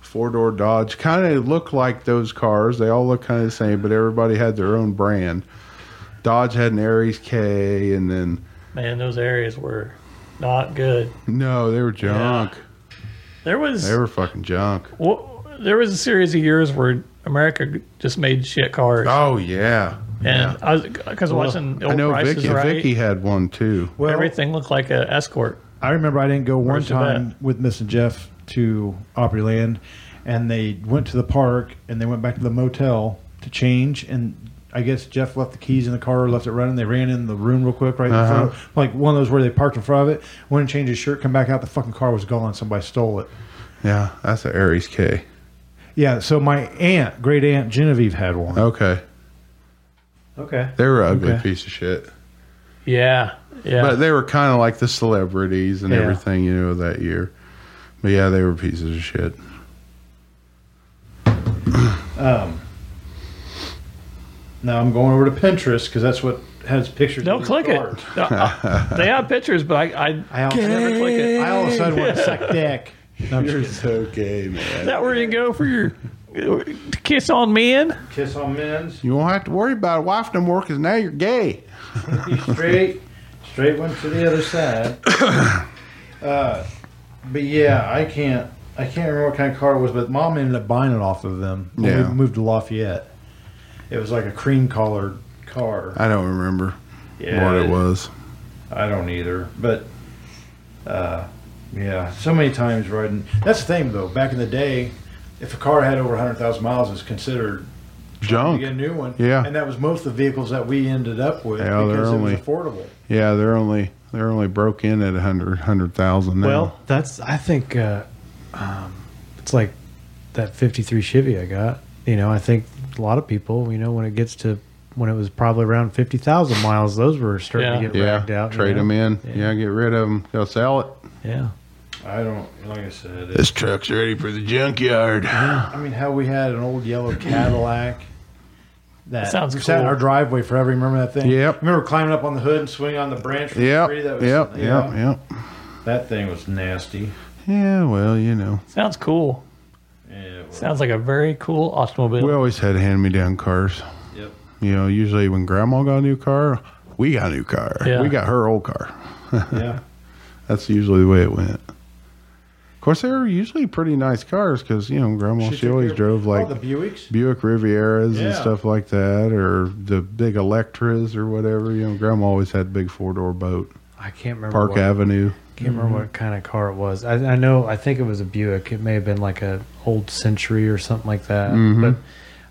Speaker 6: Four door Dodge. Kind of looked like those cars. They all look kind of the same, but everybody had their own brand. Dodge had an Aries K, and then
Speaker 5: Man, those areas were not good.
Speaker 6: no, they were junk.
Speaker 5: There was
Speaker 6: They were fucking junk.
Speaker 5: well, there was a series of years where America just made shit cars,
Speaker 6: Oh yeah,
Speaker 5: and I was because watching the
Speaker 6: I
Speaker 5: old
Speaker 6: know
Speaker 5: prices
Speaker 6: Vicky.
Speaker 5: right.
Speaker 6: Vicky had one too.
Speaker 4: Well,
Speaker 5: Everything looked like an escort.
Speaker 4: I remember I didn't go one
Speaker 5: Where's the
Speaker 4: time with Miss and Jeff to Opryland, and they went to the park and they went back to the motel to change. And I guess Jeff left the keys in the car, left it running. They ran in the room real quick, right in front, of, like one of those where they parked in front of it. Went and changed his shirt, come back out, the fucking car was gone. Somebody stole it.
Speaker 6: Yeah, that's an Aries K.
Speaker 4: Yeah. So my aunt, great aunt Genevieve, had one.
Speaker 6: Okay,
Speaker 3: Okay.
Speaker 6: they were ugly
Speaker 4: Okay.
Speaker 6: piece of shit,
Speaker 5: Yeah, yeah.
Speaker 6: but they were kind of like the celebrities and
Speaker 4: Yeah.
Speaker 6: everything you know that year. But yeah, they were pieces of shit.
Speaker 4: Now I'm going over to Pinterest because that's what has pictures.
Speaker 5: Don't
Speaker 4: of
Speaker 5: click
Speaker 4: these
Speaker 5: it.
Speaker 4: cars.
Speaker 5: Uh, they have pictures, but I, I,
Speaker 4: I also,
Speaker 5: can never click it.
Speaker 4: I all of a sudden want to suck dick. No, I'm just kidding.
Speaker 6: You're so gay, man.
Speaker 5: that where you go for your to kiss on men?
Speaker 4: Kiss on men's.
Speaker 6: You won't have to worry about a wife no more because now you're gay.
Speaker 4: straight, straight one to the other side. uh, but yeah, I can't. I can't remember what kind of car it was, but mom ended up buying it off of them when
Speaker 6: Yeah.
Speaker 4: we moved to Lafayette. It was like a cream colored car.
Speaker 6: I don't remember
Speaker 4: Yeah,
Speaker 6: what it was.
Speaker 4: I don't either. But uh, yeah, so many times riding. That's the thing though. Back in the day, if a car had over hundred thousand miles, it was considered to
Speaker 6: Junk.
Speaker 4: get a
Speaker 6: Yeah,
Speaker 4: new one.
Speaker 6: Yeah.
Speaker 4: and that was most of the vehicles that we ended up with
Speaker 6: Yeah, they're
Speaker 4: because it
Speaker 6: only-
Speaker 4: was affordable.
Speaker 6: they're only they're only broke in at a hundred hundred thousand now.
Speaker 3: Well, that's I think uh, um, it's like that '53 Chevy I got. You know, I think a lot of people, you know, when it gets to when it was probably around fifty thousand miles, those were starting
Speaker 5: Yeah.
Speaker 3: to get
Speaker 6: yeah,
Speaker 3: ragged out. you
Speaker 6: trade
Speaker 3: know?
Speaker 6: them in. Yeah. get rid of them. Go sell it.
Speaker 3: Yeah,
Speaker 4: I don't like I said. It,
Speaker 6: This truck's ready for the junkyard.
Speaker 4: I mean, how we had an old yellow Cadillac. That
Speaker 5: Sounds
Speaker 4: we sat in
Speaker 5: cool.
Speaker 4: our driveway forever. Remember that thing?
Speaker 6: Yep.
Speaker 4: Remember climbing up on the hood and swinging on the branch? from the
Speaker 6: Yep,
Speaker 4: tree? That
Speaker 6: yep,
Speaker 4: was,
Speaker 6: yep,
Speaker 4: yeah.
Speaker 6: yep.
Speaker 4: That thing was nasty.
Speaker 6: Yeah, well, you know,
Speaker 5: Sounds cool.
Speaker 4: Yeah, it was.
Speaker 5: Sounds like a very cool automobile.
Speaker 6: we always had hand-me-down cars.
Speaker 4: Yep.
Speaker 6: You know, usually when Grandma got a new car, we got a new car.
Speaker 5: Yeah.
Speaker 6: We got her old car.
Speaker 4: Yeah.
Speaker 6: That's usually the way it went. Of course, they were usually pretty nice cars because you know, Grandma she,
Speaker 4: took
Speaker 6: always
Speaker 4: care-
Speaker 6: drove
Speaker 4: oh,
Speaker 6: like
Speaker 4: the Buicks.
Speaker 6: Buick Rivieras and
Speaker 4: Yeah.
Speaker 6: stuff like that, or the big Electras or whatever. You know, Grandma always had a big four door boat.
Speaker 3: I can't remember
Speaker 6: Park
Speaker 3: what,
Speaker 6: Avenue.
Speaker 3: Can't
Speaker 6: Mm-hmm.
Speaker 3: remember what kind of car it was. I, I know. I think it was a Buick. It may have been like a old Century or something like that.
Speaker 6: Mm-hmm.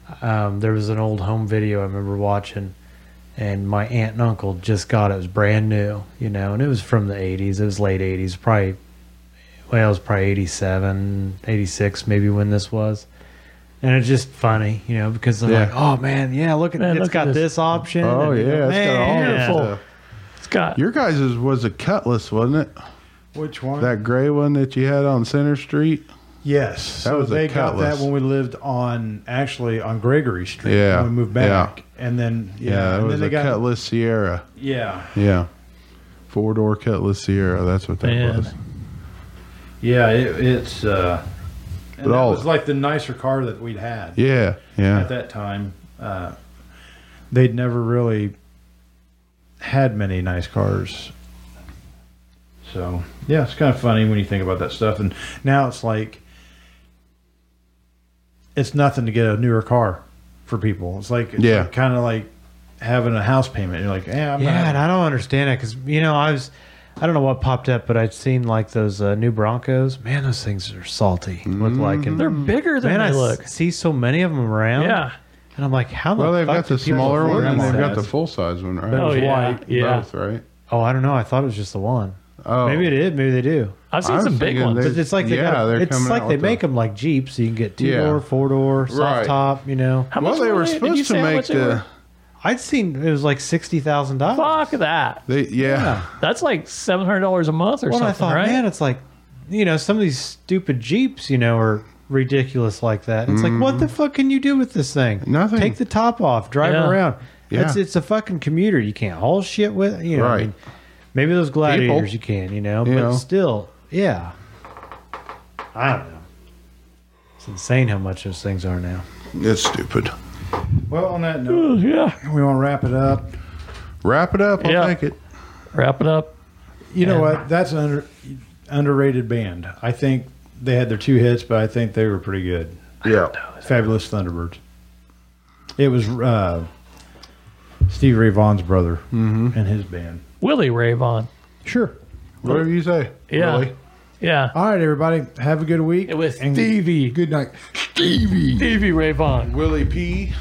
Speaker 3: But um, there was an old home video I remember watching, and my aunt and uncle just got it. It was brand new, you know, and it was from the '80s. It was late '80s, probably. Well, it was probably 87, 86, maybe when this was. And it's just funny, you know, because they're
Speaker 6: Yeah.
Speaker 3: like, "Oh man, yeah, look at
Speaker 5: Man,
Speaker 3: it's
Speaker 5: look
Speaker 3: got
Speaker 5: at this.
Speaker 3: this. option."
Speaker 6: Oh
Speaker 3: and,
Speaker 6: yeah, it's got all that
Speaker 5: man.
Speaker 6: stuff.
Speaker 5: It's got
Speaker 6: Your guys's was a Cutlass, wasn't it?
Speaker 4: Which one?
Speaker 6: That gray one that you had on Center Street.
Speaker 4: yes.
Speaker 6: That
Speaker 4: so
Speaker 6: was a
Speaker 4: they got that
Speaker 6: Cutlass.
Speaker 4: when we lived on actually on Gregory Street.
Speaker 6: Yeah,
Speaker 4: When we moved
Speaker 6: yeah.
Speaker 4: back, and then yeah,
Speaker 6: Yeah, that
Speaker 4: and
Speaker 6: was
Speaker 4: then
Speaker 6: a Cutlass Sierra.
Speaker 4: Yeah.
Speaker 6: Yeah, four door Cutlass Sierra. That's what that
Speaker 5: Man.
Speaker 6: was.
Speaker 4: Yeah, it, it's uh, and
Speaker 6: But
Speaker 4: that
Speaker 6: all-
Speaker 4: was like the nicer car that we'd had
Speaker 6: Yeah, yeah.
Speaker 4: at that time. Uh, they'd never really had many nice cars, so yeah, it's kind of funny when you think about that stuff. And now it's like it's nothing to get a newer car for people. It's like it's
Speaker 6: Yeah.
Speaker 4: kind of like having a house payment. You're like, yeah, I'm
Speaker 3: Yeah,
Speaker 4: not.
Speaker 3: and I don't understand it because you know I was, I don't know what popped up, but I'd seen like those uh, new Broncos. Man, those things are salty. Look like and
Speaker 5: they're bigger than
Speaker 3: man, I
Speaker 5: they look.
Speaker 3: s- see so many of them around.
Speaker 5: Yeah.
Speaker 3: and I'm like, how?
Speaker 6: well,
Speaker 3: the
Speaker 6: they've
Speaker 3: fuck
Speaker 6: got the
Speaker 3: do people
Speaker 6: smaller
Speaker 3: afford
Speaker 6: one and
Speaker 3: these
Speaker 6: they've got the
Speaker 3: things?
Speaker 6: full size one, right?
Speaker 5: Oh yeah,
Speaker 4: white,
Speaker 5: yeah.
Speaker 6: Both, right?
Speaker 3: Oh, I don't know. I thought it was just the one.
Speaker 6: Oh,
Speaker 3: Maybe it is. Maybe they do.
Speaker 5: I've seen
Speaker 6: I'm
Speaker 5: some big
Speaker 6: thinking
Speaker 5: ones.
Speaker 6: they-
Speaker 3: But it's like they
Speaker 6: Yeah,
Speaker 3: got,
Speaker 6: they're
Speaker 3: it's
Speaker 6: coming
Speaker 3: like
Speaker 6: out
Speaker 3: they
Speaker 6: with
Speaker 3: make
Speaker 6: the-
Speaker 3: them like Jeeps, so you can get two
Speaker 6: Yeah.
Speaker 3: door, four door, soft
Speaker 6: Right.
Speaker 3: top. You know,
Speaker 5: How
Speaker 6: well,
Speaker 5: much
Speaker 6: they
Speaker 5: were
Speaker 6: were
Speaker 5: they? Did you
Speaker 6: supposed
Speaker 5: say
Speaker 6: to
Speaker 5: how
Speaker 6: make
Speaker 5: much they were?
Speaker 6: the.
Speaker 3: I'd seen it was like sixty thousand dollars.
Speaker 5: Fuck that.
Speaker 6: They, yeah.
Speaker 5: That's like seven hundred dollars a month or
Speaker 3: Well, and
Speaker 5: something,
Speaker 3: I thought,
Speaker 5: right?
Speaker 3: man, it's like, you know, some of these stupid Jeeps, you know, are ridiculous like that. And it's like, what the fuck can you do with this thing?
Speaker 6: Mm. Nothing.
Speaker 3: Take the top off, drive
Speaker 5: Yeah.
Speaker 3: around.
Speaker 6: Yeah.
Speaker 3: It's it's a fucking commuter. You can't haul shit with, you know. I
Speaker 6: Right.
Speaker 3: mean, maybe those gladiators you can, you know, but
Speaker 6: know.
Speaker 3: still, yeah. I don't know. It's insane how much those things are now.
Speaker 6: It's stupid.
Speaker 4: Well, on that note,
Speaker 5: Yeah.
Speaker 4: we want to wrap it up.
Speaker 6: Wrap it up. I'll
Speaker 5: Yeah.
Speaker 6: take it.
Speaker 5: Wrap it up.
Speaker 4: You know
Speaker 5: And-
Speaker 4: what? That's an under, underrated band. I think they had their two hits, but I think they were pretty good.
Speaker 6: Yeah.
Speaker 4: Fabulous Thunderbirds. It was uh, Steve Ray Vaughan's brother and his band.
Speaker 5: Willie Ray Vaughan.
Speaker 4: Sure.
Speaker 6: Whatever you say.
Speaker 5: Yeah.
Speaker 6: Really.
Speaker 5: Yeah.
Speaker 4: All right, everybody. Have a good week.
Speaker 5: With
Speaker 4: and
Speaker 5: Stevie.
Speaker 4: Good night. Stevie.
Speaker 5: Davey Ray Vaughan.
Speaker 6: Willie P.